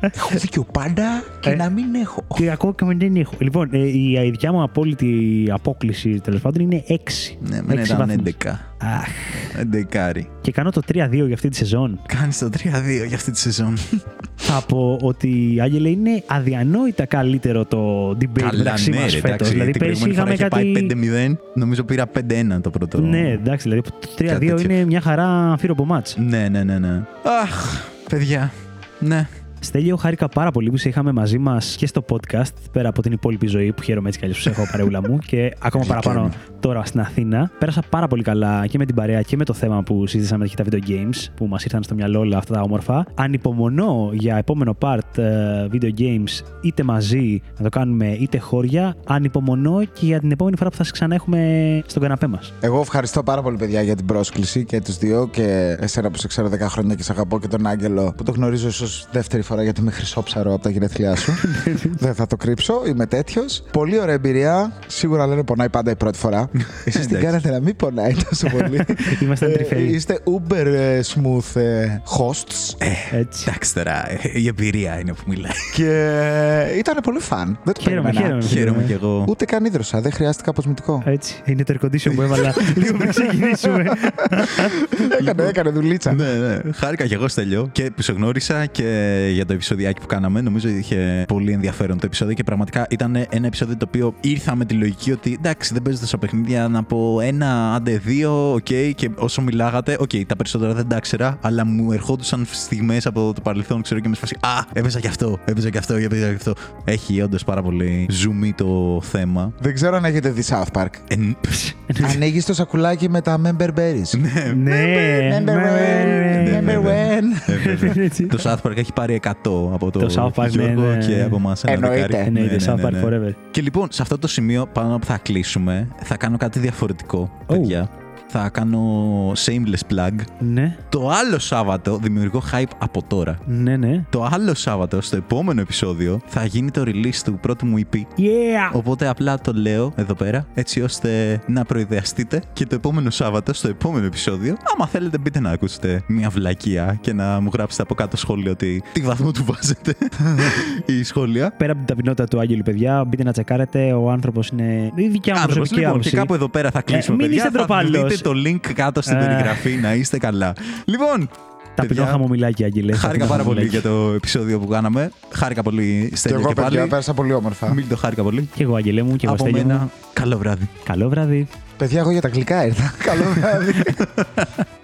C: έχω δίκιο πάντα και
A: Ε.
C: να μην έχω.
A: Και ακόμα και με δεν έχω. Λοιπόν, ε, η η δικιά μου απόλυτη απόκληση τέλος πάντων είναι 6.
B: Ναι, με
A: βαθμούς.
B: έναν 11.
A: Αχ.
B: 11.
A: Και κάνω το 3-2 για αυτή τη σεζόν.
B: Κάνεις το 3-2 για αυτή τη σεζόν.
A: Θα πω ότι, Άγγελε, είναι αδιανόητα καλύτερο το debate
B: ναι,
A: μεταξύ μα φέτο. Δηλαδή,
B: την
A: πέρσι
B: προηγούμενη
A: είχαμε
B: φορά είχε πάει
A: κάτι.
B: 5-0. Νομίζω πήρα 5-1 το πρώτο.
A: Ναι, εντάξει, δηλαδή το 3-2
B: τέτοιο.
A: είναι μια χαρά φύροπο μάτς.
B: ναι, ναι, ναι, ναι. Αχ, παιδιά. Ναι.
A: Στέλιο, χάρηκα πάρα πολύ που σε είχαμε μαζί μας και στο podcast, πέρα από την υπόλοιπη ζωή που χαίρομαι έτσι κι αλλιώς που σε έχω παρεούλα μου και ακόμα παραπάνω τώρα στην Αθήνα. Πέρασα πάρα πολύ καλά και με την παρέα και με το θέμα που συζήτησαμε και τα video games που μας ήρθαν στο μυαλό όλα αυτά τα όμορφα. Ανυπομονώ για επόμενο part ε, video games είτε μαζί να το κάνουμε είτε χώρια. Ανυπομονώ και για την επόμενη φορά που θα σε ξανά έχουμε στον καναπέ μας.
C: Εγώ ευχαριστώ πάρα πολύ, παιδιά, για την πρόσκληση και τους δύο και εσένα που σε ξέρω 10 χρόνια και σε αγαπώ και τον Άγγελο που το γνωρίζω ίσω δεύτερη φορά γιατί είμαι χρυσόψαρο από τα γενέθλιά σου. Δεν θα το κρύψω, είμαι τέτοιος. Πολύ ωραία εμπειρία. Σίγουρα λένε πονάει πάντα η πρώτη φορά. Εσείς την
B: Εντάξει.
C: κάνατε να μην πονάει τόσο πολύ.
A: Ήμασταν
C: Ε,
A: τρυφεροί.
C: Είστε uber ε, smooth ε, hosts
A: Έτσι.
B: Εντάξει τώρα, ε, η εμπειρία είναι που μιλάει.
C: και ε, ήταν πολύ fun. Δεν το
A: Χαίρομαι,
C: περίμενα.
A: χαίρομαι.
B: Χαίρομαι Ε. κι εγώ.
C: Ναι. Ούτε καν ίδρωσα, δεν χρειάστηκα αποσμητικό.
A: Έτσι. Είναι το air condition που έβαλα λίγο πριν ξεκινήσουμε.
C: έκανε, έκανε δουλίτσα.
B: Ναι, ναι. Χάρηκα κι εγώ στελιώ και που σε γνώρισα και για το επεισοδιάκι που κάναμε. Νομίζω ότι είχε πολύ ενδιαφέρον το επεισόδιο και πραγματικά ήταν ένα επεισόδιο το οποίο ήρθα με τη λογική ότι εντάξει, δεν παίζετε στα παιχνίδια να πω ένα, άντε δύο, οκ. και όσο μιλάγατε, οκ, τα περισσότερα δεν τα ξέρα, αλλά μου ερχόντουσαν στιγμές από το παρελθόν, ξέρω και με σφασί. Α, έπαιζα κι αυτό, έπαιζα κι αυτό, έπαιζα κι αυτό. Έχει όντως πάρα πολύ ζουμί το θέμα.
C: Δεν ξέρω αν έχετε δει South Park.
B: Ε,
C: Ανοίγει το σακουλάκι με τα member berries.
A: Ναι,
C: Remember when,
B: ναι,
C: remember when.
B: Ε, βέβαια.
A: Έτσι.
B: το South Park έχει πάρει 100 από το,
A: Το South Park, ναι,
B: Γιώργο
A: ναι, ναι.
B: και από εμάς ένα
C: Εννοείται.
B: δεκάρι.
A: Εννοείται,
B: Ναι, ναι,
A: South Park
B: ναι, ναι.
A: Forever.
B: Και λοιπόν, σε αυτό το σημείο πάνω που θα κλείσουμε, θα κάνω κάτι διαφορετικό, παιδιά. Θα κάνω shameless plug.
A: Ναι,
B: Το άλλο Σάββατο, δημιουργώ hype από τώρα.
A: ναι, ναι.
B: Το άλλο Σάββατο, στο επόμενο επεισόδιο, θα γίνει το release του πρώτου μου E EP.
A: Yeah!
B: Οπότε απλά το λέω εδώ πέρα, έτσι ώστε να προειδεαστείτε και το επόμενο Σάββατο, στο επόμενο επεισόδιο, άμα θέλετε μπείτε να ακούσετε μια βλακεία και να μου γράψετε από κάτω σχόλιο ότι τι βαθμό του βάζετε ή σχόλια.
A: Πέρα από την ταπεινότητα του Άγγελου, παιδιά, μπείτε να τσεκάρετε. Ο άνθρωπος είναι. Η δικιά μου
B: Άνθρωπος,
A: προσωπική
B: λοιπόν,
A: άποψη. Ε,
B: και κάπου εδώ πέρα θα κλείσουμε.
A: μην
B: παιδιά.
A: είστε
B: θα
A: ντροπαλός.
B: δείτε το link κάτω στην
A: Ε.
B: περιγραφή, να είστε καλά. Λοιπόν,
A: Ταπεινό
B: παιδιά,
A: χαμομηλάκι, Άγγελε. Ταπεινό
B: Χάρηκα πάρα πολύ για
A: χαμομηλάκι.
B: το επεισόδιο που κάναμε. Χάρηκα πολύ,
C: Και
B: Στέλιο
C: εγώ,
B: και
C: παιδιά,
B: πάλι.
C: πέρασα πολύ όμορφα.
B: Μην το χάρηκα πολύ.
A: Και εγώ, Άγγελε μου, και εγώ,
B: Από
A: Στέλιο. μου.
B: μένα, καλό βράδυ.
A: Καλό βράδυ.
C: Παιδιά, εγώ για τα αγγλικά ήρθα. Καλό βράδυ.